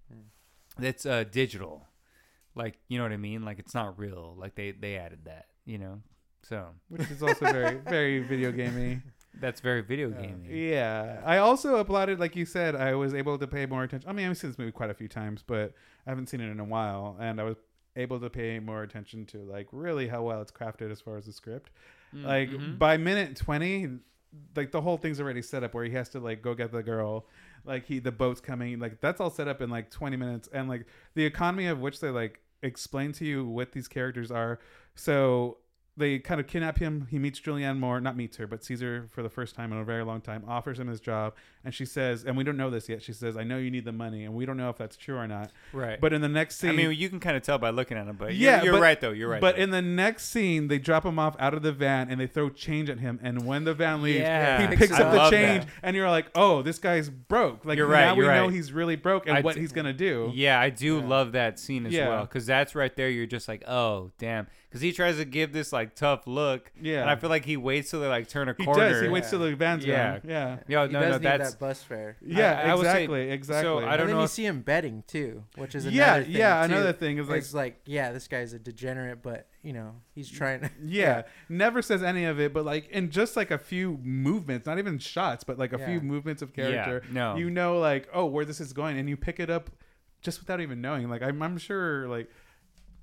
Speaker 2: That's uh, digital, like you know what I mean. Like it's not real. Like they they added that. You know, so
Speaker 4: [laughs] which is also very, very video [laughs] gamey.
Speaker 2: that's very video gaming.
Speaker 4: Yeah, I also applauded, like you said, I was able to pay more attention. I mean, I've seen this movie quite a few times, but I haven't seen it in a while, and I was able to pay more attention to like really how well it's crafted as far as the script.
Speaker 2: Mm, Mm-hmm.
Speaker 4: Like by minute twenty, like the whole thing's already set up where he has to like go get the girl. Like he, the boat's coming. Like that's all set up in like twenty minutes, and like the economy of which they like explain to you what these characters are. So they kind of kidnap him. He meets Julianne Moore, not meets her, but sees her for the first time in a very long time, offers him his job. And she says, and we don't know this yet, she says, I know you need the money. And we don't know if that's true or not.
Speaker 2: Right.
Speaker 4: But in the next scene.
Speaker 2: I mean, you can kind of tell by looking at him, but
Speaker 4: yeah,
Speaker 2: yeah, you're,
Speaker 4: but-
Speaker 2: right though. You're right.
Speaker 4: But
Speaker 2: though.
Speaker 4: in the next scene, they drop him off out of the van and they throw change at him. And when the van leaves,
Speaker 2: Yeah.
Speaker 4: he picks
Speaker 2: I
Speaker 4: up the
Speaker 2: love
Speaker 4: change,
Speaker 2: that.
Speaker 4: and you're like, "Oh, this guy's broke." Like
Speaker 2: You're
Speaker 4: now
Speaker 2: right,
Speaker 4: we
Speaker 2: you're
Speaker 4: know
Speaker 2: right.
Speaker 4: he's really broke and
Speaker 2: I
Speaker 4: what
Speaker 2: d-
Speaker 4: he's gonna do.
Speaker 2: Yeah, I do love that scene as
Speaker 4: Yeah.
Speaker 2: well because that's right there. You're just like, oh damn, because he tries to give this like tough look.
Speaker 4: Yeah.
Speaker 2: and I feel like he waits till they like turn a
Speaker 4: he
Speaker 2: corner.
Speaker 4: does. He waits till the van's
Speaker 2: Yeah.
Speaker 4: gone. Yeah,
Speaker 2: Yo,
Speaker 3: he
Speaker 2: no,
Speaker 3: does
Speaker 2: no,
Speaker 3: need
Speaker 2: that's
Speaker 3: that bus fare.
Speaker 4: yeah,
Speaker 2: I- I would say-
Speaker 4: exactly,
Speaker 2: so
Speaker 4: exactly.
Speaker 2: I don't
Speaker 3: and then
Speaker 2: know
Speaker 3: you
Speaker 2: if-
Speaker 3: see him betting too, which is another
Speaker 4: Yeah,
Speaker 3: thing
Speaker 4: yeah,
Speaker 3: too.
Speaker 4: another thing is, like-
Speaker 3: it's like yeah, this guy's a degenerate, but you know he's trying.
Speaker 4: [laughs]
Speaker 3: to...
Speaker 4: Yeah, never says any of it, but like in just like a few movements, not even shots, but like a
Speaker 3: Yeah.
Speaker 4: few movements of character,
Speaker 2: no.
Speaker 4: you know, like oh, where this is going, and you pick it up just without even knowing. Like I'm, I'm sure, like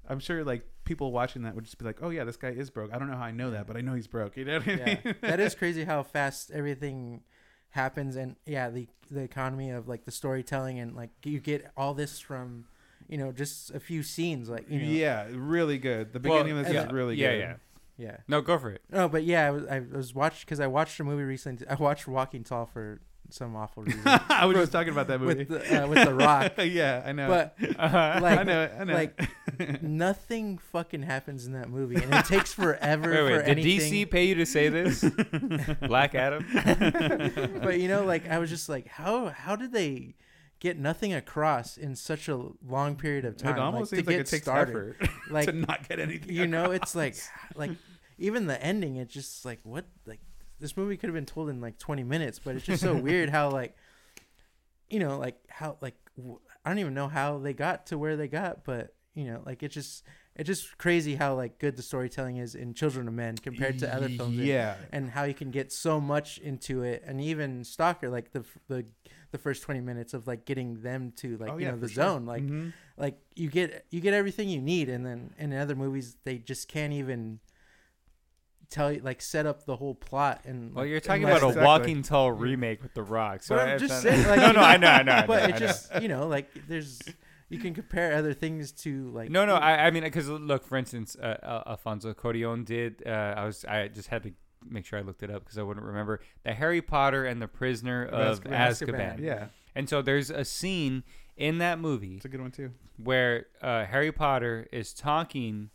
Speaker 4: I'm sure, like people watching that would just be like, oh yeah, this guy is broke. I don't know how I know that, but I know he's broke. You know what I
Speaker 3: yeah,
Speaker 4: mean?
Speaker 3: that is crazy how fast everything happens, and yeah, the the economy of like the storytelling and like you get all this from, you know, just a few scenes. Like [laughs] you know,
Speaker 4: Yeah, really good. The
Speaker 2: Well,
Speaker 4: beginning of this
Speaker 2: yeah,
Speaker 4: is really
Speaker 2: yeah,
Speaker 4: good.
Speaker 2: yeah.
Speaker 3: yeah.
Speaker 2: [laughs] No, go [laughs] for it.
Speaker 3: No, but yeah, I was, I was watched because I watched a movie recently. I watched Walking Tall for some awful reason
Speaker 4: [laughs] I was just talking about that [laughs] movie. [laughs]
Speaker 3: with the, uh, with the Rock,
Speaker 4: yeah, I know.
Speaker 3: but like
Speaker 4: [laughs] I know. it, I know. it.
Speaker 3: like nothing fucking happens in that movie, and it
Speaker 4: [laughs]
Speaker 3: takes forever
Speaker 2: Wait,
Speaker 3: for
Speaker 2: wait. Did
Speaker 3: anything.
Speaker 2: DC pay you to say [laughs] this? Black Adam.
Speaker 3: but you know, like I was just like, how how did they get nothing across in such a long period of time?
Speaker 4: it almost
Speaker 3: like, to
Speaker 4: seems like
Speaker 3: get
Speaker 4: it takes
Speaker 3: started.
Speaker 4: effort [laughs]
Speaker 3: Like,
Speaker 4: to not get anything.
Speaker 3: You
Speaker 4: [laughs]
Speaker 3: know, it's like like even the ending. It's just like what like this movie could have been told in like twenty minutes, but it's
Speaker 4: [laughs]
Speaker 3: just so weird how like you know like how like w- I don't even know how they got to where they got, but you know like it's just. It's just crazy how like good the storytelling is in Children of Men compared to other films. that-
Speaker 4: Yeah.
Speaker 3: and how you can get so much into it and even stalker like the f- the the first 20 minutes of like getting them to like
Speaker 4: Oh,
Speaker 3: you
Speaker 4: yeah,
Speaker 3: know the
Speaker 4: for sure.
Speaker 3: zone like like you get you get everything you need and then in other movies they just can't even tell you like set up the whole plot and
Speaker 2: Well,
Speaker 3: like,
Speaker 2: you're talking
Speaker 3: unless
Speaker 2: about a
Speaker 4: Exactly.
Speaker 2: Walking Tall remake with The Rock. So
Speaker 3: But I'm
Speaker 2: it's
Speaker 3: just
Speaker 2: not- [laughs]
Speaker 3: saying, like-
Speaker 2: no, no, I know, I know. I know,
Speaker 3: [laughs] but
Speaker 2: I
Speaker 3: it
Speaker 2: know.
Speaker 3: just you know like there's you can compare other things to like
Speaker 2: No, no. I, I mean, because look, for instance, uh, uh, Alfonso Corion did. Uh, I was, I just had to make sure I looked it up because I wouldn't remember the Harry Potter and the Prisoner of Azkaban.
Speaker 3: Azkaban,
Speaker 4: yeah,
Speaker 2: And so there's a scene in that movie
Speaker 4: it's a good one too.
Speaker 2: where uh, Harry Potter is talking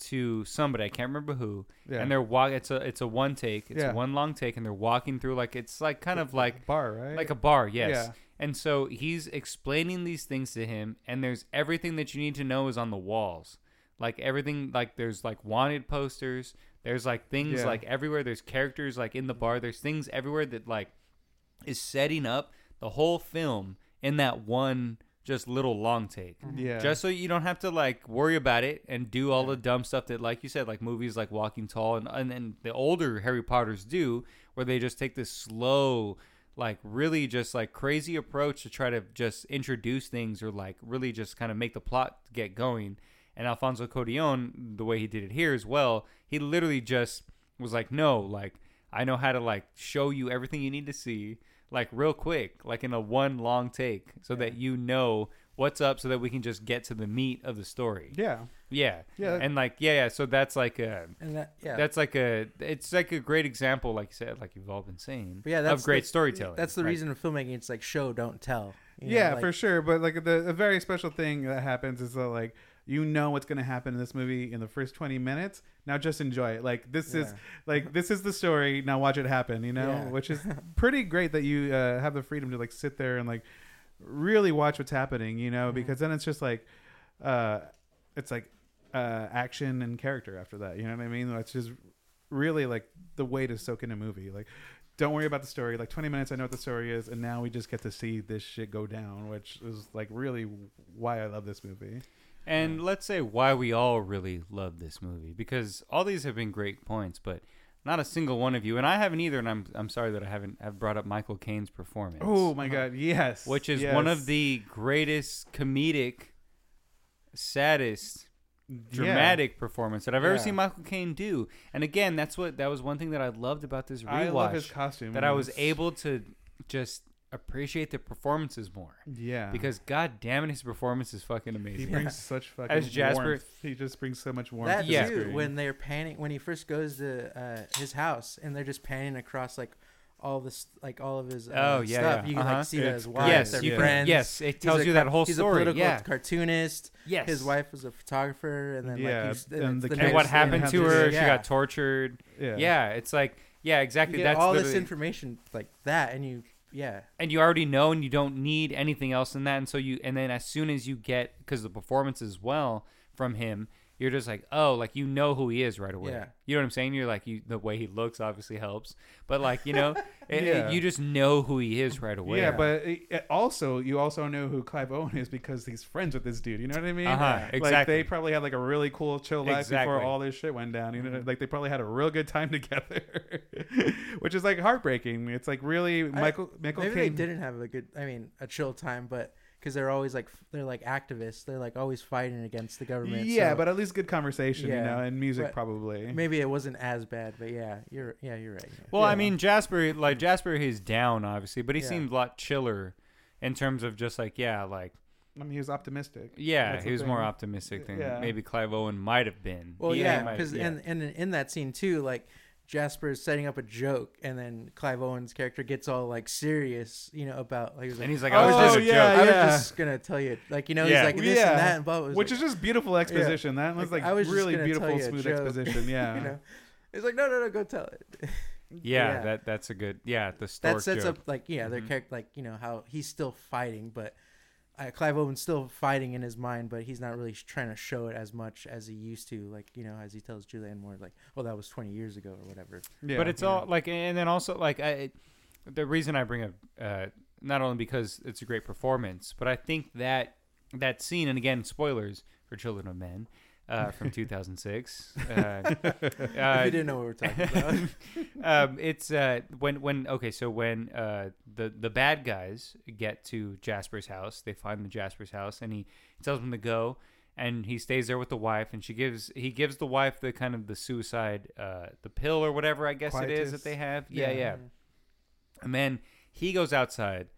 Speaker 2: to somebody I can't remember who,
Speaker 4: Yeah.
Speaker 2: and they're walk. It's a it's a one take. It's
Speaker 4: Yeah.
Speaker 2: one long take, and they're walking through like it's like kind of like
Speaker 4: bar, right?
Speaker 2: like a bar, yes.
Speaker 4: Yeah.
Speaker 2: And so he's explaining these things to him, and there's everything that you need to know is on the walls. Like everything, like there's like wanted posters. There's like things
Speaker 4: Yeah.
Speaker 2: like everywhere. There's characters like in the bar. There's things everywhere that like is setting up the whole film in that one just little long take.
Speaker 4: Yeah.
Speaker 2: Just so you don't have to like worry about it and do all the dumb stuff that, like you said, like movies like Walking Tall and and, and the older Harry Potter's do, where they just take this slow, like really just like crazy approach to try to just introduce things or like really just kind of make the plot get going. And Alfonso Codillon, the way he did it here as well, he literally just was like, no, like I know how to like show you everything you need to see, like real quick, like in a one long take, so that you know what's up, so that we can just get to the meat of the story.
Speaker 4: yeah.
Speaker 2: Yeah,
Speaker 4: Yeah.
Speaker 2: and like yeah, yeah. So that's like a.
Speaker 3: and that yeah
Speaker 2: That's like a, it's like a great example, like you said, like you've all been saying,
Speaker 3: But yeah, that's
Speaker 2: of great
Speaker 3: the-
Speaker 2: storytelling.
Speaker 3: that's the
Speaker 2: Like,
Speaker 3: reason of filmmaking it's like show don't tell You know,
Speaker 4: yeah,
Speaker 3: like-
Speaker 4: for sure. But like the a very special thing that happens is that like you know what's going to happen in this movie in the first 20 minutes. Now just enjoy it. Like this is
Speaker 3: Yeah.
Speaker 4: like this is the story. Now watch it happen, you know?
Speaker 3: Yeah.
Speaker 4: Which is pretty great that you uh, have the freedom to like sit there and like really watch what's happening, you know, because then it's just like uh it's like uh action and character after that. You know what I mean? That's just really like the way to soak in a movie. Like, don't worry about the story. Like 20 minutes, I know what the story is, and now we just get to see this shit go down, which is like really why I love this movie.
Speaker 2: And let's say why we all really love this movie because all these have been great points, but not a single one of you, and I haven't either. And I'm I'm sorry that I haven't have brought up Michael Caine's performance.
Speaker 4: Oh my god, yes,
Speaker 2: Uh-huh. which is one
Speaker 4: yes.
Speaker 2: of the greatest comedic, saddest,
Speaker 4: Yeah.
Speaker 2: dramatic performance that I've ever
Speaker 4: Yeah.
Speaker 2: seen Michael Caine do. And again, that's what that was one thing that I loved about this rewatch
Speaker 4: I love his costume
Speaker 2: that I
Speaker 4: and
Speaker 2: was
Speaker 4: it's-
Speaker 2: able to just appreciate the performances more
Speaker 4: Yeah,
Speaker 2: because god damn it, his performance is fucking
Speaker 4: he
Speaker 2: amazing.
Speaker 4: brings such fucking
Speaker 2: As Jasper-
Speaker 4: warmth. He just brings so much warmth.
Speaker 3: that
Speaker 4: to the
Speaker 2: Yeah.
Speaker 3: too
Speaker 4: screen.
Speaker 3: when they're panning when he first goes to uh, his house and they're just panning across like all this like all of his uh,
Speaker 2: Oh, yeah,
Speaker 3: stuff
Speaker 2: yeah.
Speaker 3: you can
Speaker 2: Uh-huh.
Speaker 3: like see that
Speaker 4: It's
Speaker 3: his wife
Speaker 2: Yes,
Speaker 3: their
Speaker 2: you can-
Speaker 3: friends
Speaker 2: yes, it
Speaker 3: He's
Speaker 2: tells
Speaker 3: a
Speaker 2: you that
Speaker 3: car-
Speaker 2: whole
Speaker 3: he's
Speaker 2: story,
Speaker 3: a political
Speaker 2: yeah.
Speaker 3: cartoonist
Speaker 2: Yes.
Speaker 3: his wife was a photographer and then
Speaker 4: Yeah,
Speaker 3: like he's,
Speaker 4: and
Speaker 3: it's
Speaker 4: the
Speaker 2: and
Speaker 4: kids
Speaker 2: what
Speaker 4: and
Speaker 3: next-
Speaker 2: happened
Speaker 4: how
Speaker 2: to
Speaker 4: they-
Speaker 2: her. She
Speaker 3: Yeah.
Speaker 2: got tortured.
Speaker 4: Yeah.
Speaker 2: Yeah. it's like yeah, exactly.
Speaker 3: you get
Speaker 2: That's
Speaker 3: all this
Speaker 2: literally-
Speaker 3: information like that and you yeah
Speaker 2: and you already know, and you don't need anything else than that. And so you, and then as soon as you get, because the performance as well from him, you're just like, oh, like you know who he is right away.
Speaker 3: Yeah.
Speaker 2: You know what I'm saying? You're like, you the way he looks obviously helps, but like you
Speaker 4: [laughs]
Speaker 2: know, it, it-
Speaker 4: Yeah.
Speaker 2: you just know who he is right away.
Speaker 4: Yeah, but it, it also you also know who Clive Owen is because he's friends with this dude. You know what I mean?
Speaker 2: Uh-huh,
Speaker 4: Like they
Speaker 2: exactly.
Speaker 4: probably had like a really cool chill life before
Speaker 2: Exactly. Mm-hmm.
Speaker 4: all this shit went down. You know, like they probably had a real good time [laughs] together, which is like heartbreaking. It's like really
Speaker 3: I-
Speaker 4: Michael Michael
Speaker 3: maybe
Speaker 4: Caine-
Speaker 3: they didn't have a good i mean a chill time but because they're always like f- they're like activists they're like always fighting against the government
Speaker 4: Yeah,
Speaker 3: so
Speaker 4: but at least good conversation, you
Speaker 3: Yeah,
Speaker 4: know, and music
Speaker 3: but
Speaker 4: probably. [laughs]
Speaker 3: maybe it wasn't as bad but yeah you're yeah you're right
Speaker 2: Well,
Speaker 4: Yeah.
Speaker 2: I mean, Jasper, like Jasper, he's down obviously, but he
Speaker 3: Yeah.
Speaker 2: seemed a lot chiller in terms of just like yeah, like
Speaker 4: I mean, he was optimistic.
Speaker 2: yeah,
Speaker 4: That's
Speaker 2: he
Speaker 4: the
Speaker 2: was more
Speaker 4: thing.
Speaker 2: optimistic than
Speaker 4: Yeah.
Speaker 2: maybe Clive Owen might have been.
Speaker 3: Well,
Speaker 2: He
Speaker 3: yeah,
Speaker 2: might-
Speaker 3: because
Speaker 2: yeah.
Speaker 3: and and in that scene too, like Jasper is setting up a joke, and then Clive Owen's character gets all like serious, you know, about like, he was
Speaker 2: And he's like,
Speaker 4: Oh,
Speaker 2: I was just a
Speaker 4: yeah,
Speaker 2: joke.
Speaker 3: I
Speaker 4: yeah.
Speaker 3: was just gonna tell you, like you know,
Speaker 2: Yeah.
Speaker 3: he's like this and that and blah. It was
Speaker 4: which
Speaker 3: like,
Speaker 4: is just beautiful exposition. That was like,
Speaker 3: Like, I was just
Speaker 4: really
Speaker 3: gonna tell
Speaker 4: beautiful,
Speaker 3: you a
Speaker 4: smooth
Speaker 3: joke.
Speaker 4: exposition.
Speaker 3: [laughs] [laughs]
Speaker 4: Yeah,
Speaker 3: you know, it's like no, no, no, go tell it.
Speaker 2: Yeah,
Speaker 3: Yeah.
Speaker 2: that that's a good yeah. The stork
Speaker 3: that sets
Speaker 2: joke.
Speaker 3: up like yeah,
Speaker 2: Mm-hmm.
Speaker 3: their character, like you know how he's still fighting, but. Uh, Clive Owen's still fighting in his mind, but he's not really sh- trying to show it as much as he used to. Like you know, as he tells Julianne Moore, like, "Oh, that was twenty years ago or whatever."
Speaker 4: yeah.
Speaker 2: but it's all like, and then also like, I, it, the reason I bring up uh, not only because it's a great performance, but I think that that scene, and again, spoilers for Children of Men uh, from 2006. Uh,
Speaker 3: [laughs] if
Speaker 2: uh,
Speaker 3: you didn't know what we were talking about,
Speaker 2: [laughs]
Speaker 3: [laughs]
Speaker 2: um, it's uh, when when okay, so when uh, the the bad guys get to Jasper's house, they find the Jasper's house, and he tells them to go, and he stays there with the wife, and she gives he gives the wife the kind of the suicide uh, the pill or whatever I guess it is
Speaker 4: Quietus.
Speaker 2: that they have. Yeah,
Speaker 4: Yeah.
Speaker 2: yeah. And then he goes outside.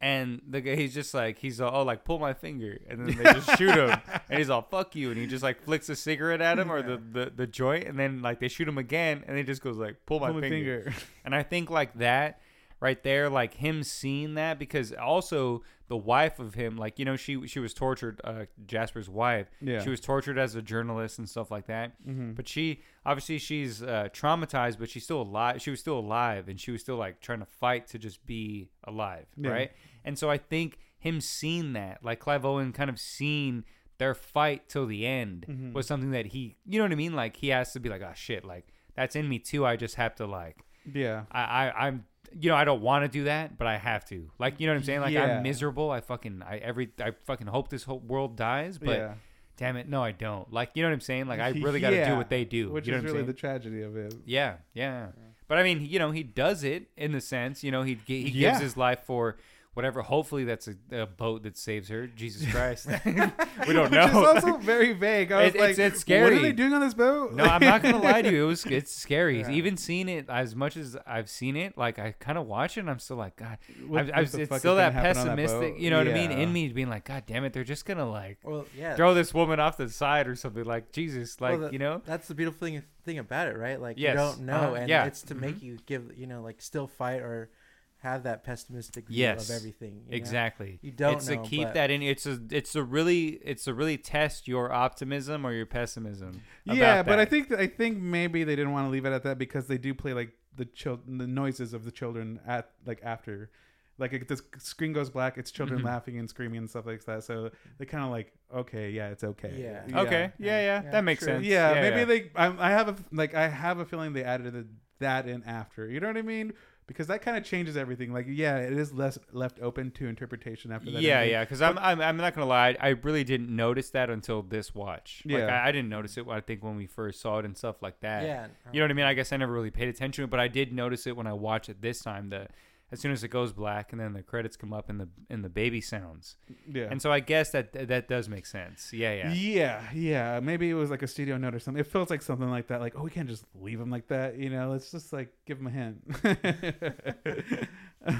Speaker 2: And the guy, he's just like, he's all, oh, like, pull my finger. And then they just shoot [laughs] him. And he's all, fuck you. And he just, like, flicks a cigarette at him or the, the, the joint. And then, like, they shoot him again. And he just goes, like, pull my
Speaker 4: Pull my
Speaker 2: finger.
Speaker 4: finger.
Speaker 2: And I think like that right there, like him seeing that because also the wife of him, like you know, she she was tortured. Uh, Jasper's wife,
Speaker 4: Yeah.
Speaker 2: she was tortured as a journalist and stuff like that. But she obviously she's uh, traumatized, but she's still alive. She was still alive, and she was still like trying to fight to just be alive,
Speaker 4: Yeah.
Speaker 2: right? And so I think him seeing that, like Clive Owen kind of seeing their fight till the end was something that he, you know what I mean? Like he has to be like, oh shit, like that's in me too. I just have to like,
Speaker 4: Yeah.
Speaker 2: I, I I'm, you know, I don't want to do that, but I have to. Like, you know what I'm saying? Like
Speaker 4: Yeah.
Speaker 2: I'm miserable. I fucking, I every, I fucking hope this whole world dies, but
Speaker 4: Yeah.
Speaker 2: damn it, no, I don't. Like, you know what I'm saying?
Speaker 4: [laughs]
Speaker 2: Like I really got to do
Speaker 4: Yeah.
Speaker 2: what they do.
Speaker 4: Which
Speaker 2: you know
Speaker 4: is
Speaker 2: what I'm
Speaker 4: really
Speaker 2: saying?
Speaker 4: the tragedy
Speaker 2: [laughs]
Speaker 4: of it.
Speaker 2: Yeah, yeah. But I mean, you know, he does it in the sense, you know, he gi- he
Speaker 4: Yeah.
Speaker 2: gives his life for whatever. Hopefully, that's a, a boat that saves her. Jesus
Speaker 4: [laughs]
Speaker 2: Christ, [laughs] we don't
Speaker 4: Which is
Speaker 2: know.
Speaker 4: also very vague. I was
Speaker 2: It-
Speaker 4: like,
Speaker 2: it's- it's
Speaker 4: What
Speaker 2: scary.
Speaker 4: are they doing on this boat?
Speaker 2: [laughs] no, I'm not gonna lie to you. It was it's scary. Even seeing it as much as I've seen it, like I kind of watch it, and I'm still like, God,
Speaker 4: [laughs] What-
Speaker 2: I've, I've,
Speaker 4: what the
Speaker 2: it's
Speaker 4: fuck is
Speaker 2: still that
Speaker 4: gonna happen on that
Speaker 2: pessimistic.
Speaker 4: boat?
Speaker 2: you know what I mean?
Speaker 4: Yeah.
Speaker 2: In me being like, God damn it, they're just gonna like
Speaker 3: Well, yeah.
Speaker 2: throw this woman off to the side or something. Like Jesus, like
Speaker 3: Well, that-
Speaker 2: you know.
Speaker 3: that's the beautiful thing thing about it, right? Like
Speaker 2: Yes.
Speaker 3: you don't know,
Speaker 2: Uh-huh.
Speaker 3: and
Speaker 2: Yeah.
Speaker 3: it's to make you give you know like still fight or have that pessimistic view
Speaker 2: Yes.
Speaker 3: of everything. you know?
Speaker 2: Exactly.
Speaker 3: You don't
Speaker 2: It's
Speaker 3: know,
Speaker 2: to keep
Speaker 3: but-
Speaker 2: that in. It's a. It's a really. It's a really test your optimism or your pessimism. about
Speaker 4: yeah, but I
Speaker 2: that.
Speaker 4: think I think maybe they didn't want to leave it at that because they do play like the chil- the noises of the children at like after, like if the screen goes black, it's children
Speaker 2: Mm-hmm.
Speaker 4: laughing and screaming and stuff like that. So they kind of like, okay, yeah, it's okay.
Speaker 3: Yeah.
Speaker 2: Okay. Yeah. Yeah.
Speaker 3: Yeah,
Speaker 2: that makes
Speaker 3: true.
Speaker 2: sense.
Speaker 4: Yeah, maybe
Speaker 2: yeah.
Speaker 4: they. I, I have a like. I have a feeling they added the, that in after. You know what I mean? Because that kind of changes everything. Like, yeah, it is less left open to interpretation after that.
Speaker 2: Yeah,
Speaker 4: ending.
Speaker 2: yeah, because I'm, I'm, I'm not gonna lie, I really didn't notice that until this watch. like,
Speaker 4: Yeah.
Speaker 2: I, I didn't notice it. I think when we first saw it and stuff like that.
Speaker 3: Yeah.
Speaker 2: you know what I mean. I guess I never really paid attention, to it, but I did notice it when I watched it this time. That as soon as it goes black and then the credits come up and the and the baby sounds,
Speaker 4: yeah.
Speaker 2: and so I guess that that does make sense. Yeah, yeah. [laughs]
Speaker 4: Yeah, yeah. Maybe it was like a studio note or something. It feels like something like that. Like, oh, we can't just leave him like that. You know, let's just like give him a hint. [laughs]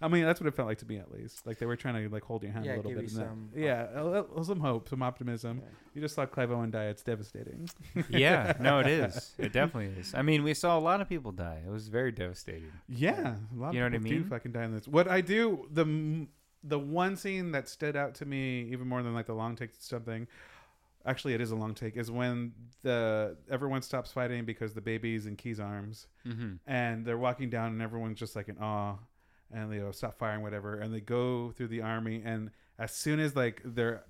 Speaker 4: I mean, that's what it felt like to me, at least. Like they were trying to like hold your hand
Speaker 3: Yeah,
Speaker 4: a little
Speaker 3: give
Speaker 4: bit.
Speaker 3: you
Speaker 4: in that.
Speaker 3: some-
Speaker 4: yeah, a little- some hope, some optimism. You just saw Clive Owen die. It's devastating.
Speaker 2: yeah, no, it is. It definitely is. I mean, we saw a lot of people die. It was very devastating.
Speaker 4: Yeah, a lot
Speaker 2: You know
Speaker 4: of
Speaker 2: what I
Speaker 4: people
Speaker 2: mean?
Speaker 4: do fucking die in this. What I do the m- the one scene that stood out to me even more than like the long take something. Actually, it is a long take. Is when the everyone stops fighting because the baby's in Key's arms,
Speaker 2: Mhm.
Speaker 4: and they're walking down, and everyone's just like in awe, and they go, stop firing, whatever, and they go through the army, and as soon as like they're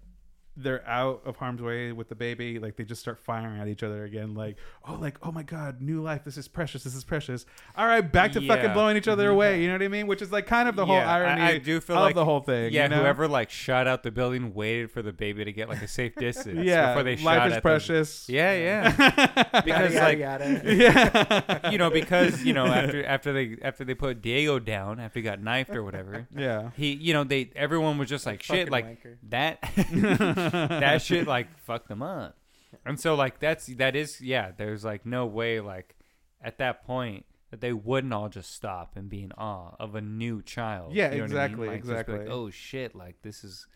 Speaker 4: they're out of harm's way with the baby like they just start firing at each other again like oh like oh my god new life this is precious this is precious all right back to fucking
Speaker 2: Yeah. Mm-hmm.
Speaker 4: blowing each other away you know what i mean which is like kind of the whole
Speaker 2: Yeah, I-
Speaker 4: irony
Speaker 2: I do feel
Speaker 4: of
Speaker 2: like-
Speaker 4: the whole thing
Speaker 2: Yeah,
Speaker 4: you know?
Speaker 2: whoever like shot out the building waited for the baby to get like a safe distance.
Speaker 4: [laughs] yeah
Speaker 2: before they shot
Speaker 4: life is
Speaker 2: at them.
Speaker 4: precious
Speaker 2: Yeah, yeah. [laughs] because
Speaker 3: [laughs] Yada,
Speaker 2: like
Speaker 3: yada,
Speaker 4: [laughs]
Speaker 2: [laughs]
Speaker 3: yada.
Speaker 4: yeah
Speaker 2: you know because you know after after they after they put Diego down after he got knifed or whatever.
Speaker 4: yeah
Speaker 2: He, you know, they everyone was just like shit,
Speaker 3: fucking
Speaker 2: like
Speaker 3: wanker.
Speaker 2: that, that [laughs] shit, like fucked them up, and so like that's that is yeah. There's like no way like at that point that they wouldn't all just stop and be in awe of a new child.
Speaker 4: Yeah,
Speaker 2: you know what I mean?
Speaker 4: exactly,
Speaker 2: Like, just be like,
Speaker 4: exactly.
Speaker 2: oh shit, like this is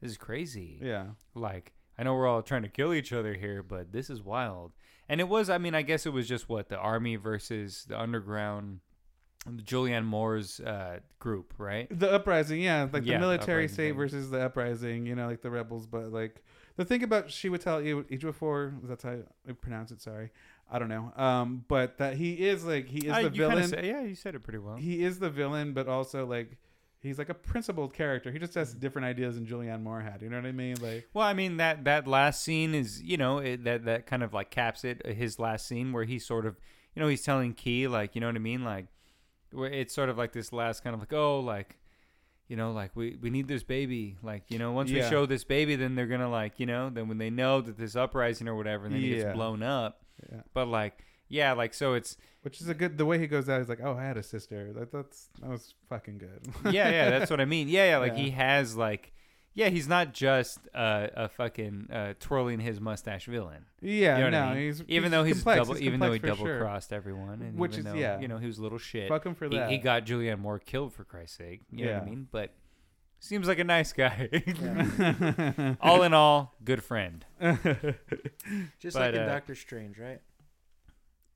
Speaker 2: this is crazy.
Speaker 4: yeah
Speaker 2: Like I know we're all trying to kill each other here, but this is wild. And it was, I mean, I guess it was just what the army versus the underground, Julianne Moore's uh, group, right?
Speaker 4: the uprising yeah like
Speaker 2: Yeah,
Speaker 4: the
Speaker 2: the
Speaker 4: military
Speaker 2: uprising
Speaker 4: state
Speaker 2: thing.
Speaker 4: versus the uprising you know like the rebels but like the thing about she would tell Ejiofor, that's how i pronounce it sorry i don't know um but that he is like he is
Speaker 2: Uh,
Speaker 4: the
Speaker 2: you kinda
Speaker 4: villain
Speaker 2: say- yeah, you said it pretty well.
Speaker 4: he is the villain but also like he's like a principled character he just
Speaker 2: Mm.
Speaker 4: has different ideas than julianne moore had you know what i mean like
Speaker 2: Well, I mean that that last scene is you know it, that that kind of like caps it. uh, His last scene where he sort of you know he's telling Key like you know what I mean like where it's sort of like this last kind of like oh like you know like we we need this baby like you know once we
Speaker 4: Yeah.
Speaker 2: show this baby then they're gonna like you know then when they know that this uprising or whatever and then he
Speaker 4: Yeah.
Speaker 2: gets blown up
Speaker 4: Yeah.
Speaker 2: but like yeah like so it's
Speaker 4: which is a good the way he goes out he's like oh i had a sister that, that's that was fucking good
Speaker 2: yeah, yeah, that's what I mean. Yeah, yeah, like
Speaker 4: Yeah.
Speaker 2: he has like, yeah, he's not just uh, a fucking uh, twirling his mustache villain.
Speaker 4: [laughs] yeah
Speaker 2: You know
Speaker 4: no
Speaker 2: what I mean?
Speaker 4: he's
Speaker 2: even though he's
Speaker 4: complex.
Speaker 2: double, even though he
Speaker 4: complex
Speaker 2: double
Speaker 4: for sure.
Speaker 2: crossed everyone, and
Speaker 4: Which
Speaker 2: even
Speaker 4: is-
Speaker 2: though,
Speaker 4: yeah.
Speaker 2: you know he was a little shit.
Speaker 4: Fuck him for
Speaker 2: he,
Speaker 4: that.
Speaker 2: he got Julianne Moore killed for Christ's sake. You know what I
Speaker 4: Yeah.
Speaker 2: mean? But seems like a nice guy.
Speaker 4: yeah.
Speaker 2: [laughs] all
Speaker 4: [laughs]
Speaker 2: in all, good friend.
Speaker 3: Just
Speaker 2: But,
Speaker 3: like in
Speaker 2: uh,
Speaker 3: Doctor Strange, right?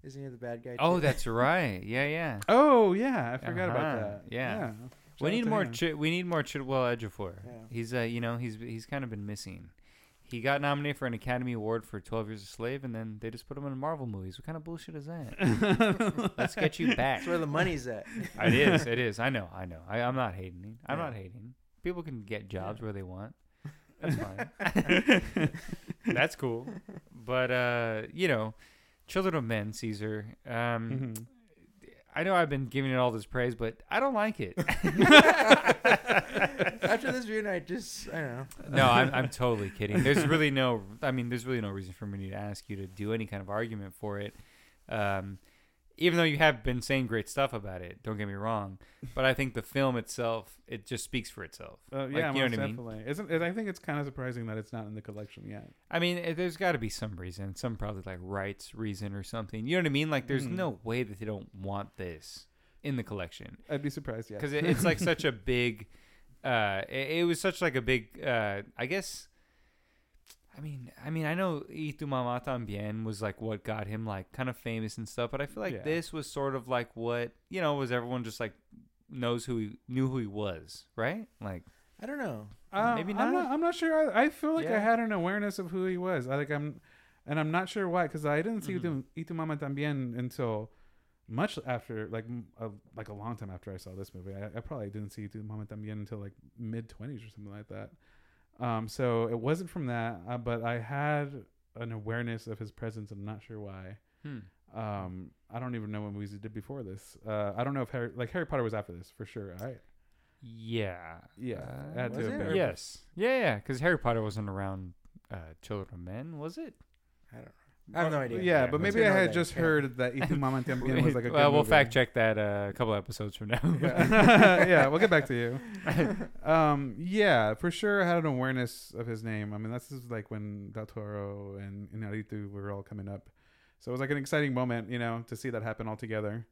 Speaker 3: Isn't he the bad guy?
Speaker 2: Oh,
Speaker 3: too?
Speaker 2: that's right. Yeah, yeah.
Speaker 4: Oh yeah, I forgot about
Speaker 2: Uh-huh,
Speaker 4: that.
Speaker 2: yeah.
Speaker 4: Shout
Speaker 2: We
Speaker 4: out
Speaker 2: need
Speaker 4: to
Speaker 2: more.
Speaker 4: him. [laughs]
Speaker 2: Ch- we need more Chitwell Ejiofor.
Speaker 3: Yeah.
Speaker 2: He's uh, you know, he's he's kind of been missing. He got nominated for an Academy Award for Twelve Years a Slave, and then they just put him in Marvel movies. What kind of bullshit is that? Let's get
Speaker 4: [laughs]
Speaker 2: you back.
Speaker 3: that's where the
Speaker 2: [laughs]
Speaker 3: money's at.
Speaker 2: it is. It is. I know. I know. I, I'm not hating. I'm
Speaker 4: Yeah.
Speaker 2: not hating. People can get jobs
Speaker 3: Yeah.
Speaker 2: where they want. That's fine.
Speaker 4: [laughs]
Speaker 2: That's cool. But uh, you know, Children of Men, Caesar. Um,
Speaker 4: Mhm.
Speaker 2: I know I've been giving it all this praise, but I don't like
Speaker 4: [laughs]
Speaker 2: it.
Speaker 3: After this viewing, I just I don't know.
Speaker 2: no, I'm, I'm totally kidding. There's really no, I mean, there's really no reason for me to ask you to do any kind of argument for it. Um, even though you have been saying great stuff about it, don't get me wrong, but I think the film itself, it just speaks for itself.
Speaker 4: Uh,
Speaker 2: Like,
Speaker 4: yeah,
Speaker 2: you know
Speaker 4: most
Speaker 2: what I mean?
Speaker 4: definitely. Isn't it, I think it's kind of surprising that it's not in the collection yet.
Speaker 2: I mean, eh, there's got to be some reason, some probably like rights reason or something. You know what I mean? Like, there's
Speaker 4: Mhm.
Speaker 2: no way that they don't want this in the collection.
Speaker 4: I'd be surprised. Yeah,
Speaker 2: because it, it's like such a [laughs] big uh it, it was such like a big uh i guess i mean i mean i know y tu mamá también was like what got him like kind of famous and stuff but i feel like
Speaker 4: Yeah.
Speaker 2: this was sort of like what you know was everyone just like knows who he knew who he was right like
Speaker 3: I don't know.
Speaker 4: Um,
Speaker 2: Maybe
Speaker 4: I'm
Speaker 2: not.
Speaker 4: not. I'm not sure. I, I feel like I
Speaker 2: Yeah.
Speaker 4: had an awareness of who he was. I like I'm, and I'm not sure why because I didn't see mm "Y tu mamá también" until much after, like m- a, like a long time after I saw this movie. I, I probably didn't see "Y tu mamá también" until like mid twenties or something like that. Um, so it wasn't from that, uh, but I had an awareness of his presence. I'm not sure why.
Speaker 2: hmm.
Speaker 4: Um, I don't even know what movies he did before this. Uh, I don't know if Harry, like Harry Potter was after this for sure. Right?
Speaker 2: yeah
Speaker 4: Yeah,
Speaker 2: Uh,
Speaker 4: it had to
Speaker 3: was
Speaker 4: have
Speaker 3: it?
Speaker 4: been.
Speaker 3: Harry-
Speaker 2: yes yeah yeah because harry potter wasn't around uh children of men was it
Speaker 3: I don't know. I have no idea.
Speaker 4: Yeah,
Speaker 2: Yeah,
Speaker 4: but
Speaker 2: let's
Speaker 4: maybe I
Speaker 3: ignore
Speaker 4: had
Speaker 3: that.
Speaker 4: just
Speaker 3: Yeah.
Speaker 4: heard that Itu Mama
Speaker 2: [laughs]
Speaker 4: Tambien was like a good
Speaker 2: well, we'll
Speaker 4: movie.
Speaker 2: fact check that uh, a couple episodes from now [laughs]
Speaker 4: Yeah. [laughs] yeah, we'll get back to you. Um, yeah, for sure, I had an awareness of his name. I mean, this is like when Del Toro and Inarritu were all coming up, so it was like an exciting moment, you know, to see that happen all together.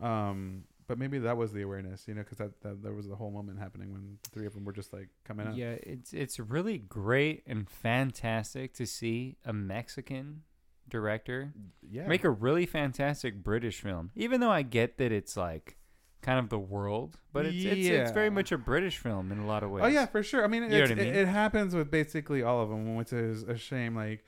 Speaker 4: Um, but maybe that was the awareness, you know, because that, that there was the whole moment happening when the three of them were just like coming up.
Speaker 2: Yeah, it's it's really great and fantastic to see a Mexican director
Speaker 4: yeah.
Speaker 2: make a really fantastic British film. Even though I get that it's like kind of the world, but it's it's, it's very
Speaker 4: Yeah.
Speaker 2: much a British film in a lot of ways.
Speaker 4: Oh yeah, for sure. I mean,
Speaker 2: know
Speaker 4: it's,
Speaker 2: what I
Speaker 4: it-
Speaker 2: mean?
Speaker 4: It, happens with basically all of them, which is a shame. Like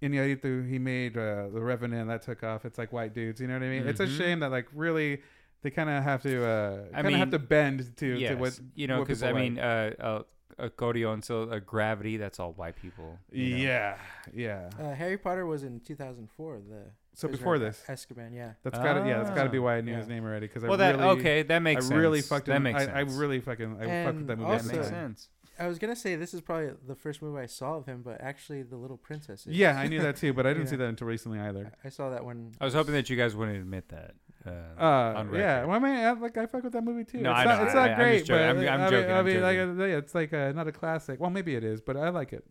Speaker 4: Iñárritu, he made uh, the Revenant that took off. It's like white dudes. You know what I mean? It's a
Speaker 2: Mhm.
Speaker 4: shame that like really they kind of have to uh,
Speaker 2: I
Speaker 4: kind of have
Speaker 2: mean,
Speaker 4: to bend to
Speaker 2: Yes,
Speaker 4: to what
Speaker 2: you know,
Speaker 4: what
Speaker 2: because I
Speaker 4: people
Speaker 2: mean, uh, uh, uh, Corion, so uh, Gravity, that's all white people. you know.
Speaker 4: yeah, yeah.
Speaker 3: Uh, Harry Potter was in 2004. The
Speaker 4: So
Speaker 3: Prisoner
Speaker 4: before
Speaker 3: of
Speaker 4: this,
Speaker 3: Azkaban. Yeah.
Speaker 4: that's got to yeah, that's got to be
Speaker 2: Ah.
Speaker 4: why I knew
Speaker 3: Yeah.
Speaker 4: his name already. Because
Speaker 2: Well,
Speaker 4: I
Speaker 2: that
Speaker 4: really,
Speaker 2: okay, that
Speaker 4: I
Speaker 2: makes sense.
Speaker 4: really fucked.
Speaker 2: that
Speaker 4: him.
Speaker 2: makes
Speaker 4: I,
Speaker 2: sense.
Speaker 4: I really fucking I fucked with
Speaker 3: And
Speaker 4: that movie.
Speaker 2: that
Speaker 3: also-
Speaker 2: makes
Speaker 4: big time.
Speaker 2: sense.
Speaker 3: I was gonna say this is probably the first movie I saw of him, but actually, The Little Princess. Is.
Speaker 4: Yeah, I knew that too, but
Speaker 2: [laughs]
Speaker 4: I didn't
Speaker 3: Yeah.
Speaker 4: see that until recently either.
Speaker 3: I saw that when
Speaker 2: I was hoping that you guys wouldn't admit that. Uh,
Speaker 4: Uh,
Speaker 2: on
Speaker 4: yeah.
Speaker 2: record.
Speaker 4: Why am I act like I fuck with that movie too?
Speaker 2: No,
Speaker 4: it's
Speaker 2: I
Speaker 4: not,
Speaker 2: know.
Speaker 4: It's not
Speaker 2: I- I'm
Speaker 4: great,
Speaker 2: just joking.
Speaker 4: but
Speaker 2: I'm- I'm
Speaker 4: I mean-
Speaker 2: joking.
Speaker 4: I
Speaker 2: I'm
Speaker 4: mean,
Speaker 2: joking.
Speaker 4: like, uh, yeah, it's like uh, not a classic. Well, maybe it is, but I like it.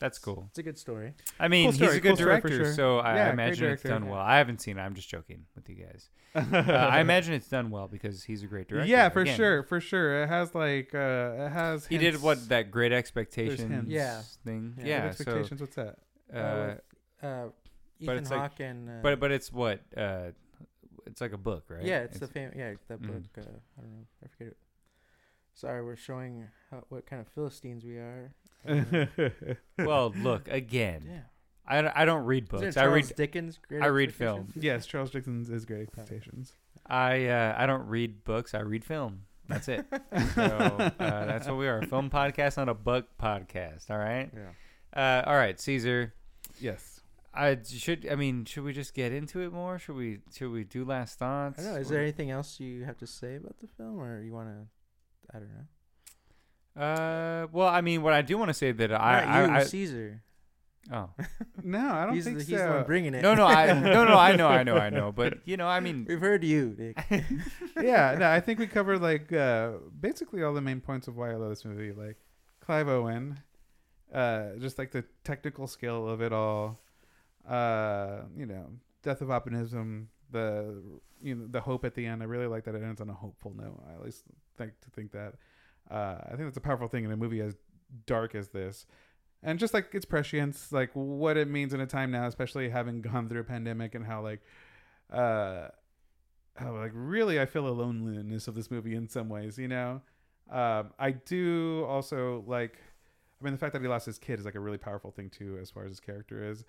Speaker 2: That's cool.
Speaker 3: it's a good story.
Speaker 2: I mean,
Speaker 4: story,
Speaker 2: he's a good
Speaker 4: cool story for
Speaker 2: director,
Speaker 4: sure.
Speaker 2: so I
Speaker 4: Yeah,
Speaker 2: I
Speaker 4: great
Speaker 2: imagine it's
Speaker 4: director.
Speaker 2: done well. I haven't seen it. I'm just joking with you guys. [laughs] Uh,
Speaker 4: [laughs]
Speaker 2: I imagine it's done well because he's a great director.
Speaker 4: yeah, for
Speaker 2: Again,
Speaker 4: sure, for sure. It has like uh, it has.
Speaker 2: He did
Speaker 4: hints-
Speaker 2: what that great expectations
Speaker 4: hints.
Speaker 3: Yeah.
Speaker 2: thing.
Speaker 3: Yeah.
Speaker 2: Yeah,
Speaker 4: Great
Speaker 2: so
Speaker 4: expectations.
Speaker 2: [laughs]
Speaker 4: What's that?
Speaker 2: uh,
Speaker 3: Uh, uh,
Speaker 2: but
Speaker 3: Ethan
Speaker 2: it's like-
Speaker 3: Hawke and uh,
Speaker 2: but but it's what uh, it's like a book, right?
Speaker 3: yeah, it's, the fam- yeah that book.
Speaker 2: Mm.
Speaker 3: Uh, I don't know, I forget it. Sorry, we're showing how, what kind of philistines
Speaker 2: [laughs]
Speaker 3: we are. Uh,
Speaker 2: well, look again.
Speaker 3: [laughs] yeah,
Speaker 2: I, don't- I don't read
Speaker 3: Isn't it
Speaker 2: books. I read
Speaker 3: Charles Dickens. Great
Speaker 2: I read
Speaker 3: Expectations?
Speaker 4: yes, Charles Dixon's is Great Expectations.
Speaker 2: I uh, I don't read books. I read film. That's
Speaker 4: [laughs]
Speaker 2: it. so uh, that's what we are. A film podcast, not a book podcast. All right.
Speaker 4: Yeah.
Speaker 2: Uh, all right, Caesar.
Speaker 4: Yes.
Speaker 2: I j- should. I mean, should we just get into it more? Should we? Should we do last thoughts?
Speaker 3: I don't know. Is
Speaker 2: Or-
Speaker 3: there anything else you have to say about the film, or you want to? I don't know.
Speaker 2: Uh, well, I mean, what I do want to say that I,
Speaker 3: Not you,
Speaker 2: I, I
Speaker 3: Caesar.
Speaker 2: oh
Speaker 4: No, I don't
Speaker 3: he's
Speaker 4: think
Speaker 3: the, he's the one
Speaker 4: so.
Speaker 3: bringing it.
Speaker 2: no no I no no I know I know I know, but you know I mean
Speaker 3: We've heard you,
Speaker 2: [laughs]
Speaker 3: Dick.
Speaker 4: yeah, no, I think we covered like uh, basically all the main points of why I love this movie. Like Clive Owen, uh, just like the technical skill of it all. Uh, you know, death of optimism, the you know the hope at the end. I really like that it ends on a hopeful note. I at least like to think that. Uh, I think that's a powerful thing in a movie as dark as this. And just like its prescience, like what it means in a time now, especially having gone through a pandemic and how like uh, oh, like really, I feel a loneliness of this movie in some ways. You know, um, I do also like. I mean, the fact that he lost his kid is like a really powerful thing too, as far as his character is.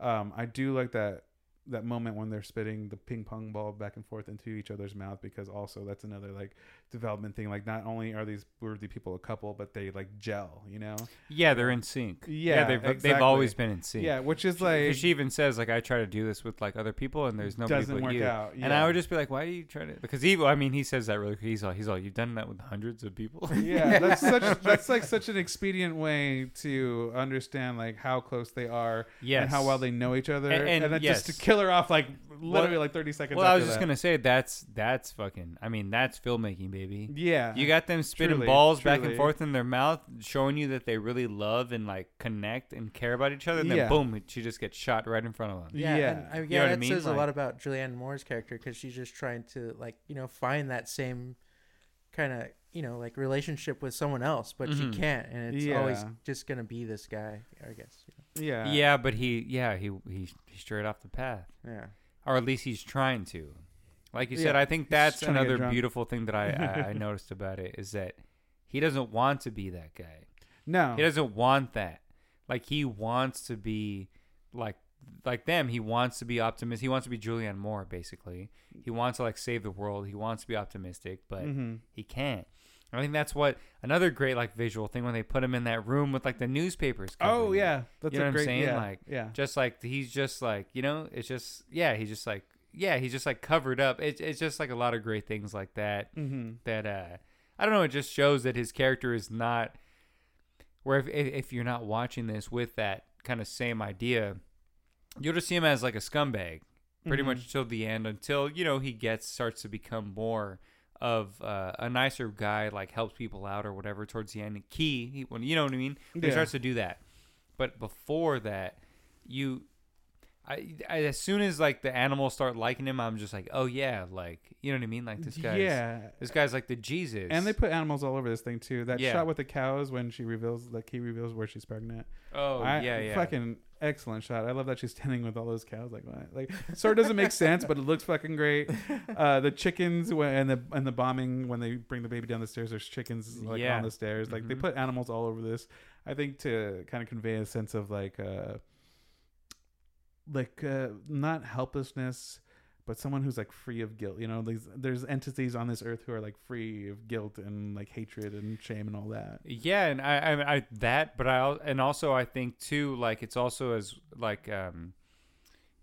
Speaker 4: Um, I do like that that moment when they're spitting the ping pong ball back and forth into each other's mouth because also that's another like development thing. Like, not only are these worthy people a couple, but they like gel. You know?
Speaker 2: Yeah, they're in
Speaker 4: [laughs]
Speaker 2: sync.
Speaker 4: Yeah,
Speaker 2: they've they've
Speaker 4: exactly.
Speaker 2: always been in sync.
Speaker 4: Yeah, which is
Speaker 2: She-
Speaker 4: like
Speaker 2: she even says like I try to do this with like other people and there's nobody
Speaker 4: Doesn't
Speaker 2: but
Speaker 4: work
Speaker 2: you.
Speaker 4: out,
Speaker 2: And I
Speaker 4: yeah.
Speaker 2: would just be like, why do you try to? Because he, I mean, he says that really. He's all, he's all, you've done that with hundreds of people. [laughs]
Speaker 4: yeah that's such that's like such an expedient way to understand like how close they are and how
Speaker 2: Yes.
Speaker 4: well they know each other
Speaker 2: A- and
Speaker 4: then just
Speaker 2: yes.
Speaker 4: to kill her off like literally
Speaker 2: Well-
Speaker 4: like 30 seconds
Speaker 2: well, I was
Speaker 4: after
Speaker 2: just
Speaker 4: that.
Speaker 2: gonna say that's that's fucking. I mean, that's filmmaking, baby.
Speaker 4: yeah
Speaker 2: You got them spitting
Speaker 4: Truly,
Speaker 2: balls back and
Speaker 4: truly.
Speaker 2: forth in their mouth, showing you that they really love and like connect and care about each other. And then
Speaker 4: Yeah.
Speaker 2: boom, she just gets shot right in front of them.
Speaker 3: Yeah,
Speaker 4: Yeah.
Speaker 3: and, I, yeah,
Speaker 2: You know what I
Speaker 3: that
Speaker 2: mean?
Speaker 3: says a
Speaker 2: Like-
Speaker 3: lot about Julianne Moore's character because she's just trying to like you know find that same kind of you know like relationship with someone else, but
Speaker 2: Mhm.
Speaker 3: she can't, and it's always
Speaker 4: Yeah.
Speaker 3: just gonna be this guy, I guess.
Speaker 4: yeah
Speaker 2: Yeah, but he, yeah, he, he, he's straight off the path.
Speaker 3: Yeah,
Speaker 2: or at least he's trying to. Like you said,
Speaker 4: Yeah,
Speaker 2: I think
Speaker 4: he's
Speaker 2: that's
Speaker 4: trying to get
Speaker 2: another
Speaker 4: drunk.
Speaker 2: beautiful thing that I, [laughs] I, I noticed about it is that he doesn't want to be that guy.
Speaker 4: no
Speaker 2: He doesn't want that. Like he wants to be like like them. He wants to be optimistic. He wants to be Julianne Moore basically. He wants to like save the world. He wants to be optimistic, but
Speaker 4: Mhm.
Speaker 2: he can't. I think that's what another great like visual thing when they put him in that room with like the newspapers.
Speaker 4: oh
Speaker 2: covering it
Speaker 4: yeah that's
Speaker 2: you know
Speaker 4: a
Speaker 2: what
Speaker 4: great
Speaker 2: I'm saying?
Speaker 4: yeah
Speaker 2: like,
Speaker 4: yeah
Speaker 2: just like he's just like you know, it's just yeah, he's just like yeah, he's just like covered up. It's it's just like a lot of great things like that.
Speaker 4: mm-hmm.
Speaker 2: That uh, I don't know. It just shows that his character is not where if if if you're not watching this with that kind of same idea, you'll just see him as like a scumbag, pretty
Speaker 4: Mhm.
Speaker 2: much till the end, until you know he gets starts to become more of uh, a nicer guy, like helps people out or whatever. Towards the end, key he, when you know what I mean, when he
Speaker 4: Yeah.
Speaker 2: starts to do that. But before that, you, I, I as soon as like the animals start liking him, I'm just like, oh yeah, like you know what I mean, like this guy's
Speaker 4: yeah
Speaker 2: This guy's like the Jesus,
Speaker 4: and they put animals all over this thing too that
Speaker 2: Yeah.
Speaker 4: shot with the cows when she reveals like he reveals where she's pregnant
Speaker 2: oh
Speaker 4: I-
Speaker 2: yeah yeah
Speaker 4: Fucking excellent shot. I love that she's standing with all those cows. Like, what? like, sort of doesn't make sense, but it looks fucking
Speaker 2: [laughs]
Speaker 4: great. Uh, the chickens when, and the and the bombing when they bring the baby down the stairs. There's chickens like
Speaker 2: Yeah.
Speaker 4: on the stairs. Like they
Speaker 2: Mhm.
Speaker 4: put animals all over this. I think to kind of convey a sense of like, uh, like uh, not helplessness. But someone who's like free of guilt, you know, these there's entities on this earth who are like free of guilt and like hatred and shame and all that.
Speaker 2: Yeah, and I, I, I that, but I al- and also I think too, like it's also as like um,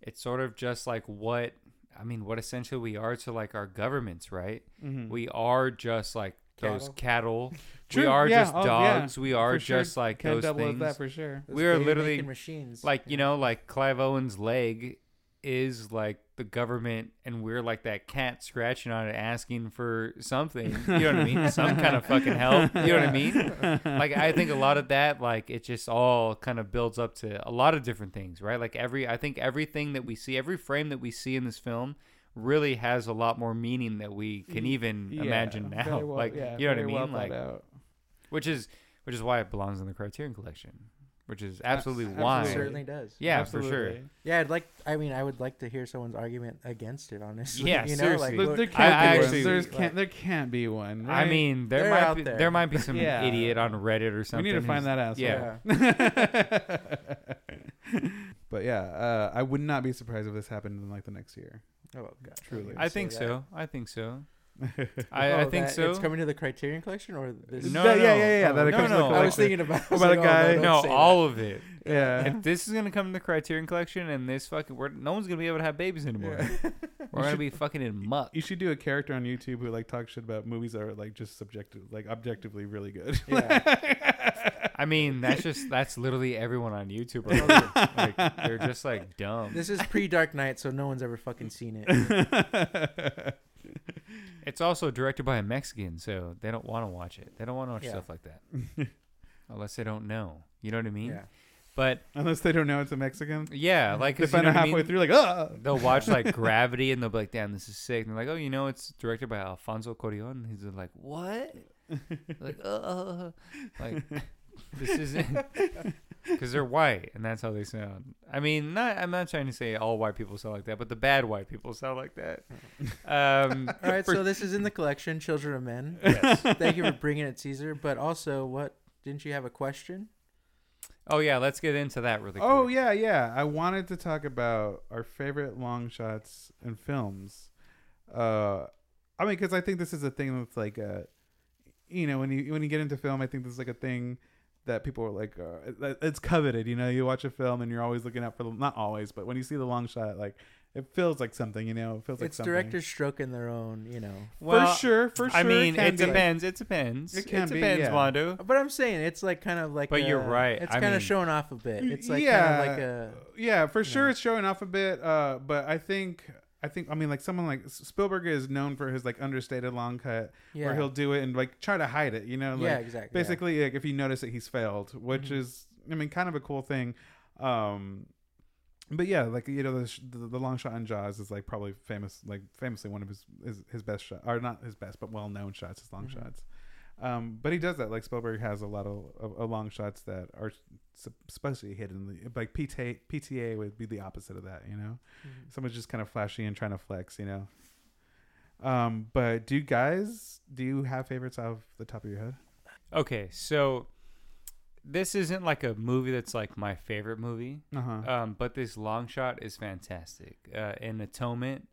Speaker 2: it's sort of just like what I mean, what essentially we are to like our governments, right? We are just like those
Speaker 4: [laughs]
Speaker 2: cattle.
Speaker 4: Mm-hmm. True,
Speaker 2: We are
Speaker 4: yeah,
Speaker 2: just
Speaker 4: oh, yeah,
Speaker 2: dogs. We are
Speaker 4: for sure.
Speaker 2: just like
Speaker 4: Can
Speaker 2: those
Speaker 4: double as
Speaker 2: things.
Speaker 4: that for sure.
Speaker 3: Those
Speaker 2: We are
Speaker 3: baby-making
Speaker 2: literally-
Speaker 3: machines.
Speaker 2: like you know, like Clive Owen's leg is like the government, and we're like that cat scratching on it, asking for something. You know what I mean? Some kind of fucking help. You know what I mean? like I think a lot of that, like it just all kind of builds up to a lot of different things, right? Like every, I think everything that we see, every frame that we see in this film, really has a lot more meaning that we can even
Speaker 4: Yeah, [laughs]
Speaker 2: imagine now.
Speaker 4: very well-
Speaker 2: like
Speaker 4: yeah,
Speaker 2: you know what I
Speaker 4: very
Speaker 2: mean?
Speaker 4: well
Speaker 2: like
Speaker 4: thought out.
Speaker 2: which is which is why it belongs in the Criterion Collection, which is absolutely
Speaker 4: absolutely.
Speaker 2: why.
Speaker 3: it certainly does.
Speaker 2: Yeah, for sure.
Speaker 4: Absolutely.
Speaker 3: Yeah, I'd like. I mean, I would like to hear someone's argument against it. Honestly,
Speaker 2: Yeah,
Speaker 3: [laughs] you know,
Speaker 2: seriously.
Speaker 3: like
Speaker 4: There,
Speaker 2: Look,
Speaker 4: there
Speaker 3: what-
Speaker 4: can't
Speaker 2: I
Speaker 4: be
Speaker 2: actually-
Speaker 4: one. There's
Speaker 3: like-
Speaker 4: can't, there can't be one.
Speaker 2: I
Speaker 4: right?
Speaker 2: mean, there
Speaker 3: They're
Speaker 2: might
Speaker 3: out
Speaker 2: be, there.
Speaker 3: there.
Speaker 2: might [laughs] be some
Speaker 4: Yeah.
Speaker 2: idiot on Reddit or something.
Speaker 4: we need to find
Speaker 2: who's-
Speaker 4: that asshole.
Speaker 2: yeah.
Speaker 4: [laughs] but yeah, uh, I would not be surprised if this happened in like the next year.
Speaker 3: Oh, God.
Speaker 4: Truly.
Speaker 2: I think
Speaker 3: Say that.
Speaker 2: so. I think [laughs] so. I, I
Speaker 3: Oh,
Speaker 2: think
Speaker 3: that-
Speaker 2: so.
Speaker 3: It's coming to the Criterion Collection or this?
Speaker 2: No,
Speaker 4: That-
Speaker 2: no,
Speaker 4: yeah, yeah, yeah,
Speaker 2: no,
Speaker 4: that it
Speaker 2: no,
Speaker 4: comes to the
Speaker 2: no.
Speaker 3: I was
Speaker 4: collection.
Speaker 3: thinking about. I
Speaker 4: What
Speaker 3: was
Speaker 4: about
Speaker 3: like,
Speaker 4: a
Speaker 3: oh,
Speaker 4: guy-
Speaker 3: don't
Speaker 2: no,
Speaker 3: say
Speaker 2: all of [laughs] it.
Speaker 4: Yeah.
Speaker 2: If this is gonna come in the Criterion Collection and this fucking, we're, no one's gonna be able to have babies
Speaker 3: [laughs]
Speaker 2: anymore. We're gonna be fucking in muck.
Speaker 4: You should do a character on YouTube who like talks shit about movies that are like just subjective, like objectively really good. [laughs]
Speaker 3: that. Yeah.
Speaker 2: I mean,
Speaker 3: [laughs]
Speaker 2: that's just that's literally everyone on YouTube. Are like, like, they're just
Speaker 3: [laughs]
Speaker 2: like dumb.
Speaker 3: This is pre Dark Knight, so no one's ever fucking seen
Speaker 4: [laughs]
Speaker 3: it.
Speaker 2: It's also directed by a Mexican, so they don't want to watch it. They don't want to watch
Speaker 3: Yeah.
Speaker 2: stuff like
Speaker 3: [laughs]
Speaker 2: that, unless they don't know. You know what I mean?
Speaker 3: Yeah.
Speaker 2: But
Speaker 4: Unless they don't know it's a Mexican.
Speaker 2: yeah, like
Speaker 4: They
Speaker 2: 'cause you
Speaker 4: find
Speaker 2: know
Speaker 4: out
Speaker 2: what I
Speaker 4: halfway
Speaker 2: mean?
Speaker 4: through, like, oh,
Speaker 2: They'll watch
Speaker 4: [laughs]
Speaker 2: like Gravity and they'll be like, "Damn, this is sick." And they're like, "Oh, you know, it's directed by Alfonso Cuarón." He's like,
Speaker 4: [laughs]
Speaker 2: "What?" like, uh, like this isn't. [laughs] because they're white and that's how they sound. I mean, not I'm not trying to say all white people sound like that, but the bad white people sound like that.
Speaker 4: [laughs]
Speaker 2: Um,
Speaker 3: All right,
Speaker 2: for-
Speaker 3: so this is in the collection, Children of Men. [laughs] Thank you for bringing it, Caesar. But also, what didn't you have a question?
Speaker 2: oh yeah, let's get into that really.
Speaker 4: Oh
Speaker 2: quick.
Speaker 4: yeah, yeah. I wanted to talk about our favorite long shots and films. Uh, I mean, because I think this is a thing that's like, uh, you know, when you when you get into film, I think this is like a thing that people are like, uh, it- it's coveted. You know, you watch a film and you're always looking out for the not always, but when you see the long shot, like it feels like something. You know, it feels like
Speaker 3: it's
Speaker 4: something.
Speaker 3: directors stroking their own, you know.
Speaker 2: Well,
Speaker 4: for sure, for sure.
Speaker 2: I mean,
Speaker 4: can
Speaker 2: it
Speaker 4: be.
Speaker 2: depends. It depends.
Speaker 4: It can be,
Speaker 2: depends,
Speaker 4: yeah.
Speaker 2: Wando.
Speaker 3: But I'm saying it's like kind of like.
Speaker 2: But you're
Speaker 3: uh,
Speaker 2: right,
Speaker 3: It's
Speaker 2: I
Speaker 3: kind
Speaker 2: mean-
Speaker 3: of showing off a bit. It's like kind of like a.
Speaker 4: yeah for sure it's showing off a bit uh but i think i think i mean like someone like S- spielberg is known for his like understated long cut where
Speaker 3: Yeah.
Speaker 4: he'll do it and like try to hide it you know like,
Speaker 3: Yeah, exactly, yeah.
Speaker 4: basically like if you notice that he's failed which is i mean kind of a cool thing um but yeah, like you know, the, sh- the, the long shot in Jaws is like probably famous, like famously one of his his, his best shot, or not his best, but well known shots, his long shots. Um, but he does that. Like Spielberg has a lot of, of, of long shots that are s- especially hidden. Like PTA, PTA would be the opposite of that. You know,
Speaker 3: Mm-hmm.
Speaker 4: someone's just kind of flashy and trying to flex. You know. Um, but do you guys do you have favorites off the top of your head?
Speaker 2: Okay, so this isn't like a movie that's like my favorite movie,
Speaker 4: Uh huh.
Speaker 3: Uh-huh.
Speaker 2: um, but this long shot is fantastic. Uh, in Atonement,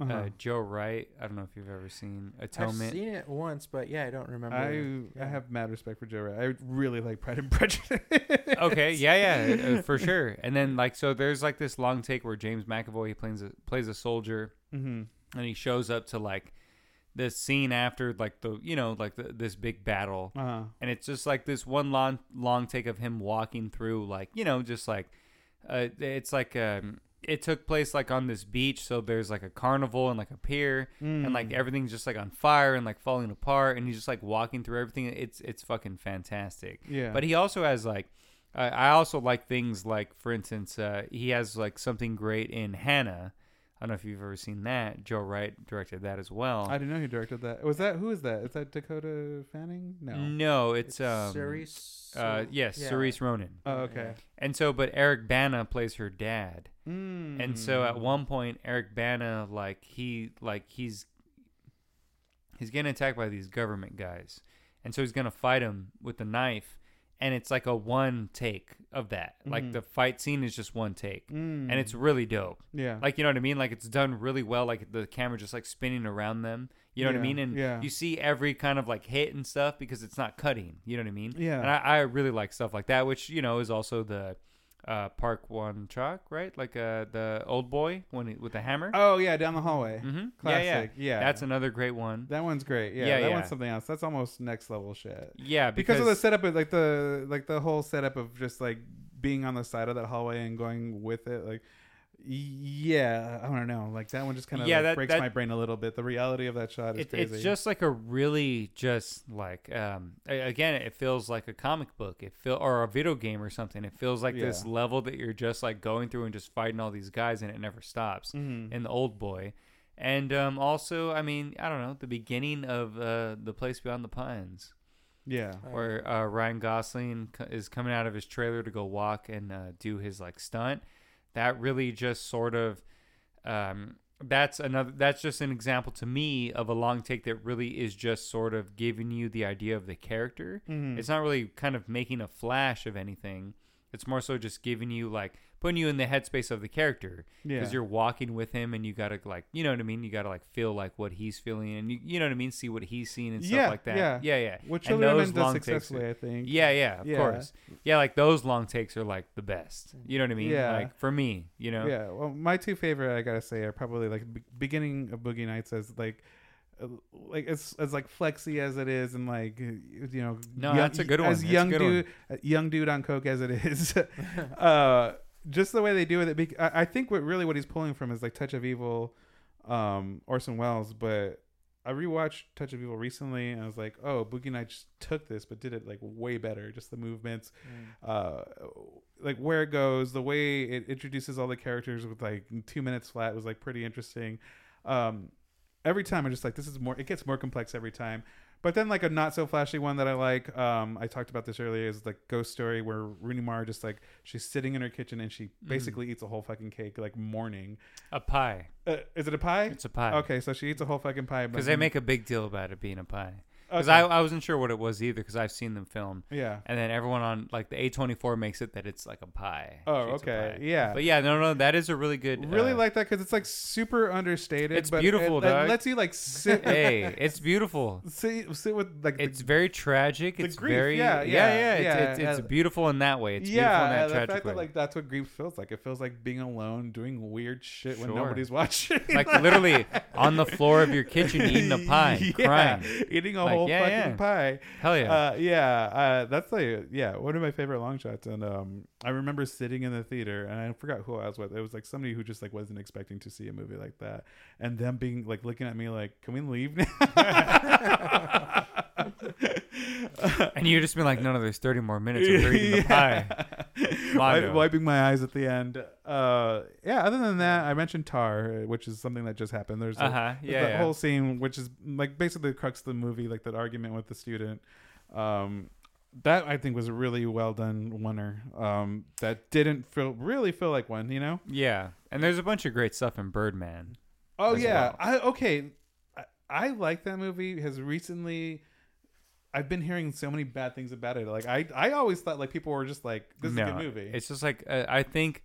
Speaker 2: uh
Speaker 4: Uh-huh.
Speaker 2: Joe Wright. I don't know if you've ever seen
Speaker 3: I've
Speaker 2: Atonement.
Speaker 3: seen it once, but yeah, I don't remember.
Speaker 4: I I
Speaker 3: yeah.
Speaker 4: have mad respect for Joe. Wright. I really like Pride and [laughs] Prejudice.
Speaker 2: [laughs] okay, yeah, yeah,
Speaker 3: [laughs]
Speaker 2: uh, for sure. And then like so, there's like this long take where James McAvoy he plays a, plays a soldier,
Speaker 4: mm-hmm.
Speaker 2: and he shows up to like the scene after like the you know like the, this big battle,
Speaker 4: Uh-huh.
Speaker 2: and it's just like this one long long take of him walking through like you know just like uh, it's like um, it took place like on this beach, so there's like a carnival and like a pier, and like everything's just like on fire and like falling apart, and he's just like walking through everything. It's it's fucking fantastic.
Speaker 4: Yeah.
Speaker 2: But he also has like, I I also like things like, for instance, uh, he has like something great in Hannah. I don't know if you've ever seen that. Joe Wright directed that as well.
Speaker 4: I didn't know who directed that. Was that who is that? Is that Dakota Fanning? No.
Speaker 2: no, it's, um,
Speaker 3: Cerise.
Speaker 2: Uh, yes, Cerise Ronan.
Speaker 4: Oh, okay.
Speaker 2: And so, but Eric Bana plays her dad.
Speaker 4: Mm.
Speaker 2: And so at one point, Eric Bana, like he, like he's, he's getting attacked by these government guys, and so he's gonna fight him with a knife, and it's like a one take of that. Like the fight scene is just one take,
Speaker 4: Hmm.
Speaker 2: and it's really dope.
Speaker 4: Mm. yeah,
Speaker 2: Like you know what I mean? Like it's done really well. Like the camera just like spinning around them. You know what I
Speaker 4: Yeah,
Speaker 2: mean? And
Speaker 4: yeah.
Speaker 2: you see every kind of like hit and stuff because it's not cutting. You know what I mean?
Speaker 4: Yeah.
Speaker 2: And I, I really like stuff like that, which you know is also the uh, Park One Chalk, right? Like uh, the old boy when he, with the hammer.
Speaker 4: oh yeah, down the hallway.
Speaker 2: Mhm.
Speaker 4: Classic. Yeah,
Speaker 2: That's another great one.
Speaker 4: that one's great. Yeah,
Speaker 2: Yeah,
Speaker 4: that
Speaker 2: yeah.
Speaker 4: one's something else. That's almost next level shit.
Speaker 2: yeah,
Speaker 4: Because, of the setup, of, like the like the whole setup of just like being on the side of that hallway and going with it, like. Yeah, I don't know. Like that one just kind of
Speaker 2: Yeah, that-
Speaker 4: breaks
Speaker 2: that-
Speaker 4: my brain a little bit. The reality of that shot is
Speaker 2: it,
Speaker 4: crazy.
Speaker 2: it's just like a really just like um a- again it feels like a comic book it feel or a video game or something it feels like this
Speaker 4: Yeah.
Speaker 2: level that you're just like going through and just fighting all these guys and it never stops
Speaker 4: Mm-hmm.
Speaker 2: in the old boy and um also i mean i don't know the beginning of uh the place beyond the pines
Speaker 4: yeah.
Speaker 2: where uh, Ryan Gosling co- is coming out of his trailer to go walk and uh, do his like stunt. That really just sort of um, that's another that's just an example to me of a long take that really is just sort of giving you the idea of the character.
Speaker 4: Mm-hmm.
Speaker 2: It's not really kind of making a flash of anything. It's more so just giving you like putting you in the headspace of the character
Speaker 4: Yeah.
Speaker 2: because you're walking with him and you gotta like you know what I mean. You gotta like feel like what he's feeling and you, you know what I mean. See what he's seeing and stuff
Speaker 4: yeah,
Speaker 2: like that.
Speaker 4: Yeah,
Speaker 2: yeah, yeah.
Speaker 4: Which
Speaker 2: And
Speaker 4: Children of
Speaker 2: those
Speaker 4: Men does
Speaker 2: long takes
Speaker 4: successfully,
Speaker 2: are-
Speaker 4: I think.
Speaker 2: yeah, yeah, of
Speaker 4: Yeah.
Speaker 2: course. Yeah, like those long takes are like the best. You know what I mean?
Speaker 4: Yeah.
Speaker 2: Like for me, you know.
Speaker 4: Yeah, well, my two favorite, I gotta say, are probably like be- beginning of Boogie Nights as like, uh, like as as like flexy as it is, and like uh, you know,
Speaker 2: No, that's a good one.
Speaker 4: As
Speaker 2: That's a
Speaker 4: young
Speaker 2: good
Speaker 4: dude, uh, young dude on coke as
Speaker 2: [laughs]
Speaker 4: it is, [laughs] uh, just the way they do it. it bec- I I think what really what he's pulling from is like Touch of Evil, um, Orson Welles. But I rewatched Touch of Evil recently, and I was like, oh, Boogie Nights took this, but did it like way better. Just the movements,
Speaker 2: Mm.
Speaker 4: uh, like where it goes, the way it introduces all the characters with like two minutes flat was like pretty interesting. Um, every time I'm just like, this is more. It gets more complex every time. But then like a not so flashy one that I like. Um, I talked about this earlier is like Ghost Story, where Rooney Mara just like she's sitting in her kitchen and she
Speaker 2: Mm.
Speaker 4: basically eats a whole fucking cake like morning.
Speaker 2: A pie.
Speaker 4: Uh, is it a pie?
Speaker 2: It's a pie.
Speaker 4: Okay, so she eats a whole fucking pie but
Speaker 2: Because they make a big deal about it being a pie. Because
Speaker 4: Mm-hmm. Okay.
Speaker 2: I, I wasn't sure what it was either because I've seen them film.
Speaker 4: Yeah.
Speaker 2: And then everyone on like the A24 makes it that it's like a pie.
Speaker 4: Oh,
Speaker 2: She eats a
Speaker 4: okay.
Speaker 2: pie.
Speaker 4: Yeah.
Speaker 2: But yeah, no, no, that is a really good.
Speaker 4: really
Speaker 2: uh,
Speaker 4: like that because it's like super understated.
Speaker 2: It's
Speaker 4: but
Speaker 2: beautiful,
Speaker 4: It, it
Speaker 2: dog.
Speaker 4: lets you
Speaker 2: [laughs]
Speaker 4: like sit, with- [laughs]
Speaker 2: hey, it's beautiful.
Speaker 4: sit, sit with like the
Speaker 2: It's very tragic. It's
Speaker 4: grief,
Speaker 2: very yeah,
Speaker 4: yeah, yeah,
Speaker 2: it's,
Speaker 4: yeah,
Speaker 2: it's, it's
Speaker 4: yeah.
Speaker 2: beautiful in that way. It's
Speaker 4: yeah,
Speaker 2: beautiful
Speaker 4: and
Speaker 2: in
Speaker 4: the
Speaker 2: that tragic
Speaker 4: fact
Speaker 2: way.
Speaker 4: that like that's what grief feels like. It feels like being alone, doing weird shit when
Speaker 2: Sure.
Speaker 4: nobody's [laughs] watching.
Speaker 2: like literally on the floor of your kitchen
Speaker 4: [laughs]
Speaker 2: eating a pie,
Speaker 4: Yeah,
Speaker 2: crying.
Speaker 4: eating a
Speaker 2: Like,
Speaker 4: whole
Speaker 2: yeah,
Speaker 4: fucking
Speaker 2: yeah.
Speaker 4: pie.
Speaker 2: Hell yeah.
Speaker 4: uh, yeah. Uh, that's like yeah, one of my favorite long shots. And um, I remember sitting in the theater, and I forgot who I was with. It was like somebody who just like wasn't expecting to see a movie like that, and them being like looking at me like, "Can we leave
Speaker 2: [laughs]
Speaker 4: now?" [laughs]
Speaker 2: and you just been like, no, no, there's 30 more minutes of her
Speaker 4: [laughs]
Speaker 2: eating the pie.
Speaker 4: Wi-
Speaker 2: Mondo.
Speaker 4: wiping my eyes at the end. Uh, yeah. Other than that, I mentioned Tar, uh, which is something that just happened. There's a-
Speaker 2: Uh-huh,
Speaker 4: there's
Speaker 2: yeah,
Speaker 4: that
Speaker 2: yeah.
Speaker 4: whole scene, which is like basically the crux of the movie, like that argument with the student. Um, that I think was a really well done winner. Um, that didn't feel really feel like one, you know.
Speaker 2: Yeah. And there's a bunch of great stuff in Birdman.
Speaker 4: Oh
Speaker 2: as
Speaker 4: yeah,
Speaker 2: well.
Speaker 4: I okay. I, I like that movie because recently I've been hearing so many bad things about it. Like I, I always thought like people were just like, "This is a
Speaker 2: No,
Speaker 4: good movie."
Speaker 2: It's just like, uh, I think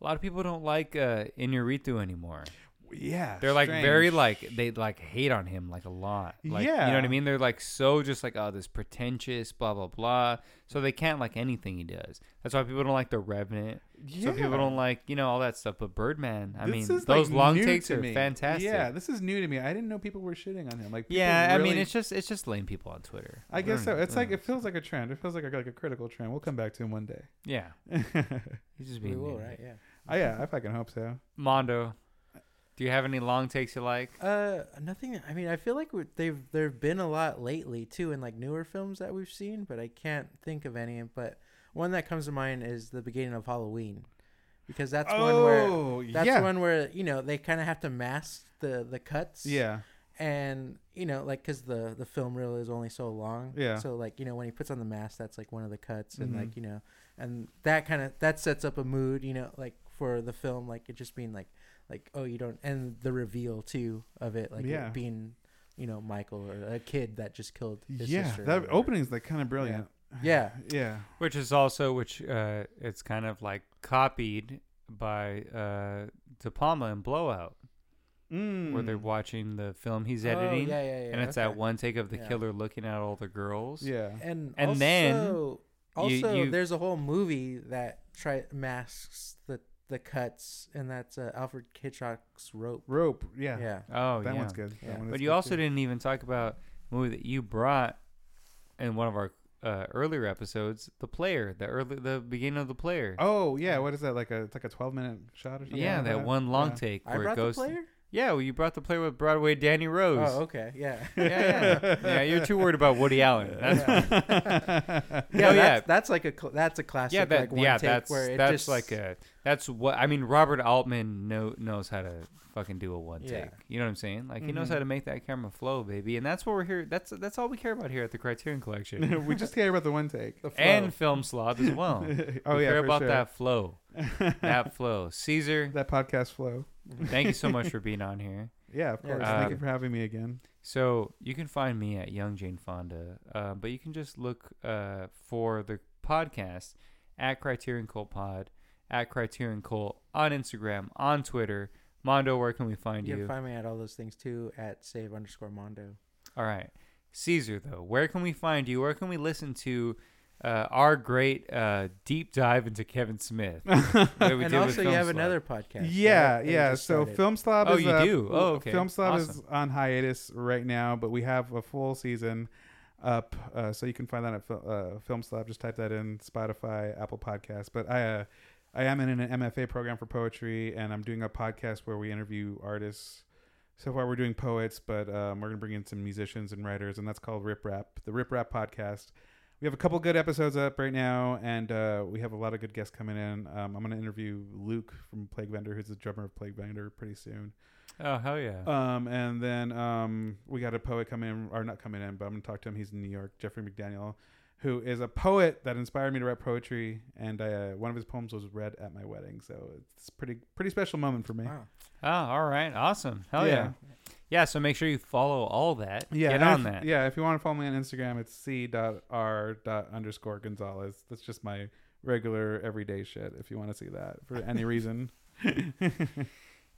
Speaker 2: a lot of people don't like uh, Inuritu anymore.
Speaker 4: yeah,
Speaker 2: They're like very
Speaker 4: strange.
Speaker 2: like they like hate on him like a lot. Like, you know
Speaker 4: Yeah.
Speaker 2: what I mean? They're like so just like oh this pretentious blah blah blah. So they can't like anything he does. That's why people don't like the Revenant. So people
Speaker 4: Yeah.
Speaker 2: don't like you know all that stuff. But Birdman, I
Speaker 4: This
Speaker 2: mean,
Speaker 4: is, like,
Speaker 2: those long
Speaker 4: new
Speaker 2: takes
Speaker 4: to
Speaker 2: are
Speaker 4: me.
Speaker 2: fantastic.
Speaker 4: Yeah, this is new to me. I didn't know people were shitting on him. Like, people
Speaker 2: Yeah, I mean
Speaker 4: really-
Speaker 2: it's just it's just lame people on Twitter. Mm,
Speaker 4: I guess so.
Speaker 2: don't-
Speaker 4: It's
Speaker 2: I
Speaker 4: like
Speaker 2: don't know.
Speaker 4: it feels like a trend. It feels like a, like a critical trend. We'll come back to him one day. [laughs]
Speaker 2: yeah,
Speaker 4: I,
Speaker 2: he's just
Speaker 3: We
Speaker 2: being
Speaker 3: will,
Speaker 2: mean.
Speaker 3: right? Yeah.
Speaker 4: yeah, I fucking hope so.
Speaker 2: Mondo, do you have any long takes you like?
Speaker 3: Uh, nothing. I mean, I feel like we they've there've been a lot lately too, in like newer films that we've seen, but I can't think of any. But one that comes to mind is the beginning of Halloween, because that's one where
Speaker 4: oh
Speaker 3: that's
Speaker 4: yeah,
Speaker 3: one where you know they kind of have to mask the the cuts.
Speaker 4: yeah,
Speaker 3: and you know like because the the film reel is only so long
Speaker 4: Yeah.
Speaker 3: so like you know when he puts on the mask that's like one of the cuts and
Speaker 4: Mhm.
Speaker 3: like you know and that kind of that sets up a mood you know like for the film like it just being like like oh you don't and the reveal too of it like it
Speaker 4: Yeah.
Speaker 3: being you know michael or a kid that just killed his
Speaker 4: yeah.
Speaker 3: sister or
Speaker 4: That
Speaker 3: whatever.
Speaker 4: opening's like kind of brilliant.
Speaker 3: yeah
Speaker 4: Yeah,
Speaker 2: Which is also which uh, it's kind of like copied by uh, De Palma in Blowout,
Speaker 4: Mm.
Speaker 2: where they're watching the film he's
Speaker 3: Oh,
Speaker 2: editing,
Speaker 3: yeah, yeah, yeah,
Speaker 2: and it's
Speaker 3: okay.
Speaker 2: that one take of the
Speaker 3: Yeah.
Speaker 2: killer looking at all the girls.
Speaker 4: yeah.
Speaker 3: and
Speaker 2: And
Speaker 3: also,
Speaker 2: then
Speaker 3: also
Speaker 2: you-
Speaker 3: there's a whole movie that try masks the the cuts and that's uh, alfred hitchcock's rope
Speaker 4: Rope. Yeah,
Speaker 3: yeah
Speaker 2: Oh,
Speaker 4: that
Speaker 2: yeah.
Speaker 4: one's good.
Speaker 3: Yeah.
Speaker 4: That one is
Speaker 2: But you
Speaker 4: good,
Speaker 2: also
Speaker 4: too.
Speaker 2: didn't even talk about a movie that you brought in one of our uh, earlier episodes, The Player, the early the beginning of The Player.
Speaker 4: Oh yeah, what is that like a it's like a twelve minute shot or something?
Speaker 2: yeah,
Speaker 4: like
Speaker 2: that one long
Speaker 4: Yeah.
Speaker 2: take
Speaker 3: I
Speaker 2: where
Speaker 3: brought
Speaker 2: it goes.
Speaker 3: the player.
Speaker 2: Yeah, well, you brought the player with Broadway Danny Rose.
Speaker 3: Oh, okay, yeah.
Speaker 2: yeah, [laughs] yeah, yeah. You're too worried about
Speaker 3: [laughs]
Speaker 2: Woody Allen. [laughs] That's Oh,
Speaker 3: Yeah,
Speaker 4: [laughs]
Speaker 2: yeah.
Speaker 3: that's, that's like a cl- that's a
Speaker 2: [laughs]
Speaker 3: classic.
Speaker 2: yeah, that,
Speaker 3: like, one
Speaker 2: yeah,
Speaker 3: take
Speaker 2: that's
Speaker 3: where it
Speaker 2: that's
Speaker 3: just,
Speaker 2: like a that's what I mean. Robert Altman know, knows how to fucking do a one
Speaker 3: Yeah. Mm-hmm.
Speaker 2: take. You know what I'm saying? Like he knows how to make that camera flow, baby. And that's what we're here. That's that's all we care about here at the Criterion
Speaker 3: [laughs]
Speaker 2: Collection [laughs]
Speaker 4: [laughs] we just care about the one take. [laughs]
Speaker 3: the flow.
Speaker 2: and Film Sloth as
Speaker 3: [laughs]
Speaker 2: well.
Speaker 4: oh
Speaker 2: we
Speaker 4: yeah,
Speaker 2: care
Speaker 4: for
Speaker 2: about
Speaker 4: sure.
Speaker 2: that flow, that flow. Caesar,
Speaker 4: that podcast flow.
Speaker 3: [laughs]
Speaker 2: thank you so much for being on here.
Speaker 4: Yeah, of
Speaker 3: Yeah,
Speaker 4: course.
Speaker 2: that's
Speaker 4: Thank
Speaker 2: good.
Speaker 4: you for having me again.
Speaker 2: So you can find me at Young Jane Fonda, uh, but you can just look uh, for the podcast at Criterion Cult Pod, at Criterion Cult on Instagram, on Twitter. Mondo, where can we find
Speaker 3: you
Speaker 2: you?
Speaker 3: can find me at all those things too at save underscore mondo.
Speaker 2: All right, Caesar, though, where can we find you? Where can we listen to uh, our great uh, deep dive into Kevin
Speaker 3: [laughs]
Speaker 2: Smith? that we did with
Speaker 3: And also, you
Speaker 2: Film
Speaker 3: have
Speaker 2: Slot.
Speaker 3: another podcast.
Speaker 4: yeah,
Speaker 3: that- that
Speaker 4: yeah.
Speaker 3: just
Speaker 4: So
Speaker 3: started.
Speaker 4: Film Slob
Speaker 2: Oh,
Speaker 4: is
Speaker 2: you
Speaker 4: uh,
Speaker 2: do? Oh, okay.
Speaker 4: Film Slob is
Speaker 2: Awesome.
Speaker 4: on hiatus right now, but we have a full season up. Uh, so you can find that at Fil- uh, Film Slob. Just type that in Spotify, Apple Podcasts. But I, uh, I am in an MFA program for poetry, and I'm doing a podcast where we interview artists. So far, we're doing poets, but um, we're gonna bring in some musicians and writers, and that's called Rip Rap, the Rip Rap podcast. we have a couple good episodes up right now, and uh, we have a lot of good guests coming in. Um, I'm going to interview Luke from Plague Vendor, who's the drummer of Plague Vendor, pretty soon.
Speaker 2: Oh hell yeah!
Speaker 4: Um, and then um, we got a poet coming in, or not coming in, but I'm going to talk to him. He's in New York, Jeffrey McDaniel, who is a poet that inspired me to write poetry, and uh, one of his poems was read at my wedding, so it's pretty pretty special moment for me.
Speaker 3: Wow.
Speaker 2: oh, all right, awesome. Hell yeah. yeah, So make sure you follow all that.
Speaker 4: Yeah,
Speaker 2: get
Speaker 4: and
Speaker 2: on
Speaker 4: if-
Speaker 2: that.
Speaker 4: Yeah, if you want to follow me on Instagram, it's c dot r dot underscore Gonzalez. That's just my regular everyday shit. If you want to see that for
Speaker 2: [laughs]
Speaker 4: any reason,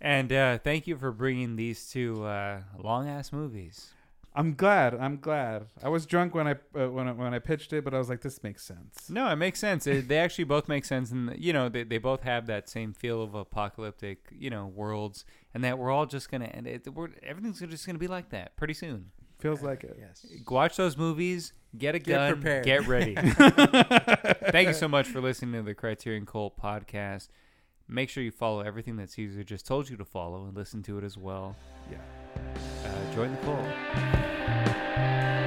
Speaker 2: And uh, thank you for bringing these two uh, long ass movies.
Speaker 4: I'm glad. I'm glad. I was drunk when I uh, when I, when I pitched it, but I was like, this makes sense.
Speaker 2: No, it makes sense. It, they actually both make sense, and you know, they they both have that same feel of apocalyptic, you know, worlds, and that we're all just gonna end it. We're, everything's just gonna be like that pretty soon.
Speaker 4: Feels like it.
Speaker 3: Yes.
Speaker 2: Watch those movies. Get a
Speaker 3: Get
Speaker 2: gun.
Speaker 3: prepared.
Speaker 2: Get
Speaker 3: [laughs]
Speaker 2: ready. Thank you so much for listening to the Criterion Cult podcast. Make sure you follow everything that Caesar just told you to follow and listen to it as well.
Speaker 4: Yeah.
Speaker 2: Uh, join the cult.
Speaker 4: yeah.